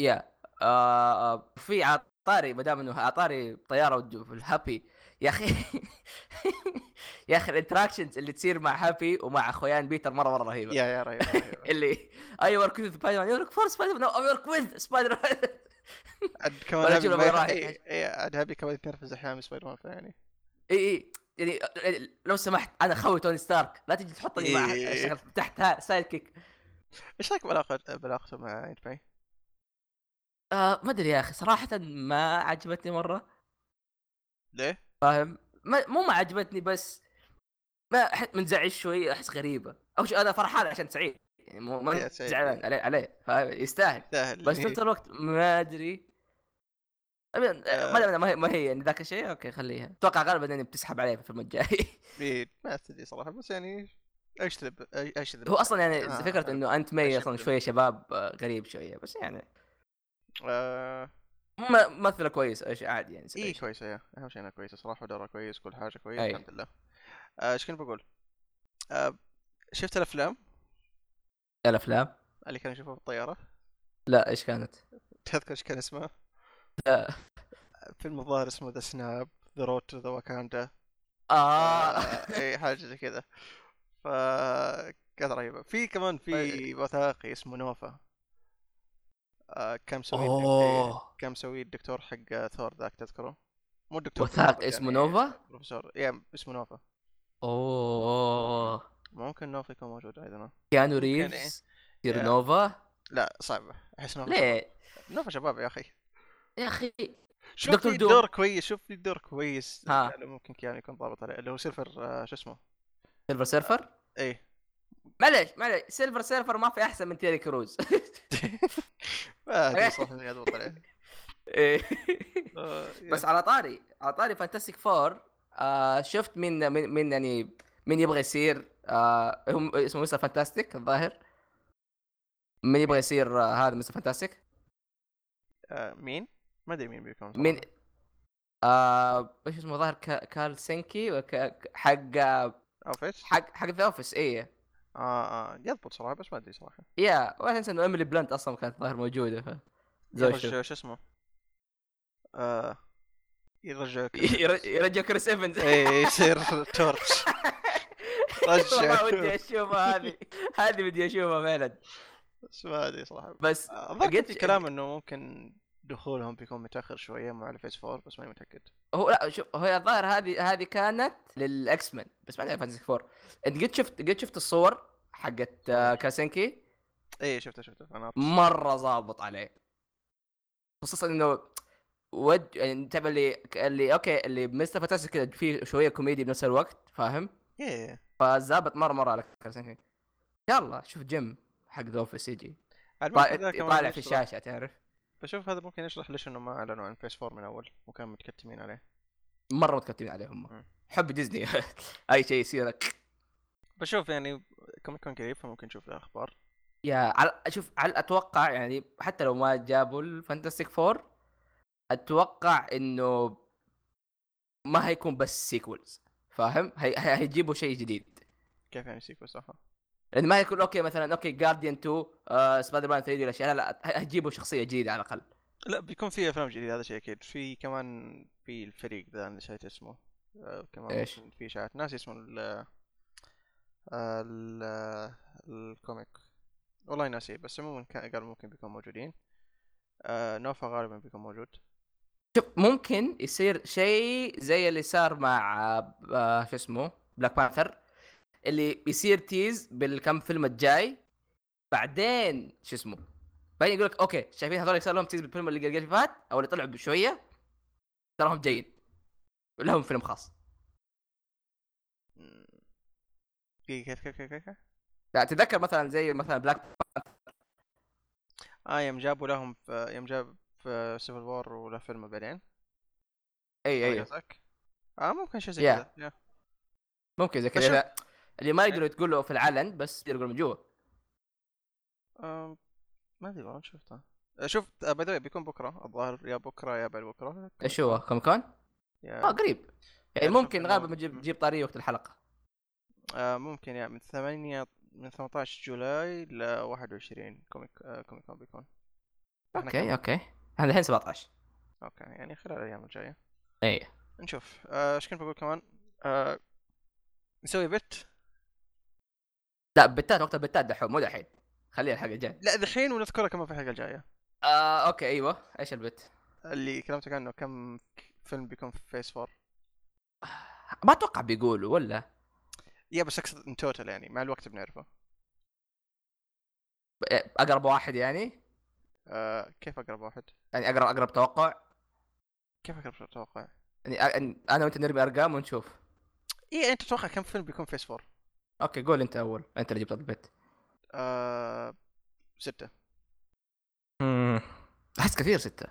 Speaker 2: يا آه في عطاري ما دام انه عطاري طياره ود- في الهابي يا اخي <laughs> يا اخي الانتراكشنز اللي تصير مع هابي ومع اخويان بيتر مره مره رهيبه
Speaker 1: يا يا رهيب
Speaker 2: <laughs>
Speaker 1: رهيب.
Speaker 2: اللي اي ورك وذ سبايدر مان يورك فور سبايدر مان اي ورك وذ سبايدر <laughs> مان
Speaker 1: عاد كمان
Speaker 2: ولا
Speaker 1: هابي
Speaker 2: شوف
Speaker 1: ما
Speaker 2: لما
Speaker 1: يخ-
Speaker 2: راح
Speaker 1: إيه، <laughs> إيه، عاد هابي كمان يتنرفز احيانا من سبايدر مان فيعني
Speaker 2: اي اي يعني لو سمحت انا خوي توني ستارك لا تجي تحطني مع
Speaker 1: إيه.
Speaker 2: شغل تحت ها سايد كيك
Speaker 1: ايش رايك بعلاقة بعلاقته مع ايد باي؟
Speaker 2: آه ما ادري يا اخي صراحه ما عجبتني مره
Speaker 1: ليه؟
Speaker 2: فاهم ما مو ما عجبتني بس ما أح- منزعج شوي احس غريبه او شيء انا فرحان عشان سعيد يعني مو
Speaker 1: يا
Speaker 2: ما
Speaker 1: سعيد. إيه.
Speaker 2: زعلان عليه عليه فاهم يستاهل
Speaker 1: سهل
Speaker 2: بس في نفس الوقت ما ادري أبي-
Speaker 1: آه.
Speaker 2: ما دام ما هي ما هي يعني ذاك الشيء اوكي خليها اتوقع غالبا اني بتسحب عليه في الفيلم الجاي
Speaker 1: إيه، ما تدري صراحه بس يعني اجذب أج- اجذب
Speaker 2: <laughs> هو اصلا يعني
Speaker 1: آه،
Speaker 2: فكره انه انت مي اصلا
Speaker 1: أشوف.
Speaker 2: شويه شباب آه، غريب شويه بس يعني
Speaker 1: آه...
Speaker 2: م- ممثله كويس ايش عادي يعني
Speaker 1: اي
Speaker 2: سوي شيء.
Speaker 1: كويسه إيه، يا اهم شيء انها كويسه صراحه ودورها كويس كل حاجه كويس
Speaker 2: أي.
Speaker 1: الحمد لله آه، ايش كنت بقول؟ آه... شفت الافلام
Speaker 2: الافلام
Speaker 1: اللي كانوا يشوفوها في الطياره
Speaker 2: لا ايش كانت؟
Speaker 1: <laughs> تذكر ايش كان اسمه؟
Speaker 2: لا.
Speaker 1: فيلم الظاهر اسمه ذا سناب ذا رود تو ذا واكاندا
Speaker 2: اه
Speaker 1: اي حاجه آه، إيه، زي كذا ف كانت رهيبه في كمان في
Speaker 2: طيب.
Speaker 1: وثائقي اسمه نوفا آه، كان مسويه الدك-
Speaker 2: اوه
Speaker 1: كان مسويه الدكتور حق آه، ثور ذاك تذكره مو الدكتور
Speaker 2: وثائقي اسمه
Speaker 1: يعني
Speaker 2: نوفا
Speaker 1: بروفيسور يا اسمه نوفا
Speaker 2: اوه
Speaker 1: ممكن نوفا يكون موجود ايضا
Speaker 2: كيانو
Speaker 1: إيه.
Speaker 2: ريفز يصير نوفا
Speaker 1: لا صعبه احس نوفا
Speaker 2: ليه
Speaker 1: نوفا شباب يا اخي
Speaker 2: يا اخي
Speaker 1: شوف
Speaker 2: دكتور
Speaker 1: في
Speaker 2: دوم.
Speaker 1: دور كويس شوف في دور كويس
Speaker 2: ها.
Speaker 1: لا، ممكن كيان يكون ضابط عليه اللي هو سيلفر آه، شو اسمه
Speaker 2: سيلفر سيرفر
Speaker 1: ايه
Speaker 2: معليش معليش سيلفر سيرفر ما في احسن من تيري كروز
Speaker 1: ما ادري صراحه اني اضبط عليه
Speaker 2: <laughs> إيه.
Speaker 1: آه،
Speaker 2: <laughs> بس على طاري على طاري فانتستيك فور آه شفت من من من يعني من يبغى يصير آه هم اسمه مستر فانتاستيك الظاهر من يبغى يصير آه هذا مستر فانتاستيك
Speaker 1: آه، مين؟ ما ادري مين بيكون صراحة.
Speaker 2: من آه ايش اسمه ظاهر كا- كارل سينكي وك- حق
Speaker 1: او فيس
Speaker 2: حق حق ذا اوفيس ايه
Speaker 1: اه اه يضبط صراحه بس ما ادري صراحه
Speaker 2: يا ولا تنسى انه ايميلي بلانت اصلا كانت ظاهر موجوده ف
Speaker 1: يرجع شو اسمه آه
Speaker 2: <laughs>
Speaker 1: يرجع
Speaker 2: يرج- يرجع كريس ايفنز
Speaker 1: ايه
Speaker 2: <laughs>
Speaker 1: يصير تورتش رجع
Speaker 2: والله ودي اشوفها هذه هذه بدي اشوفها فعلا
Speaker 1: بس ما ادري صراحه
Speaker 2: بس
Speaker 1: آه، الظاهر
Speaker 2: قلت-
Speaker 1: في كلام انه ممكن دخولهم بيكون متاخر شويه مع الفيس 4 بس ماني متاكد
Speaker 2: هو لا شوف هو الظاهر هذه هذه كانت للاكس مان بس بعدين
Speaker 1: إيه.
Speaker 2: فانتسي فور انت قد شفت قد شفت الصور حقت آه، كاسينكي
Speaker 1: ايه شفته شفته فنات
Speaker 2: مره ظابط عليه خصوصا انه ود يعني تبع اللي اللي اوكي اللي مستر فانتاستيك كذا في شويه كوميدي بنفس الوقت فاهم
Speaker 1: ايه
Speaker 2: فزابط مره مره على كاسينكي يلا شوف جيم حق ذا اوفيس يجي
Speaker 1: المهم
Speaker 2: طالع
Speaker 1: هذا كمان
Speaker 2: طالع في
Speaker 1: يشرح-
Speaker 2: الشاشه تعرف
Speaker 1: بشوف هذا ممكن يشرح ليش انه ما اعلنوا عن فيس 4 من اول وكانوا متكتمين عليه
Speaker 2: مره متكتمين عليهم هم. حب ديزني <laughs> اي شيء يصير
Speaker 1: بشوف يعني كوميك كون قريب فممكن نشوف له اخبار
Speaker 2: يا على شوف على اتوقع يعني حتى لو ما جابوا الفانتاستيك فور اتوقع انه ما هيكون بس سيكولز فاهم؟ هي... هي... هيجيبوا شيء جديد
Speaker 1: كيف يعني سيكول صح
Speaker 2: لان ما هيكون اوكي مثلا اوكي جارديان 2 آه، سبايدر مان 3 دي الاشياء لا لا هي- هيجيبوا شخصيه جديده على الاقل
Speaker 1: لا بيكون في افلام جديده هذا شيء اكيد في كمان في الفريق ذا أنا نسيت اسمه آه كمان
Speaker 2: إيش؟
Speaker 1: ممكن في اشاعات ناس اسمه ال آه، ال آه، الكوميك والله ناسي بس عموما كان- قالوا ممكن بيكونوا موجودين آه نوفا غالبا بيكون موجود
Speaker 2: شوف ممكن يصير شيء زي اللي صار مع آه، آه، شو اسمه بلاك بانثر اللي بيصير تيز بالكم فيلم الجاي بعدين شو اسمه بعدين يقول لك اوكي شايفين هذول اللي صار لهم تيز بالفيلم اللي قبل فات او اللي طلعوا بشويه تراهم جيد لهم فيلم خاص
Speaker 1: مم. في كيف كيف كيف كيف
Speaker 2: لا تتذكر مثلا يعني زي مثلا بلاك
Speaker 1: اه يوم جابوا لهم في يوم جاب في سيفل وور وله فيلم بعدين
Speaker 2: اي
Speaker 1: هذا
Speaker 2: اي
Speaker 1: قصدك؟ اه ممكن شيء زي
Speaker 2: يا.
Speaker 1: كذا يا.
Speaker 2: ممكن زي
Speaker 1: بشوف.
Speaker 2: كذا اللي ما يقدروا تقولوا في العلن بس يقدروا يقولوا من جوا
Speaker 1: آم، ما ادري والله شفته آه، شفت باي ذا بيكون بكره الظاهر يا بكره يا بعد بكره
Speaker 2: ايش هو كوم كون؟ اه
Speaker 1: يا
Speaker 2: قريب يعني
Speaker 1: أشوف
Speaker 2: ممكن
Speaker 1: إنه-
Speaker 2: غالبا تجيب تجيب طاريه وقت الحلقه
Speaker 1: آه ممكن يعني من 8 من 18 جولاي ل 21 كوميك آه كوميك كون بيكون إحنا كم-
Speaker 2: اوكي اوكي احنا الحين 17
Speaker 1: اوكي يعني خلال الايام الجايه
Speaker 2: اي
Speaker 1: نشوف آه، ايش كنت بقول كمان آه نسوي بت
Speaker 2: لا بتات وقت البتات دحوم مو دحين خليها الحلقه الجايه
Speaker 1: لا دحين ونذكرها كمان في الحلقه الجايه
Speaker 2: آه اوكي ايوه ايش البت؟
Speaker 1: اللي كلمتك عنه كم فيلم بيكون في فيس 4
Speaker 2: ما اتوقع بيقولوا ولا
Speaker 1: يا بس اقصد ان توتال يعني مع الوقت بنعرفه
Speaker 2: إيه، اقرب واحد يعني
Speaker 1: آه كيف اقرب واحد؟
Speaker 2: يعني اقرب اقرب توقع
Speaker 1: كيف اقرب تتوقع؟
Speaker 2: يعني أ- انا وانت نرمي ارقام ونشوف
Speaker 1: ايه انت تتوقع كم فيلم بيكون فيس 4؟
Speaker 2: اوكي قول انت اول انت اللي جبت البت
Speaker 1: آه ستة
Speaker 2: امم احس كثير سته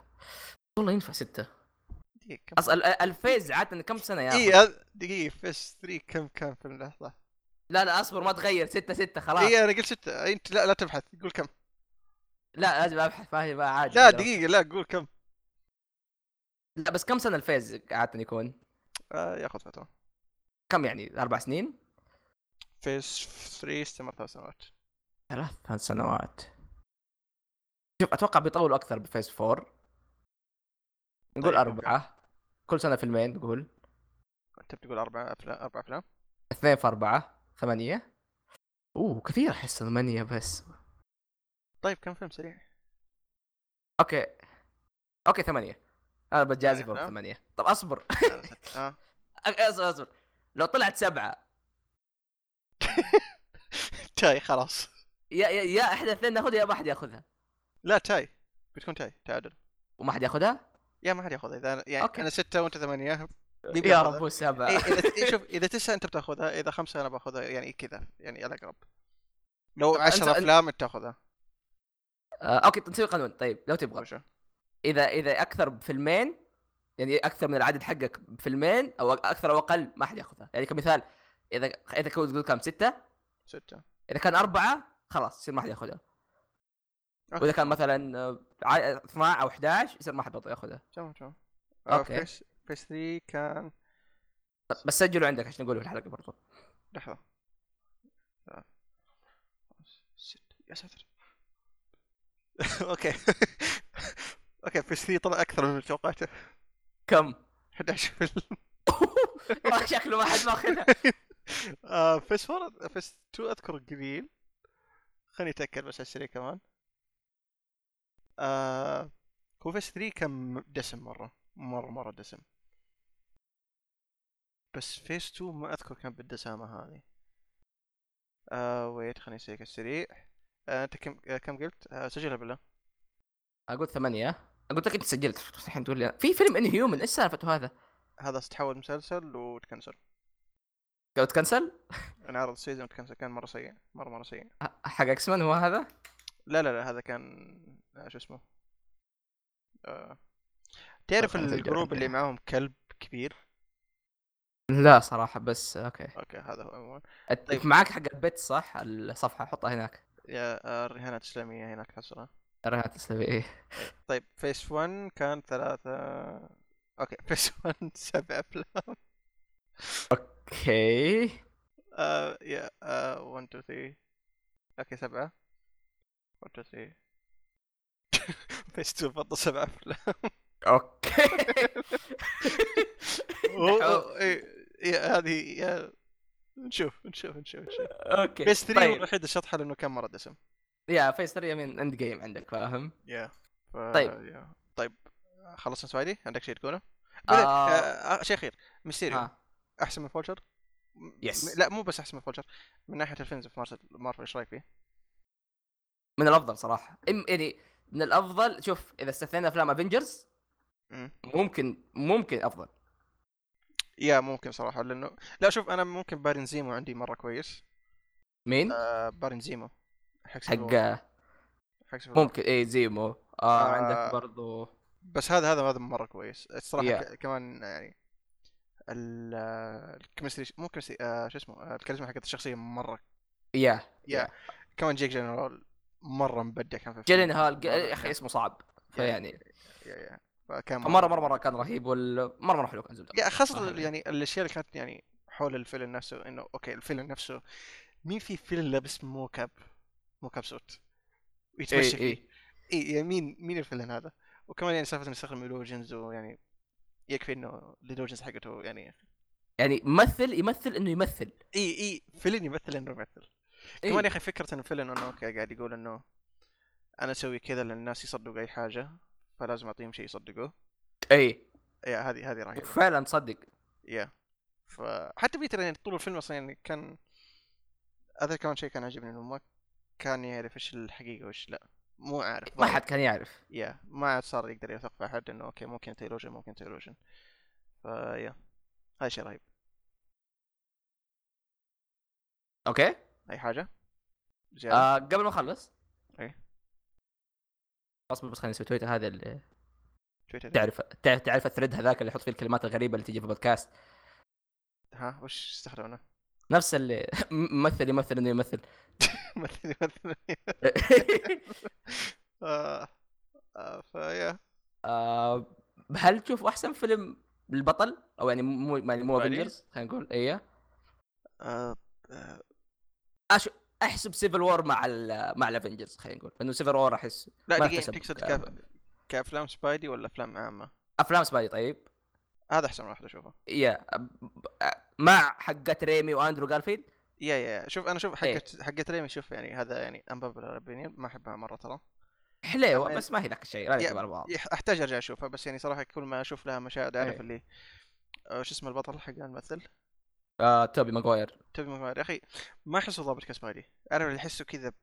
Speaker 2: والله ينفع سته
Speaker 1: دقيقة كم
Speaker 2: اصلا الفيز عاده كم سنه يا
Speaker 1: اي هذا- دقيقة فيس 3 كم كان في اللحظة؟
Speaker 2: لا لا اصبر ما تغير ستة ستة خلاص
Speaker 1: اي انا إيه، قلت ستة انت لا لا تبحث قول كم
Speaker 2: لا لازم ابحث فاهم ما عادي
Speaker 1: لا دقيقة لا قول كم
Speaker 2: لا بس كم سنة الفيز عادة يكون؟
Speaker 1: آه ياخذ فترة
Speaker 2: كم يعني اربع سنين؟
Speaker 1: فيس 3 استمر ثلاث سنوات
Speaker 2: ثلاث سنوات شوف اتوقع بيطولوا اكثر بفيس 4 نقول
Speaker 1: طيب،
Speaker 2: اربعه كل سنه فيلمين نقول
Speaker 1: انت بتقول اربع افلام اربع افلام
Speaker 2: اثنين في اربعه ثمانيه اوه كثير احس ثمانيه بس
Speaker 1: طيب كم فيلم سريع؟
Speaker 2: <laughs> اوكي اوكي ثمانيه انا بتجازف
Speaker 1: ثمانية.
Speaker 2: ثمانيه طب <laughs> اصبر
Speaker 1: اه
Speaker 2: اصبر اصبر لو طلعت سبعه
Speaker 1: شاي خلاص
Speaker 2: يا يا, يا احنا الاثنين ناخذها يا ما حد ياخذها
Speaker 1: لا شاي بتكون شاي تعادل
Speaker 2: وما حد ياخذها
Speaker 1: يا ما حد ياخذها اذا أنا- يعني
Speaker 2: أوكي.
Speaker 1: انا ستة وانت ثمانية مين
Speaker 2: يا
Speaker 1: بياخذها؟
Speaker 2: رب سبعه
Speaker 1: إيه، اذا إيه، شوف اذا تسعة انت بتاخذها اذا خمسة انا باخذها يعني كذا يعني الاقرب لو
Speaker 2: طب أنت-
Speaker 1: عشرة
Speaker 2: أنت-
Speaker 1: افلام انت تاخذها
Speaker 2: آه، اوكي نسوي قانون طيب لو تبغى
Speaker 1: وشو؟
Speaker 2: اذا اذا اكثر بفيلمين يعني اكثر من العدد حقك بفيلمين او اكثر او اقل ما حد ياخذها يعني كمثال اذا اذا كنت تقول كم سته
Speaker 1: ستة
Speaker 2: اذا كان اربعه خلاص يصير ما حد ياخذها
Speaker 1: أوكي.
Speaker 2: واذا كان مثلا آه، ع- 12 او 11 يصير ما حد بيقدر ياخذها
Speaker 1: تمام تمام آه،
Speaker 2: أوكي.
Speaker 1: فيس فيس 3 كان
Speaker 2: طب بس سجلوا عندك عشان نقوله في الحلقه برضو
Speaker 1: لحظة ثلاثة، خمسة، ستة يا ساتر <laughs> اوكي اوكي فيس 3 طلع اكثر من توقعته
Speaker 2: كم <laughs>
Speaker 1: 11 فيلم
Speaker 2: والله شكله ما حد <laughs> ماخذها
Speaker 1: آه، فيس 4 فيس 2 اذكر قليل خليني اتاكد بس على السريع كمان آه هو فيس 3 كان دسم مره مره مره دسم بس فيس 2 ما اذكر كان بالدسامه هذه آه ويت خليني اسيك على السريع آه انت كم آه كم قلت؟ آه سجلها بالله
Speaker 2: اقول ثمانيه قلت لك انت سجلت الحين تقول لي في فيلم ان هيومن ايش سالفته هذا؟
Speaker 1: هذا تحول مسلسل وتكنسل
Speaker 2: لو تكنسل
Speaker 1: انعرض السيزون وتكنسل كان مره سيء مره مره سيء
Speaker 2: ح- حق اكس مان هو هذا؟
Speaker 1: لا لا لا هذا كان آه، شو اسمه آه. تعرف
Speaker 2: خلنا نسجل
Speaker 1: الجروب اللي
Speaker 2: عندنا.
Speaker 1: معاهم كلب كبير
Speaker 2: لا صراحه بس اوكي
Speaker 1: اوكي هذا هو عموما
Speaker 2: أت-
Speaker 1: طيب.
Speaker 2: معك حق البيت صح الصفحه حطها هناك
Speaker 1: يا آه، الرهانات الاسلاميه هناك حصلها
Speaker 2: رهات السبيعية
Speaker 1: طيب فيس 1 كان ثلاثة اوكي <laughs> فيس 1 سبع افلام
Speaker 2: اوكي
Speaker 1: آه، يا آه، 1 2 3 اوكي سبعة 1 2 3 <laughs> فيس 2 برضه سبع افلام
Speaker 2: اوكي <laughs>
Speaker 1: أوه، <laughs> أوه، إيه، يا هذه يا نشوف نشوف نشوف نشوف
Speaker 2: اوكي
Speaker 1: بس 3
Speaker 2: طيب
Speaker 1: الوحيد شطحه لانه كان مره دسم
Speaker 2: يا فيس 3 من اند جيم عندك فاهم؟
Speaker 1: يا ف...
Speaker 2: طيب.
Speaker 1: يا. طيب خلصنا سوايدي عندك شيء تقوله؟
Speaker 2: آه.
Speaker 1: آه... آه... شيء اخير ميستيريو
Speaker 2: ها
Speaker 1: احسن من فولشر م-
Speaker 2: Yes.
Speaker 1: م- لا مو بس احسن من فولشر من ناحيه الفيلمز في مارفل مارفل ايش رايك فيه؟
Speaker 2: من الافضل صراحه إم- يعني من الافضل شوف اذا استثنينا افلام افنجرز
Speaker 1: مم.
Speaker 2: ممكن ممكن افضل
Speaker 1: يا ممكن صراحه لانه لا شوف انا ممكن بارين زيمو عندي مره كويس
Speaker 2: مين؟
Speaker 1: آه بارين زيمو حق Civil War.
Speaker 2: حق
Speaker 1: حق Civil War.
Speaker 2: ممكن اي زيمو آه, آه
Speaker 1: آه.
Speaker 2: عندك برضو
Speaker 1: بس هذا هذا هذا مره كويس الصراحه
Speaker 2: يا.
Speaker 1: ك- كمان يعني ال- آه، الكيمستري مو كيمستري آه، شو اسمه آه، الكاريزما حقت الشخصيه مره
Speaker 2: يا
Speaker 1: يا كمان جيك جنرال مره مبدع كان في الفيلم.
Speaker 2: جيلين هال
Speaker 1: مرة-
Speaker 2: يا اخي اسمه صعب فيعني
Speaker 1: آه. يا يا فكان
Speaker 2: مره مره مره كان رهيب ومره مره حلو كان زبده
Speaker 1: يا خاصة
Speaker 2: صراحة.
Speaker 1: يعني الاشياء اللي كانت يعني حول الفيلم نفسه انه اوكي الفيلم نفسه مين في فيلم لابس موكب موكب سوت ويتمشى
Speaker 2: اي
Speaker 1: فيه
Speaker 2: اي
Speaker 1: اي يعني مين مين الفيلم هذا وكمان يعني سالفة إنه يستخدم الوجنز ويعني يكفي انه الوجنز حقته يعني
Speaker 2: يعني ممثل يمثل انه يمثل
Speaker 1: اي اي فيلم يمثل انه يمثل
Speaker 2: إي.
Speaker 1: كمان يا اخي فكرة انه فيلم انه اوكي قاعد يقول انه انا اسوي كذا لان الناس يصدقوا اي حاجة فلازم اعطيهم شيء يصدقوه
Speaker 2: اي
Speaker 1: يا هذه هذه رهيبة
Speaker 2: فعلا إيه، صدق
Speaker 1: يا فحتى بيتر يعني طول الفيلم اصلا يعني كان هذا كمان شيء كان عجبني انه ما كان يعرف ايش الحقيقه وايش لا مو عارف
Speaker 2: ما حد كان يعرف
Speaker 1: يا ما عاد صار يقدر يثق في احد انه اوكي ممكن تيلوجن ممكن تيلوجن فيا هذا شيء رهيب
Speaker 2: اوكي
Speaker 1: اي حاجه زياده
Speaker 2: آه قبل ما اخلص
Speaker 1: إيه.
Speaker 2: اصبر بس خليني اسوي تويتر هذا اللي
Speaker 1: تويتر
Speaker 2: تعرف تع- تعرف الثريد هذاك اللي يحط فيه الكلمات الغريبه اللي تجي في البودكاست
Speaker 1: ها وش استخدمنا؟ <laughs>
Speaker 2: نفس اللي <laughs> ممثل يمثل انه يمثل <laughs>
Speaker 1: مثل مثل آه، آه، فيا
Speaker 2: آه، هل تشوف احسن فيلم البطل او يعني مو يعني مو
Speaker 1: بعدين؟
Speaker 2: افنجرز خلينا نقول ايه
Speaker 1: آه، آه،
Speaker 2: احسب سيفل وور مع ال مع الافنجرز خلينا نقول لانه سيفل وور احس
Speaker 1: لا
Speaker 2: ما
Speaker 1: دقيقة
Speaker 2: احتسب.
Speaker 1: تقصد كاف... كافلام سبايدي ولا افلام عامة؟
Speaker 2: افلام سبايدي طيب
Speaker 1: هذا احسن واحد اشوفه
Speaker 2: يا مع حقت ريمي واندرو جارفيلد
Speaker 1: يا يا شوف انا شوف
Speaker 2: إيه.
Speaker 1: حقت حقت ريمي شوف يعني هذا يعني امبابل opinion ما احبها مرة ترى
Speaker 2: حليوه
Speaker 1: أما-
Speaker 2: بس ما هي ذاك الشيء ما
Speaker 1: يا-
Speaker 2: نكتب على بعض
Speaker 1: يح- احتاج ارجع اشوفها بس يعني صراحة كل ما اشوف لها مشاهد اعرف
Speaker 2: إيه.
Speaker 1: اللي آه، شو اسمه البطل حق الممثل
Speaker 2: آه، توبي ماجواير
Speaker 1: توبي ماجواير يا اخي ما احسه ضابط كسبايدي اعرف اللي احسه كذا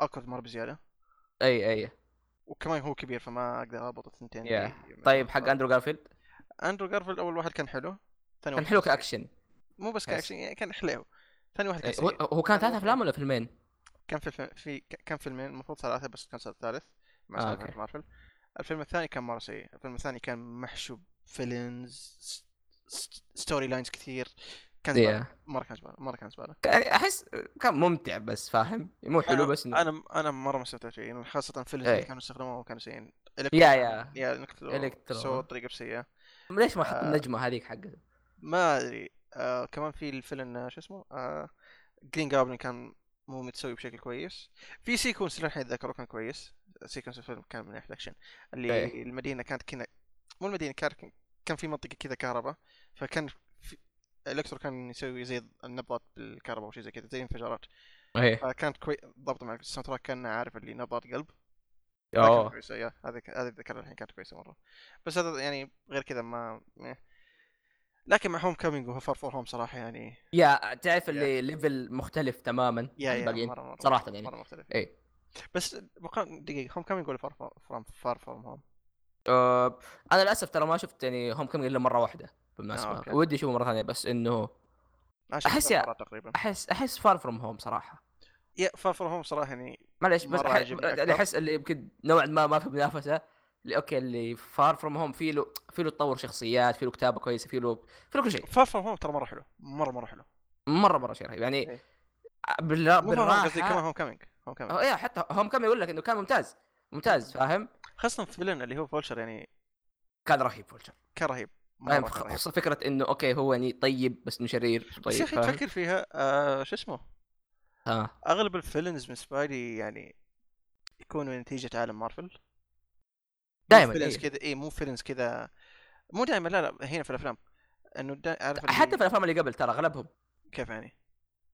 Speaker 1: اكرد مرة بزيادة
Speaker 2: اي اي
Speaker 1: وكمان هو كبير فما اقدر اربط الثنتين
Speaker 2: يا.
Speaker 1: اللي-
Speaker 2: طيب حق اندرو جارفيلد
Speaker 1: اندرو جارفيلد اول واحد كان حلو ثاني
Speaker 2: كان
Speaker 1: واحد
Speaker 2: حلو كاكشن
Speaker 1: مو بس
Speaker 2: يس.
Speaker 1: كاكشن يعني كان حلو ثاني واحد كان
Speaker 2: إيه، هو-
Speaker 1: سيء
Speaker 2: هو كان ثلاث افلام ولا فيلمين؟
Speaker 1: كان في الفيلم في كان فيلمين المفروض ثلاثة بس كان الثالث مع
Speaker 2: آه،
Speaker 1: سالفة
Speaker 2: أوكي.
Speaker 1: مارفل الفيلم الثاني كان مرة سيء الفيلم الثاني كان محشو فيلنز ستوري لاينز كثير كان زبالة.
Speaker 2: يا.
Speaker 1: مرة كان زبالة مرة كان زبالة
Speaker 2: كان- احس إيه. كان ممتع بس فاهم مو
Speaker 1: آه.
Speaker 2: حلو بس انه
Speaker 1: انا انا مرة ما استمتعت فيه يعني خاصة الفيلنز
Speaker 2: إيه.
Speaker 1: اللي كانوا يستخدموهم كانوا سيئين
Speaker 2: يا يا
Speaker 1: يا الكترو
Speaker 2: إلكترو.
Speaker 1: سووا طريقة سيئة
Speaker 2: ليش ما حط
Speaker 1: آه.
Speaker 2: النجمه هذيك حقته؟
Speaker 1: ما ادري آه كمان في الفيلم آه، شو اسمه آه جرين جابلن كان مو متسوي بشكل كويس في سيكونس للحين اتذكره كان كويس سيكونس الفيلم كان من ناحيه الاكشن اللي
Speaker 2: إيه.
Speaker 1: المدينه كانت كنا مو المدينه كان كان في منطقه كذا كهرباء فكان في... الكترو كان يسوي زي النبضات بالكهرباء او شيء زي كذا زي انفجارات آه.
Speaker 2: ايه
Speaker 1: فكانت كوي ضبط مع الساوند تراك كان عارف اللي نبضات قلب هذا كانت
Speaker 2: اوه
Speaker 1: كويسه يا هذا هذا ذكرها الحين كانت كويسه مره بس هذا يعني غير كذا ما مه. لكن مع هوم كامينج وفار فور هوم صراحه يعني
Speaker 2: يا تعرف
Speaker 1: يا.
Speaker 2: اللي ليفل مختلف تماما
Speaker 1: يا
Speaker 2: عن
Speaker 1: يا
Speaker 2: الباقيين.
Speaker 1: مره مره
Speaker 2: صراحة يعني.
Speaker 1: مره مختلف
Speaker 2: ايه
Speaker 1: بس مقا... دقيقه هوم كامينج ولا فار فور فروم فار فور هوم
Speaker 2: آه، انا للاسف ترى ما شفت يعني هوم كومينج الا مره واحده
Speaker 1: آه،
Speaker 2: بالمناسبه
Speaker 1: أوكي.
Speaker 2: ودي اشوفه مره ثانيه بس انه أحس يا-
Speaker 1: تقريبا
Speaker 2: احس احس فار فروم هوم صراحه
Speaker 1: يا فار فور هوم صراحه يعني
Speaker 2: معليش بس
Speaker 1: مرة
Speaker 2: أح-
Speaker 1: عجبني أكثر.
Speaker 2: يعني احس اللي يمكن نوعا ما ما في منافسه اللي اوكي اللي فار فروم هوم في له في له تطور شخصيات في له كتابه كويسه في له في له كل شيء
Speaker 1: فار فور هوم ترى مره حلو مره مره حلو
Speaker 2: مره مره شيء رهيب يعني
Speaker 1: إيه.
Speaker 2: بالرا-
Speaker 1: مو Far From Home، قصدي كمان
Speaker 2: بالراحه
Speaker 1: هوم كامينج هوم كامينج
Speaker 2: أو إيه حتى هوم كم يقول لك انه كان ممتاز ممتاز فاهم
Speaker 1: خاصه فيلن اللي هو فولشر يعني
Speaker 2: كان رهيب فولشر
Speaker 1: كان رهيب مره
Speaker 2: فاهم
Speaker 1: كان رهيب
Speaker 2: خصوصا فكره انه اوكي هو يعني طيب بس انه شرير
Speaker 1: بس يا
Speaker 2: طيب
Speaker 1: اخي
Speaker 2: فاهم؟ آه.
Speaker 1: تفكر فيها آه شو اسمه
Speaker 2: ها
Speaker 1: اغلب الفيلنز من سبايدي يعني يكونوا نتيجة عالم مارفل
Speaker 2: دائما
Speaker 1: فيلنز
Speaker 2: إيه.
Speaker 1: كذا اي مو فيلنز كذا مو دائما لا لا هنا في الافلام انه دا... عارف اللي-
Speaker 2: حتى في الافلام اللي قبل ترى اغلبهم
Speaker 1: كيف يعني؟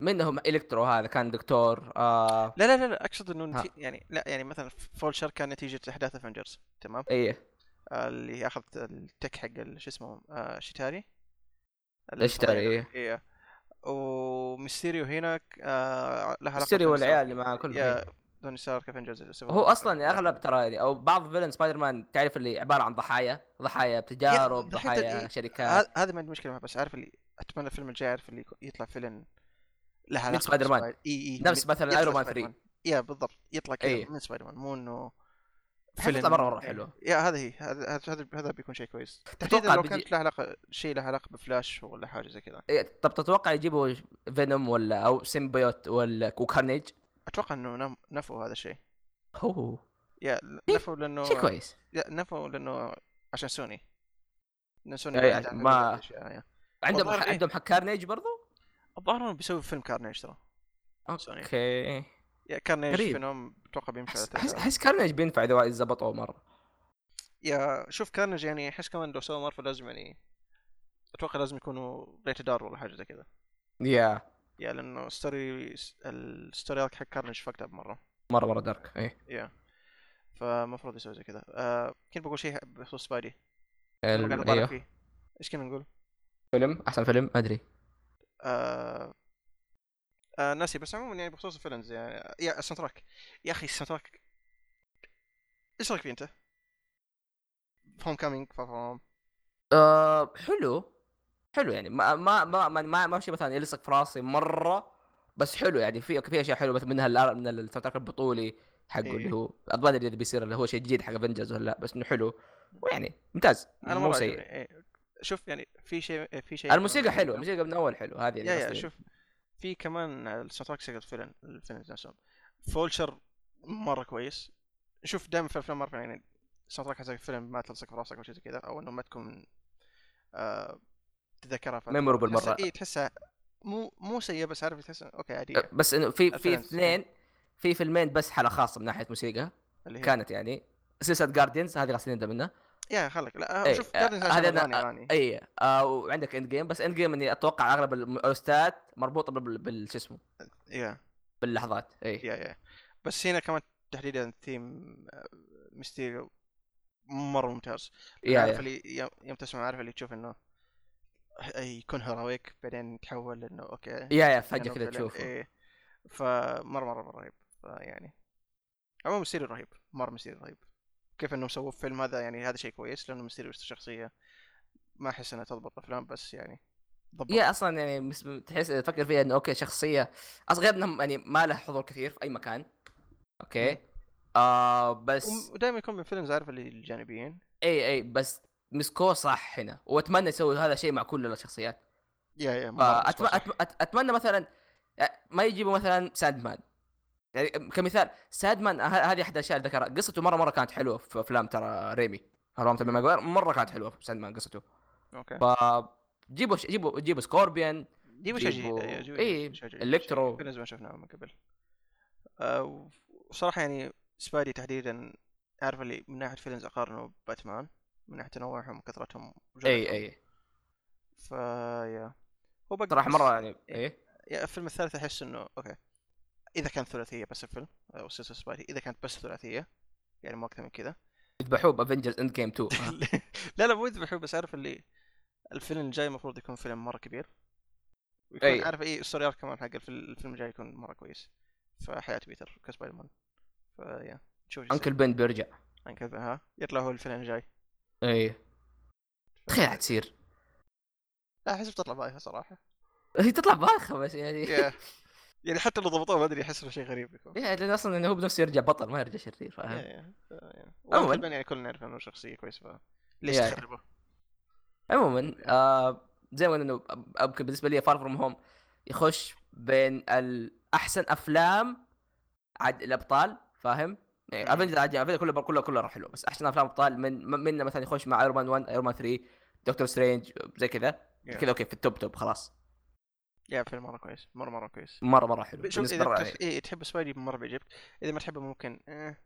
Speaker 2: منهم الكترو هذا كان دكتور آه
Speaker 1: لا لا لا, لا اقصد انه
Speaker 2: ها.
Speaker 1: نتي... يعني لا يعني مثلا فولشر كان نتيجة احداث افنجرز تمام؟
Speaker 2: ايه
Speaker 1: آه، اللي اخذ التك حق ال- شو اسمه آه شتاري
Speaker 2: الشتاري، إيه.
Speaker 1: اي وميستيريو هنا آه لها علاقة
Speaker 2: سيري
Speaker 1: بتوني
Speaker 2: والعيال
Speaker 1: ستارك.
Speaker 2: اللي معاه كلهم إيه.
Speaker 1: يا توني ستارك افنجرز
Speaker 2: هو اصلا اغلب ترى يعني او بعض فيلن سبايدر مان تعرف اللي عباره عن ضحايا ضحايا تجارب
Speaker 1: يا، حتى
Speaker 2: ضحايا
Speaker 1: إيه،
Speaker 2: شركات
Speaker 1: هذا هذا ما عندي مشكله معه بس عارف اللي اتمنى الفيلم الجاي عارف اللي يكون- يطلع فيلم لها علاقه
Speaker 2: سبايدر مان.
Speaker 1: بسبايد- اي اي
Speaker 2: نفس مثلا ايرون مان 3
Speaker 1: يا بالضبط يطلع كذا
Speaker 2: إيه.
Speaker 1: من سبايدر مان مو انه
Speaker 2: حتطلع
Speaker 1: فيلم-
Speaker 2: مرة- مرة حلوة.
Speaker 1: يا هذا هي هذا هذا- هذا هذا بيكون شيء كويس تحديدا لو
Speaker 2: بيجي-
Speaker 1: كانت لها علاقه شيء له علاقه بفلاش ولا حاجه زي كذا
Speaker 2: إيه، طب تتوقع يجيبوا فينوم ولا او سيمبيوت ولا وكارنيج
Speaker 1: اتوقع انه نم- نفوا هذا الشيء
Speaker 2: هو
Speaker 1: يا ل- نفوا لانه
Speaker 2: إيه، شيء كويس
Speaker 1: يا نفوا لانه عشان سوني لأن سوني
Speaker 2: إيه،
Speaker 1: بعد عن
Speaker 2: ما-
Speaker 1: هذه الأشياء، يا.
Speaker 2: عندهم
Speaker 1: والله
Speaker 2: ح-
Speaker 1: إيه.
Speaker 2: عندهم حق كارنيج برضو
Speaker 1: الظاهر انه بيسوي فيلم كارنيج ترى سوني.
Speaker 2: اوكي
Speaker 1: يا كارنيج
Speaker 2: غريب.
Speaker 1: فينوم اتوقع بيمشي على
Speaker 2: احس
Speaker 1: ثلاثة.
Speaker 2: أحس- احس كارنيج بينفع اذا زبطوه مره
Speaker 1: يا شوف كارنج يعني احس كمان لو سووا مارفل لازم يعني اتوقع لازم يكونوا ريتد ار ولا حاجه زي كذا
Speaker 2: يا
Speaker 1: يا لانه ستوري الستوري ارك حق كارنج فكت اب مره
Speaker 2: مره مره دارك ايه
Speaker 1: يا فالمفروض يسوي زي كذا آه كنت بقول شيء بخصوص سبايدي أنا قاعد
Speaker 2: ال-
Speaker 1: أطالع
Speaker 2: ايوه
Speaker 1: فيه. ايش كنا نقول؟
Speaker 2: فيلم احسن فيلم ما ادري
Speaker 1: آه... آه ناسي بس عموما يعني بخصوص الفيلمز يعني يا الساوند تراك يا اخي الساوند تراك ايش رايك فيه انت؟ هوم كامينج فار هوم
Speaker 2: أه حلو حلو يعني ما ما ما ما ما, ما في شيء مثلا يلصق في راسي مره بس حلو يعني في في اشياء حلوه مثلا منها الأر- من الساوند تراك البطولي حقه
Speaker 1: إيه.
Speaker 2: اللي هو ما ادري اذا بيصير اللي هو شيء جديد حق افنجرز ولا لا بس انه حلو ويعني ممتاز
Speaker 1: انا
Speaker 2: مو
Speaker 1: مره
Speaker 2: سيء
Speaker 1: عجبني. إيه. شوف يعني في شيء في شيء
Speaker 2: الموسيقى حلوه الموسيقى من اول حلو هذه
Speaker 1: يعني. يا
Speaker 2: اللي
Speaker 1: يا
Speaker 2: قصدي.
Speaker 1: شوف في كمان الساوند تراك حق الفيلم الفيلم نفسهم فولشر مره كويس شوف دائما في الافلام مره يعني الساوند تراك حق الفيلم ما تلصق في راسك او شيء زي كذا او انه ما تكون آه تتذكرها
Speaker 2: Memorable مرة.
Speaker 1: اي إيه، تحسها مو مو سيئه بس عارف تحس إنه اوكي عاديه
Speaker 2: أه، بس انه في في
Speaker 1: أفلام.
Speaker 2: اثنين في فيلمين بس حاله خاصه من ناحيه موسيقى
Speaker 1: اللي هي
Speaker 2: كانت يعني سلسله جاردينز هذه غسلين ده منها
Speaker 1: يا خلك لا
Speaker 2: إيه،
Speaker 1: شوف
Speaker 2: آه،
Speaker 1: Guardians
Speaker 2: هذا
Speaker 1: عشان
Speaker 2: أنا-
Speaker 1: أغاني- أغاني.
Speaker 2: اي آه وعندك اند جيم بس اند جيم اني اتوقع اغلب الاوستات مربوطه بال- بال شو اسمه
Speaker 1: يا
Speaker 2: باللحظات اي
Speaker 1: يا يا بس هنا كمان تحديدا الثيم ميستيريو مره ممتاز
Speaker 2: يا
Speaker 1: عارف
Speaker 2: يا
Speaker 1: اللي يوم- يوم تسمع عارف اللي تشوف انه أي- يكون هراويك بعدين تحول لانه اوكي
Speaker 2: يا يا فجاه
Speaker 1: لأنه
Speaker 2: كذا
Speaker 1: فعلاً-
Speaker 2: تشوفه
Speaker 1: ايه فمره مره مره رهيب فيعني عموما ميستيريو رهيب مره ميستيريو رهيب كيف انهم سووه في فيلم هذا يعني هذا شيء كويس لانه ميستيريو وسط شخصيه ما احس انها تضبط افلام بس يعني ضبط
Speaker 2: يا اصلا يعني بس- تحس تفكر فيها انه اوكي شخصيه اصلا غير انهم يعني ما له حضور كثير في اي مكان اوكي
Speaker 1: مم.
Speaker 2: آه بس
Speaker 1: ودائما يكون من فيلمز عارف اللي الجانبيين
Speaker 2: اي اي بس مسكوه صح هنا واتمنى يسوي هذا الشيء مع كل الشخصيات
Speaker 1: يا يا مرة
Speaker 2: فأتم-
Speaker 1: مسكوة صح.
Speaker 2: آه، أتم- أت- اتمنى مثلا ما يجيبوا مثلا سادمان يعني كمثال سادمان ه- هذه احد الاشياء اللي ذكرها قصته مره مره كانت حلوه في افلام ترى ريمي هرام تبع ماجواير مره كانت حلوه في سادمان قصته
Speaker 1: اوكي
Speaker 2: ف جيبوا ش- جيبوا جيبوا سكوربيان
Speaker 1: جيبوا شيء جديد
Speaker 2: جيبوا-
Speaker 1: أيوة، جيبوا
Speaker 2: إيه،
Speaker 1: شيء جديد.
Speaker 2: إلكترو.
Speaker 1: كنا زمان شفناه من قبل آه، و- وصراحة يعني سبايدي تحديدا عارف اللي من ناحية فيلمز اقارنه باتمان من ناحية تنوعهم وكثرتهم
Speaker 2: اي اي
Speaker 1: فا يا هو بقى
Speaker 2: صراحه مره يعني اي
Speaker 1: يا الفيلم الثالث احس انه اوكي اذا كانت ثلاثية بس الفيلم او سلسلة سبايدي اذا كانت بس ثلاثية يعني مو اكثر من كذا
Speaker 2: يذبحوه بافنجرز اند جيم 2
Speaker 1: <laughs> لا لا مو يذبحوا بس عارف اللي الفيلم الجاي المفروض يكون فيلم مره كبير ويكون
Speaker 2: أي.
Speaker 1: عارف اي الستوري ارك كمان حق الفيل- الفيلم الجاي يكون مره كويس فحياه بيتر كسبايدر مان فيا شوف إيش
Speaker 2: انكل بن بيرجع
Speaker 1: يصير. انكل ها يطلع هو الفيلم الجاي
Speaker 2: اي تخيل حتصير
Speaker 1: لا احس بتطلع بايخه
Speaker 2: <laughs>
Speaker 1: صراحه
Speaker 2: هي تطلع باخه بس يعني <laughs>
Speaker 1: يا. يعني حتى لو ضبطوه ما ادري احس انه شيء غريب يكون
Speaker 2: يا، لان اصلا انه هو بنفسه يرجع بطل ما يرجع شرير فاهم
Speaker 1: يا- يا. فيا.
Speaker 2: عموماً.
Speaker 1: وأنكل بن يعني كلنا نعرف انه شخصيه كويسه فليش
Speaker 2: يا.
Speaker 1: تخربه؟
Speaker 2: عموما آه زي ما قلنا انه أب- أب- بالنسبه لي فار فروم هوم يخش بين الاحسن افلام عد الابطال فاهم؟ يعني
Speaker 1: مم.
Speaker 2: افنجر عاد افنجر كله كله كله راح حلو بس احسن افلام ابطال من م- منا مثلا يخش مع ايرون مان 1 ايرون مان 3 دكتور سترينج زي كذا
Speaker 1: Yeah.
Speaker 2: كذا اوكي في التوب توب خلاص
Speaker 1: يا فيلم مره كويس مره مره كويس
Speaker 2: مره مره حلو
Speaker 1: شوف
Speaker 2: بالنسبه
Speaker 1: اذا
Speaker 2: لي
Speaker 1: تح... إيه تحب سبايدي مره بيعجبك اذا ما تحبه ممكن إيه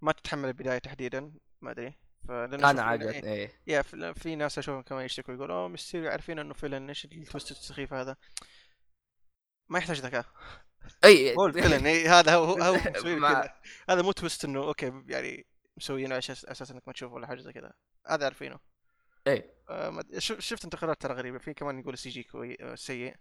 Speaker 1: ما تتحمل البدايه تحديدا ما ادري فلأن
Speaker 2: انا
Speaker 1: عادي
Speaker 2: عجبتني
Speaker 1: إيه
Speaker 2: ايه
Speaker 1: يا في, في ناس اشوفهم كمان يشتكوا يقول اوه مستيريو عارفين انه فيلن ايش التويست السخيف هذا ما يحتاج ذكاء
Speaker 2: اي <laughs>
Speaker 1: هو الفيلن إيه هذا هو هو مسوي
Speaker 2: ما-
Speaker 1: كذا. هذا مو تويست انه اوكي يعني مسوينه على اساس اساس انك ما تشوفه ولا حاجه زي كذا هذا عارفينه
Speaker 2: إيه.
Speaker 1: آه ما أدري، شو- شفت انتقادات ترى غريبه في كمان يقول السي جي كوي آه، سيء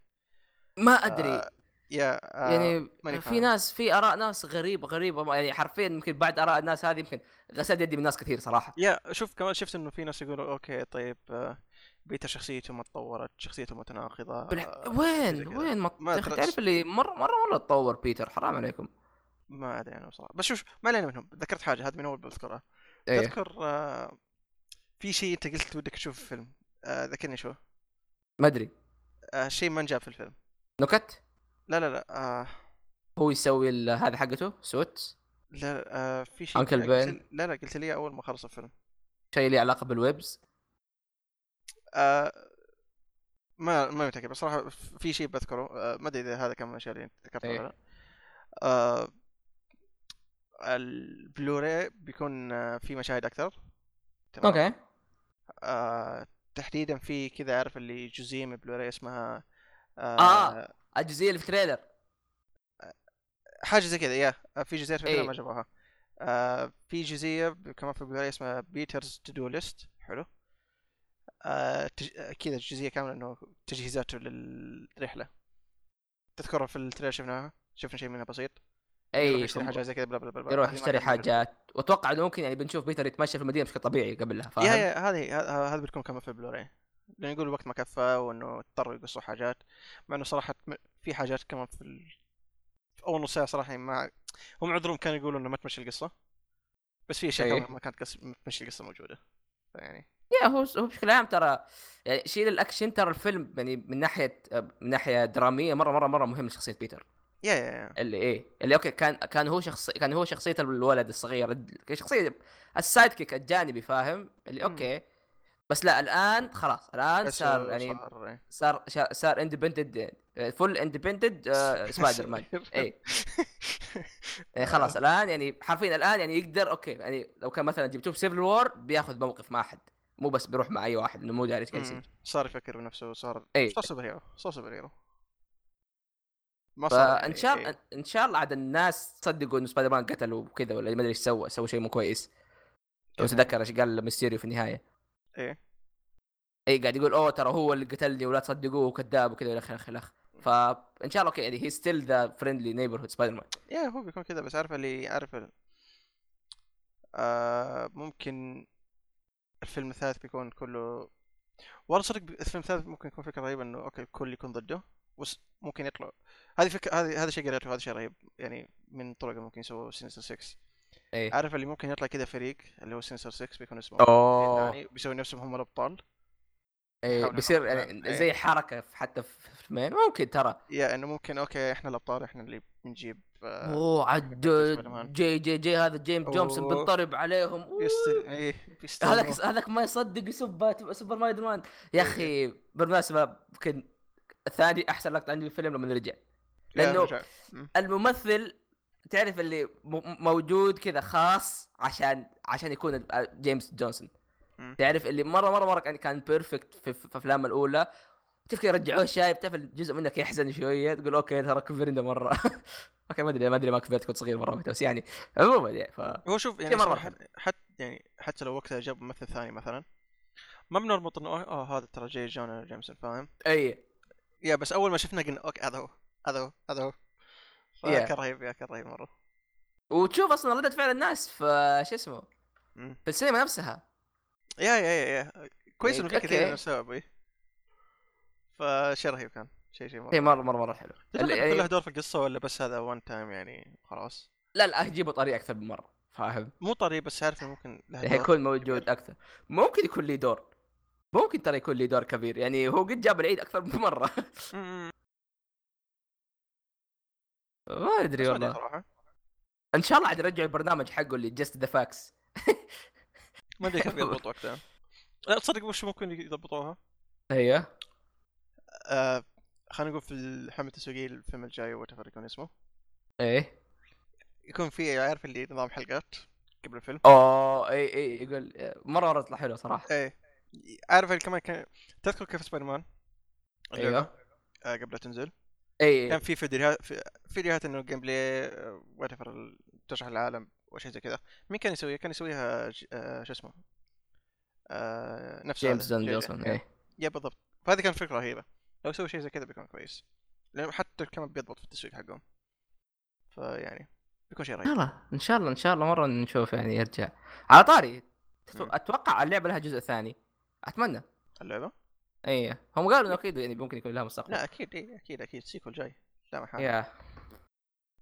Speaker 2: ما ادري
Speaker 1: يا آه،
Speaker 2: يعني
Speaker 1: ماني
Speaker 2: في
Speaker 1: فاهم.
Speaker 2: ناس في اراء ناس غريبه غريبه ما- يعني حرفيا يمكن بعد اراء الناس هذه يمكن غسلت يدي من ناس كثير صراحه
Speaker 1: يا شوف كمان شفت انه في ناس يقولوا اوكي طيب آه، بيتر شخصيته ما تطورت شخصيته متناقضه
Speaker 2: بالع...
Speaker 1: آه،
Speaker 2: وين
Speaker 1: كذا.
Speaker 2: وين ما
Speaker 1: ما
Speaker 2: يا أخي
Speaker 1: ترى-
Speaker 2: تعرف اللي مره مره مره تطور بيتر حرام عليكم
Speaker 1: ما ادري انا بصراحه بس شوف ما علينا منهم ذكرت حاجه هذا من اول بذكرها
Speaker 2: ايه
Speaker 1: تذكر آه، في شيء انت قلت ودك تشوف في الفيلم آه، ذكرني شو
Speaker 2: ما ادري
Speaker 1: آه، شيء ما انجاب في الفيلم
Speaker 2: نكت
Speaker 1: لا لا لا آه،
Speaker 2: هو يسوي ال- هذا حقته سوت
Speaker 1: لا آه، في شيء
Speaker 2: Uncle
Speaker 1: قلت-
Speaker 2: Ben.
Speaker 1: لا لا قلت لي اول ما خلص الفيلم
Speaker 2: شيء له علاقه بالويبز
Speaker 1: آه، ما ما متاكد بس صراحه في شيء بذكره آه، ما ادري اذا هذا كان من الاشياء اللي ذكرتها ولا
Speaker 2: إيه.
Speaker 1: لا آه، البلوراي بيكون آه، في مشاهد اكثر تمام
Speaker 2: اوكي
Speaker 1: آه، تحديدا في كذا عارف اللي جزئيه من بلوراي اسمها
Speaker 2: آه. الجزئيه اللي في التريلر
Speaker 1: حاجه زي كذا يا آه، في جزئيه في
Speaker 2: إيه.
Speaker 1: الفيلم ما جابوها آه، في جزئيه ب- كمان في بلوراي اسمها بيترز تو دو ليست حلو آه، تج- آه، كذا جزئيه كامله انه تجهيزاته للرحله تذكرها في التريلر شفناها شفنا شيء منها بسيط يروح
Speaker 2: اي
Speaker 1: يشتري حاجه زي كذا بلا بلا بلا بلا.
Speaker 2: إيه، يروح
Speaker 1: هذه ما
Speaker 2: يشتري
Speaker 1: كانت موجودة.
Speaker 2: حاجات واتوقع انه ممكن يعني بنشوف بيتر يتمشى في المدينه بشكل طبيعي قبلها
Speaker 1: يا
Speaker 2: فاهم
Speaker 1: يا هذه هذا- هذا بتكون كمان في البلوراي لانه يقول الوقت ما كفى وانه اضطروا يقصوا حاجات مع انه صراحه م- في حاجات كمان في, ال... في اول نص ساعه صراحه ما هم عذرهم كانوا يقولوا انه ما تمشي القصه بس في اشياء
Speaker 2: إيه.
Speaker 1: كمان ما كانت قص... تمشي القصه موجوده فيعني
Speaker 2: يا هو هو بشكل عام ترى يعني شيل الاكشن ترى الفيلم يعني من ناحيه من ناحيه دراميه مره مره مره مهم لشخصيه بيتر
Speaker 1: يا يا يا
Speaker 2: اللي ايه اللي اوكي كان كان هو شخص كان هو شخصيه الولد الصغير الد- شخصيه السايد كيك الجانبي فاهم اللي
Speaker 1: مم.
Speaker 2: اوكي بس لا الان خلاص الان
Speaker 1: بس
Speaker 2: صار يعني
Speaker 1: صار إيه.
Speaker 2: صار شا- صار اندبندنت فول اندبندنت
Speaker 1: <laughs>
Speaker 2: آه، سبايدر مان اي إيه خلاص الان إيه، يعني حرفيا الان يعني يقدر اوكي يعني لو كان مثلا جبتوه في سيفل وور بياخذ موقف مع احد مو بس بيروح مع اي واحد انه مو داري ايش قاعد يصير
Speaker 1: مم. صار يفكر بنفسه صار
Speaker 2: إيه.
Speaker 1: صار سوبر هيرو صار سوبر هيرو ما
Speaker 2: فان شاء
Speaker 1: إيه.
Speaker 2: الله ان شاء الله عاد الناس صدقوا انه سبايدر مان قتله وكذا ولا ما ادري ايش سوى سوى شيء مو كويس
Speaker 1: كمان.
Speaker 2: لو تذكر ايش قال ميستيريو في النهايه
Speaker 1: إيه.
Speaker 2: اي قاعد يقول اوه ترى هو اللي قتلني ولا تصدقوه وكذاب وكذا الى اخره الى اخره فان شاء الله اوكي يعني هي ستيل ذا فريندلي نيبرهود سبايدر مان
Speaker 1: يا هو بيكون كذا بس عارف اللي عارف ال... آه ممكن الفيلم الثالث بيكون كله والله صدق ب- الفيلم الثالث ممكن يكون فكره رهيبه انه اوكي الكل يكون ضده بس ممكن يطلع هذه فكره هذه هذا شيء قريته هذا شيء رهيب يعني من الطرق اللي ممكن يسووا سينستر 6
Speaker 2: ايه
Speaker 1: عارف اللي ممكن يطلع كذا فريق اللي هو سينستر 6 بيكون اسمه
Speaker 2: اوه
Speaker 1: يعني بيسوي نفسهم هم الابطال
Speaker 2: إيه
Speaker 1: يحاولون
Speaker 2: بيصير
Speaker 1: يحققون
Speaker 2: يعني
Speaker 1: إيه.
Speaker 2: زي حركه في- حتى في فيلمين ممكن ترى
Speaker 1: يا انه ممكن اوكي احنا الابطال احنا اللي بنجيب آه،
Speaker 2: اوه عد
Speaker 1: سبايدر مان.
Speaker 2: جي جي جي هذا جيم
Speaker 1: أوه.
Speaker 2: جونسون بينضرب عليهم أوه.
Speaker 1: بيست- إيه، بيستلموا.
Speaker 2: هذاك هذاك ما يصدق يسب بات- سوبر مايد مان يا اخي بالمناسبه يمكن ثاني احسن لقطه عندي في الفيلم لما رجع
Speaker 1: يا
Speaker 2: لأنه-
Speaker 1: رجع.
Speaker 2: الممثل تعرف اللي م- موجود كذا خاص عشان عشان يكون ال- جيمس جونسون
Speaker 1: مم.
Speaker 2: تعرف اللي مره مره مره كان- كان بيرفكت في في افلامه الاولى تعرف كذا يرجعوه شايب تعرف جزء منك يحزن شويه تقول اوكي ترى كبرنا مره <laughs> اوكي ما ادري ما ادري ما كبرت كنت صغير مره وقتها، بس يعني عموما يعني ف
Speaker 1: هو شوف يعني
Speaker 2: شيء مرة
Speaker 1: صراحة حتى يعني حتى لو وقتها جاب ممثل ثاني مثلا ما بنربط انه اه آه، هذا ترى جاي جون جيمسون فاهم؟
Speaker 2: اي
Speaker 1: يا بس اول ما شفنا قلنا اوكي هذا هو هذا هو هذا هو يا
Speaker 2: يا.
Speaker 1: كان رهيب يا كان رهيب مره
Speaker 2: وتشوف اصلا رده فعل الناس في شو اسمه
Speaker 1: مم.
Speaker 2: في السينما نفسها
Speaker 1: يا يا يا يا كويس
Speaker 2: إيه،
Speaker 1: انه في
Speaker 2: أوكي.
Speaker 1: كثير من السبب اي فشيء رهيب كان شيء شيء
Speaker 2: اي
Speaker 1: مره
Speaker 2: مره مره مره حلو ال-
Speaker 1: تتوقع
Speaker 2: يعني-
Speaker 1: يكون له دور في القصه ولا بس هذا وان تايم يعني خلاص
Speaker 2: لا لا اجيبه طريقه اكثر من مره فاهم
Speaker 1: مو طري بس عارف إنه ممكن له إيه، دور.
Speaker 2: حيكون موجود اكثر ممكن يكون لي دور ممكن ترى يكون لي دور كبير يعني هو قد جاب العيد اكثر من مره
Speaker 1: مم.
Speaker 2: <laughs> ما ادري
Speaker 1: بس ما أدري
Speaker 2: والله
Speaker 1: صراحه
Speaker 2: ان شاء الله عاد يرجعوا البرنامج حقه اللي جست ذا فاكس
Speaker 1: ما ادري
Speaker 2: <laughs>
Speaker 1: كيف يضبط وقتها لا تصدق وش ممكن يضبطوها؟
Speaker 2: ايوه
Speaker 1: إيه. آه خلينا نقول في الحملة التسويقية الفيلم الجاي وات يكون اسمه
Speaker 2: ايه
Speaker 1: يكون في عارف اللي نظام حلقات قبل الفيلم
Speaker 2: اوه اي اي إيه، يقول مره مره تطلع حلوه صراحه
Speaker 1: ايه عارف اللي كمان كان تذكر كيف سبايدر مان اللعبة،
Speaker 2: ايوه
Speaker 1: آه قبل لا تنزل
Speaker 2: اي
Speaker 1: كان في فيديوهات في فيديوهات انه الجيم بلاي وات ايفر آه، تشرح العالم وشيء زي كذا مين كان يسويها؟ كان يسويها ج- آه، شو اسمه آه نفسه
Speaker 2: جيمس
Speaker 1: هذا.
Speaker 2: دون
Speaker 1: جي-
Speaker 2: جونسون ايه
Speaker 1: يا بالضبط فهذه كانت فكرة رهيبة لو سوي شيء زي كذا بيكون كويس لانه حتى كمان بيضبط في التسويق حقهم فيعني بيكون شيء رهيب
Speaker 2: يلا ان شاء الله ان شاء الله مره نشوف يعني يرجع على طاري تتو-
Speaker 1: مم.
Speaker 2: اتوقع اللعبه لها جزء ثاني اتمنى
Speaker 1: اللعبة؟
Speaker 2: ايه هم قالوا انه اكيد يعني ممكن يكون لها مستقبل
Speaker 1: لا اكيد إيه، اكيد اكيد سيكول جاي لا محال
Speaker 2: يا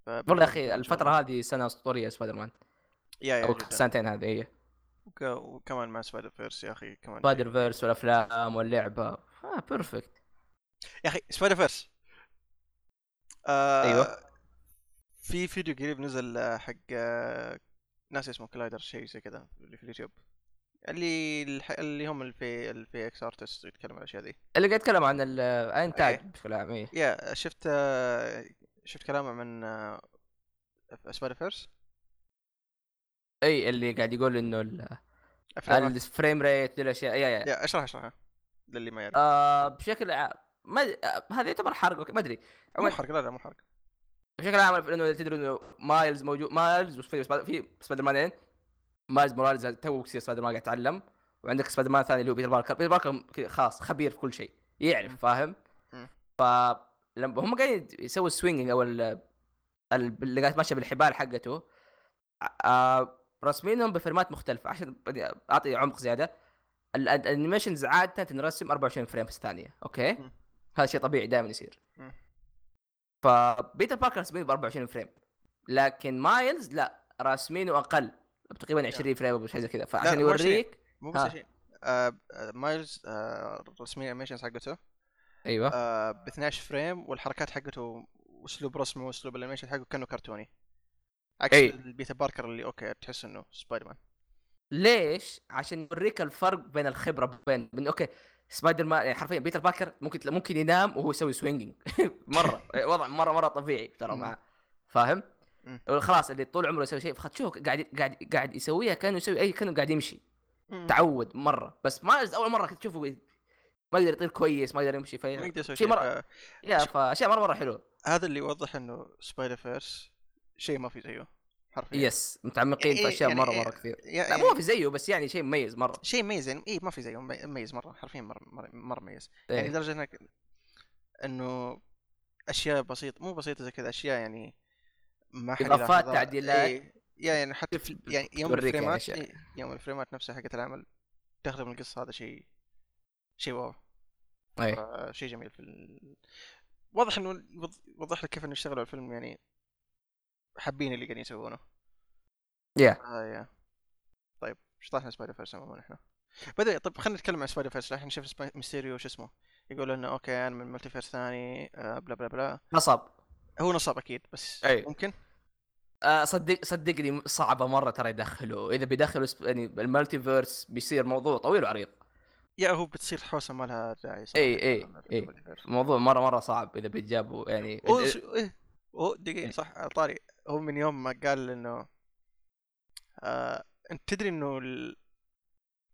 Speaker 1: فبيكون-
Speaker 2: والله يا اخي الفتره هذه سنه اسطوريه سبايدر مان
Speaker 1: يا يا
Speaker 2: او
Speaker 1: جداً.
Speaker 2: سنتين هذه هي
Speaker 1: وك- وكمان مع سبايدر فيرس يا اخي كمان
Speaker 2: سبايدر فيرس والافلام واللعبه آه بيرفكت
Speaker 1: يا اخي سبايدر فيرس آه
Speaker 2: أيوة.
Speaker 1: في فيديو قريب نزل آه، حق آه، ناس اسمه كلايدر شيء زي كذا اللي في اليوتيوب اللي الح... اللي هم اللي في اللي في اكس ارتست يتكلم عن الاشياء ذي
Speaker 2: اللي قاعد يتكلم عن ال- الانتاج بشكل عام إيه.
Speaker 1: يا شفت آه، شفت كلامه من آه، سبايدر فيرس
Speaker 2: اي اللي قاعد يقول انه ال-
Speaker 1: افلامه
Speaker 2: الفريم ريت الاشياء يا يا
Speaker 1: يا اشرح اشرحها للي ما يعرف
Speaker 2: آه بشكل عام ما أدري- آه، هذا يعتبر حرق أوكي، ما ادري
Speaker 1: مو
Speaker 2: عموماً-
Speaker 1: حرق لا لا مو حرق
Speaker 2: بشكل عام انه تدري انه مايلز موجود مايلز وفي سبا- في سبايدر مانين مايلز موراليز تو يصير سبايدر مان قاعد يتعلم وعندك سبايدر مان ثاني اللي هو بيتر باركر بيتر باركر كذا خلاص خبير في كل شيء
Speaker 1: مم.
Speaker 2: يعرف فاهم
Speaker 1: مم.
Speaker 2: ف لما هم قاعدين يسووا السوينجنج او ال- ال- اللي قاعد ماشيه بالحبال حقته آه، راسمينهم بفريمات مختلفه عشان بدي اعطي عمق زياده ال- ال- الانيميشنز عاده تنرسم 24 فريم في الثانيه اوكي
Speaker 1: مم.
Speaker 2: هذا شيء طبيعي دائما يصير
Speaker 1: مم.
Speaker 2: فبيتر باركر راسمينه ب 24 فريم لكن مايلز لا راسمينه اقل تقريبا 20 فريم او شيء زي كذا فعشان
Speaker 1: لا، هو شيء.
Speaker 2: يوريك
Speaker 1: مو بس
Speaker 2: ها.
Speaker 1: شيء آه آه، مايلز آه رسميا الانيميشنز حقته
Speaker 2: ايوه
Speaker 1: آه ب 12 فريم والحركات حقته واسلوب رسمه واسلوب الانيميشن حقه كانه كرتوني عكس
Speaker 2: أي.
Speaker 1: البيتا باركر اللي اوكي تحس انه سبايدر مان
Speaker 2: ليش؟ عشان يوريك الفرق بين الخبره بين بين اوكي سبايدر مان يعني حرفيا بيتر باكر ممكن تلا- ممكن ينام وهو يسوي <laughs> سوينجينج مره وضع مره مره طبيعي ترى
Speaker 1: مم.
Speaker 2: معه فاهم؟
Speaker 1: مم.
Speaker 2: خلاص اللي طول عمره يسوي شيء فخد شوف قاعد قاعد قاعد يسويها كانه يسوي اي كانه قاعد يمشي تعود مره بس ما اول مره كنت تشوفه ما يقدر يطير كويس ما يقدر يمشي
Speaker 1: ما
Speaker 2: في
Speaker 1: يقدر يسوي
Speaker 2: شيء
Speaker 1: شيء آه،
Speaker 2: مرة- يا فاشياء مره مره حلوه
Speaker 1: هذا اللي يوضح انه سبايدر فيرس شيء ما في زيه حرفيا
Speaker 2: يس متعمقين
Speaker 1: إيه،
Speaker 2: في اشياء
Speaker 1: يعني
Speaker 2: مره
Speaker 1: إيه،
Speaker 2: مره كثير
Speaker 1: يا-
Speaker 2: لا
Speaker 1: يعني
Speaker 2: مو في زيه بس يعني شيء مميز مره
Speaker 1: شيء مميز يعني اي ما في زيه ممي- مميز مره حرفيا مره مره مره مميز يعني
Speaker 2: إيه.
Speaker 1: لدرجه انك انه اشياء بسيطه مو بسيطه زي كذا اشياء يعني ما حد
Speaker 2: إضافات،
Speaker 1: يلاحظها.
Speaker 2: تعديلات.
Speaker 1: إيه، يا يعني حتى في
Speaker 2: تف-
Speaker 1: يعني يوم
Speaker 2: توريك يعني
Speaker 1: الفريمات
Speaker 2: أشياء.
Speaker 1: إيه، يوم الفريمات نفسها حقت العمل تخدم القصه هذا شيء شيء واو
Speaker 2: ايه
Speaker 1: آه، شيء جميل في ال... واضح انه يوض- يوضح لك كيف انه اشتغلوا على الفيلم يعني حابين اللي قاعدين يسوونه
Speaker 2: يا
Speaker 1: آه يا طيب ايش طاحنا سبايدر فيرس عموما احنا بدأ طيب خلينا نتكلم عن سبايدر فيرس الحين شوف سبا- ميستيريو شو اسمه يقول انه اوكي انا من ملتي فيرس ثاني آه بلا بلا بلا
Speaker 2: نصب
Speaker 1: هو نصاب اكيد بس
Speaker 2: أي.
Speaker 1: ممكن
Speaker 2: آه، صدق صدقني صعبه مره ترى يدخلوا اذا بيدخلوا سب- يعني المالتيفيرس بيصير موضوع طويل وعريض
Speaker 1: يا هو بتصير حوسه ما لها داعي يعني
Speaker 2: أي- أي- أي. موضوع مره مره صعب اذا بيتجابوا يعني
Speaker 1: اوه
Speaker 2: إذا-
Speaker 1: شو- إيه. أوه، دقيقه
Speaker 2: إيه.
Speaker 1: صح على طاري هو من يوم ما قال انه آه انت تدري انه ال-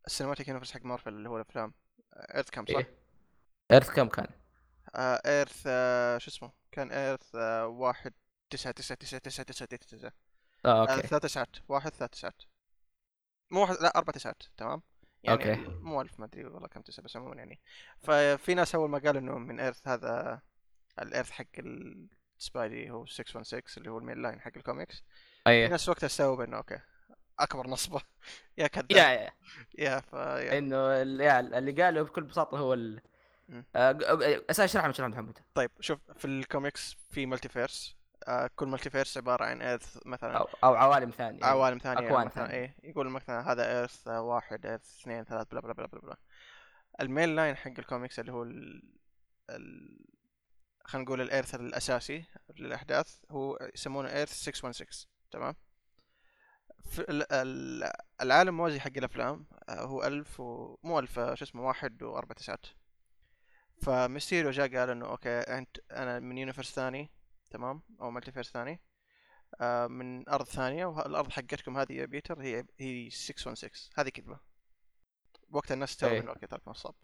Speaker 1: السينماتيك يونيفرس حق مارفل اللي هو الافلام ايرث كم صح؟
Speaker 2: إيه. ايرث كم كان؟
Speaker 1: آه ايرث آه شو اسمه كان ايرث آه واحد تسعة تسعة تسعة تسعة تسعة تسعة تسعة
Speaker 2: اه
Speaker 1: آه
Speaker 2: اوكي
Speaker 1: ثلاث تسعات واحد ثلاث تسعات مو واحد لا أربع تسعات تمام يعني
Speaker 2: أوكي.
Speaker 1: مو ألف ما أدري والله كم تسعة بس عموما يعني ففي ناس أول ما قالوا إنه من ايرث هذا الايرث حق السبايدي هو 616 اللي هو المين لاين حق الكوميكس في
Speaker 2: ايه
Speaker 1: ناس وقتها استوعب إنه أوكي أكبر نصبة <laughs> يا كذاب
Speaker 2: يا يا
Speaker 1: يا فا يا.
Speaker 2: انه ال- يا اللي قاله بكل بساطه هو ال
Speaker 1: مم.
Speaker 2: آه، ق- آه، اسال اشرح اشرح محمد
Speaker 1: طيب شوف في الكوميكس في مالتيفيرس آه كل مالتيفيرس عبارة عن ايرث مثلا
Speaker 2: او او عوالم ثانيه
Speaker 1: آه. عوالم ثانيه
Speaker 2: أكوان
Speaker 1: مثلا
Speaker 2: ثانية.
Speaker 1: ايه يقول مثلا هذا ايرث واحد ايرث اثنين ثلاث بلا بلا بلا بلا بلا المين لاين حق الكوميكس اللي هو ال... ال... خلينا نقول الايرث الاساسي للاحداث هو يسمونه ايرث 616 تمام في ال... ال... العالم الموازي حق الافلام آه، هو 1000 و... مو 1000 آه، شو اسمه واحد واربع تسعات فميستيريو جاء قال انه اوكي انت انا من يونيفرس ثاني تمام او مالتيفيرس ثاني آه، من ارض ثانيه والارض حقتكم هذه يا بيتر هي هي 616 هذه كذبه وقت الناس استوعبوا
Speaker 2: إيه.
Speaker 1: انه اوكي ترك نصاب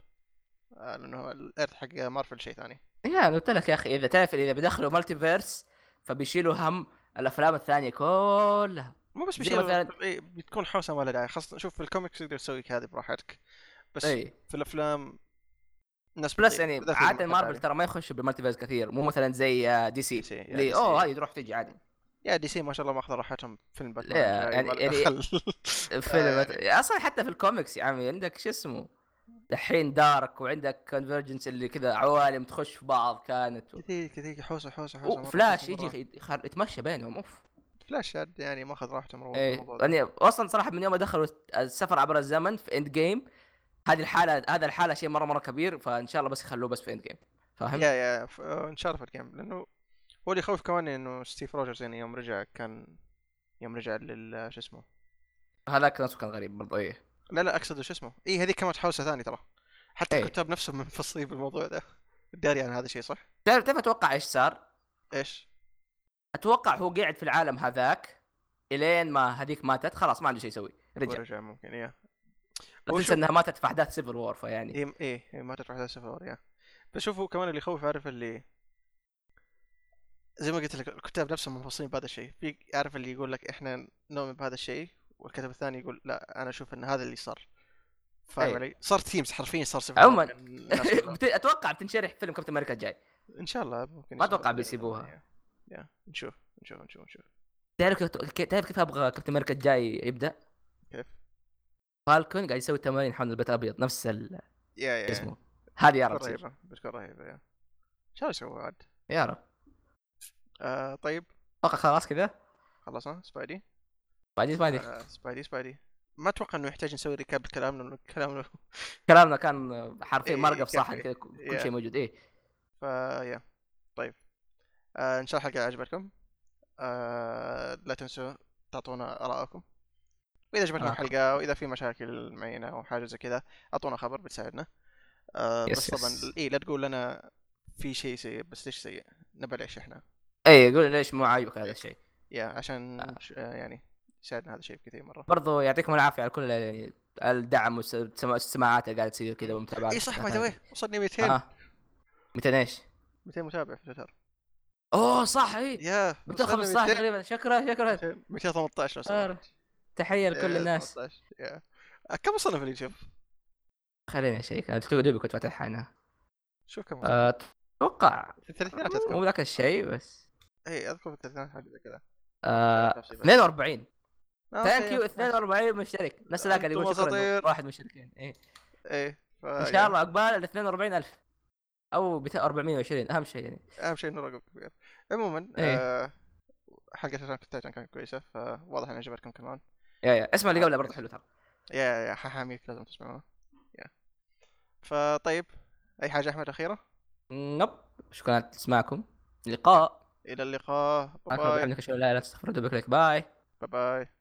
Speaker 1: آه، لانه الارث حق مارفل شيء ثاني
Speaker 2: يا أنا قلت لك يا اخي اذا تعرف اذا بيدخلوا مالتيفيرس فبيشيلوا هم الافلام الثانيه كلها
Speaker 1: مو بس
Speaker 2: زي
Speaker 1: بشيء
Speaker 2: مثلاً-
Speaker 1: إيه بتكون حوسه ما لها داعي خاصه شوف في الكوميكس تقدر تسوي هذه براحتك بس أي.
Speaker 2: اي
Speaker 1: في الافلام الناس
Speaker 2: بلس
Speaker 1: بتطير.
Speaker 2: يعني
Speaker 1: بالذات إذا ما
Speaker 2: عاده
Speaker 1: حد
Speaker 2: مارفل
Speaker 1: عارف.
Speaker 2: ترى ما يخش بالمالتيفيرس كثير مو مثلا زي آه، دي
Speaker 1: دي
Speaker 2: سي
Speaker 1: سي يا دي
Speaker 2: اللي اوه
Speaker 1: سي.
Speaker 2: هذه تروح تجي عادي
Speaker 1: يا دي سي ما شاء الله ماخذ راحتهم فيلم باتمان
Speaker 2: لا،
Speaker 1: الجاي
Speaker 2: يعني-
Speaker 1: ولا
Speaker 2: يعني-
Speaker 1: دخل. <laughs> آه،
Speaker 2: فيلم
Speaker 1: يعني
Speaker 2: اصلا حتى في الكوميكس يا عمي عندك شو اسمه دحين دارك وعندك كونفرجنس اللي كذا عوالم تخش في بعض
Speaker 1: <laughs>
Speaker 2: كانت و...
Speaker 1: كثير كثير حوسه حوسه حوسه مرة،
Speaker 2: وفلاش
Speaker 1: حوسة مرة.
Speaker 2: يجي يخ- يتمشى بينهم اوف
Speaker 1: فلاش عاد يعني ماخذ راحته مره
Speaker 2: ايه
Speaker 1: الموضوع ده.
Speaker 2: يعني اصلا صراحه من يوم ما دخلوا السفر عبر الزمن في اند جيم هذه الحاله هذا الحاله شيء مره مره كبير فان شاء الله بس يخلوه بس في اند جيم فاهم؟
Speaker 1: يا يا ف- آه، ان شاء الله في الجيم لانه هو اللي يخوف كمان انه ستيف روجرز يعني يوم رجع كان يوم رجع لل شو اسمه
Speaker 2: هذاك نفسه كان غريب برضه ايه
Speaker 1: لا لا اقصد شو اسمه اي هذيك كانت حوسه ثاني ترى حتى
Speaker 2: إيه.
Speaker 1: الكتاب نفسهم منفصلين بالموضوع ده داري عن هذا الشيء صح؟
Speaker 2: تعرف تعرف اتوقع ايش صار؟
Speaker 1: ايش؟
Speaker 2: اتوقع هو قاعد في العالم هذاك الين ما هذيك ماتت خلاص ما عنده شيء يسوي
Speaker 1: هو
Speaker 2: رجع
Speaker 1: رجع ممكن يا
Speaker 2: لا
Speaker 1: هو
Speaker 2: تنسى
Speaker 1: شوف-
Speaker 2: انها ماتت في احداث سيفل وور فيعني
Speaker 1: اي اي إي، إيه، ما تروح على سفر يا بس شوف هو كمان اللي يخوف عارف اللي زي ما قلت لك الكتاب نفسهم منفصلين بهذا الشيء في عارف اللي يقول لك احنا نؤمن بهذا الشيء والكتاب الثاني يقول لا انا اشوف ان هذا اللي صار فاهم
Speaker 2: أي.
Speaker 1: علي؟ صار تيمز حرفيا صار صفر
Speaker 2: إيه.
Speaker 1: <laughs>
Speaker 2: عموماً.
Speaker 1: بين الناس
Speaker 2: <laughs>
Speaker 1: كلها.
Speaker 2: بت- اتوقع بتنشرح فيلم كابتن امريكا الجاي
Speaker 1: ان شاء الله ممكن يصير
Speaker 2: ما أتوقع
Speaker 1: هذا
Speaker 2: بيسيبوها.
Speaker 1: الأمر، يا. يا نشوف نشوف نشوف نشوف
Speaker 2: تعرف كيف- كيف- تعرف كيف ابغى كابتن امريكا الجاي يبدا؟
Speaker 1: كيف؟
Speaker 2: فالكون قاعد يسوي تمارين حول البيت الابيض نفس ال-
Speaker 1: يا يا
Speaker 2: اسمه هذه يا رب
Speaker 1: بتكون
Speaker 2: تصير.
Speaker 1: رهيبه بتكون رهيبه يا ان شاء الله يسووها عاد
Speaker 2: يا رب
Speaker 1: آه طيب
Speaker 2: اتوقع خلاص كذا
Speaker 1: خلصنا سبايدي
Speaker 2: بعدين ما أدري.
Speaker 1: آه سبايدي سبايدي ما اتوقع انه يحتاج نسوي ريكاب الكلام لانه كلامنا
Speaker 2: كلامنا كان حرفيا
Speaker 1: إيه،
Speaker 2: مرقه في
Speaker 1: كافي.
Speaker 2: صحن كذا كل
Speaker 1: يا.
Speaker 2: شيء موجود ايه
Speaker 1: فا يا طيب آه ان شاء الله الحلقه عجبتكم آه لا تنسوا تعطونا ارائكم واذا عجبتكم
Speaker 2: آه.
Speaker 1: الحلقه واذا في مشاكل معينه او حاجه زي كذا اعطونا خبر بتساعدنا آه
Speaker 2: يس،
Speaker 1: بس طبعا
Speaker 2: يس.
Speaker 1: اي لا تقول لنا في شيء سيء بس ليش سيء نبى ليش احنا
Speaker 2: اي قول إيه، ليش مو عاجبك هذا الشيء
Speaker 1: يا عشان
Speaker 2: آه.
Speaker 1: ش- آه. يعني يساعدنا هذا الشيء كثير مره
Speaker 2: برضو يعطيكم العافيه على كل الدعم والسماعات اللي قاعده تصير كذا والمتابعات
Speaker 1: اي إيه صح باي ذا واي وصلني 200
Speaker 2: آه. 200 ايش؟
Speaker 1: 200 متابع في تويتر
Speaker 2: اوه صح اي
Speaker 1: يا
Speaker 2: متى 15 تقريبا شكرا شكرا
Speaker 1: 218 لو
Speaker 2: آه.
Speaker 1: سمحت
Speaker 2: تحيه لكل
Speaker 1: يا،
Speaker 2: الناس
Speaker 1: 18. إيه، يا. آه، كم وصلنا في اليوتيوب؟
Speaker 2: خليني اشيك انا دوبي كنت فاتحها انا
Speaker 1: شوف كم وصلنا.
Speaker 2: آه، اتوقع
Speaker 1: في الثلاثينات اذكر
Speaker 2: مو ذاك الشيء بس
Speaker 1: اي اذكر إيه، في الثلاثينات حاجه زي كذا نعم،
Speaker 2: آه، 42
Speaker 1: إيه،
Speaker 2: ثانك يو 42 مشترك نفس ذاك اللي يقول
Speaker 1: أنتم
Speaker 2: شكرا إنه
Speaker 1: أساطير. آه،
Speaker 2: واحد مشتركين ايه
Speaker 1: اي
Speaker 2: ان
Speaker 1: يعني
Speaker 2: شاء الله عقبال ال 42000 او بتا- 420 اهم شيء يعني
Speaker 1: اهم شيء انه رقم كبير عموما
Speaker 2: إيه.
Speaker 1: آه، حلقة اتاك تايتن كانت كويسة فواضح انها عجبتكم كمان
Speaker 2: يا يا اسمع
Speaker 1: آه،
Speaker 2: اللي قبله برضه حلو ترى
Speaker 1: يا يا يا ححاميك لازم تسمعوها يا فطيب اي حاجة احمد اخيرة
Speaker 2: نب شكرا على اسماعكم لقاء
Speaker 1: الى اللقاء باي
Speaker 2: يعني. عندك شيء لا لا استغفر الله بك باي
Speaker 1: باي باي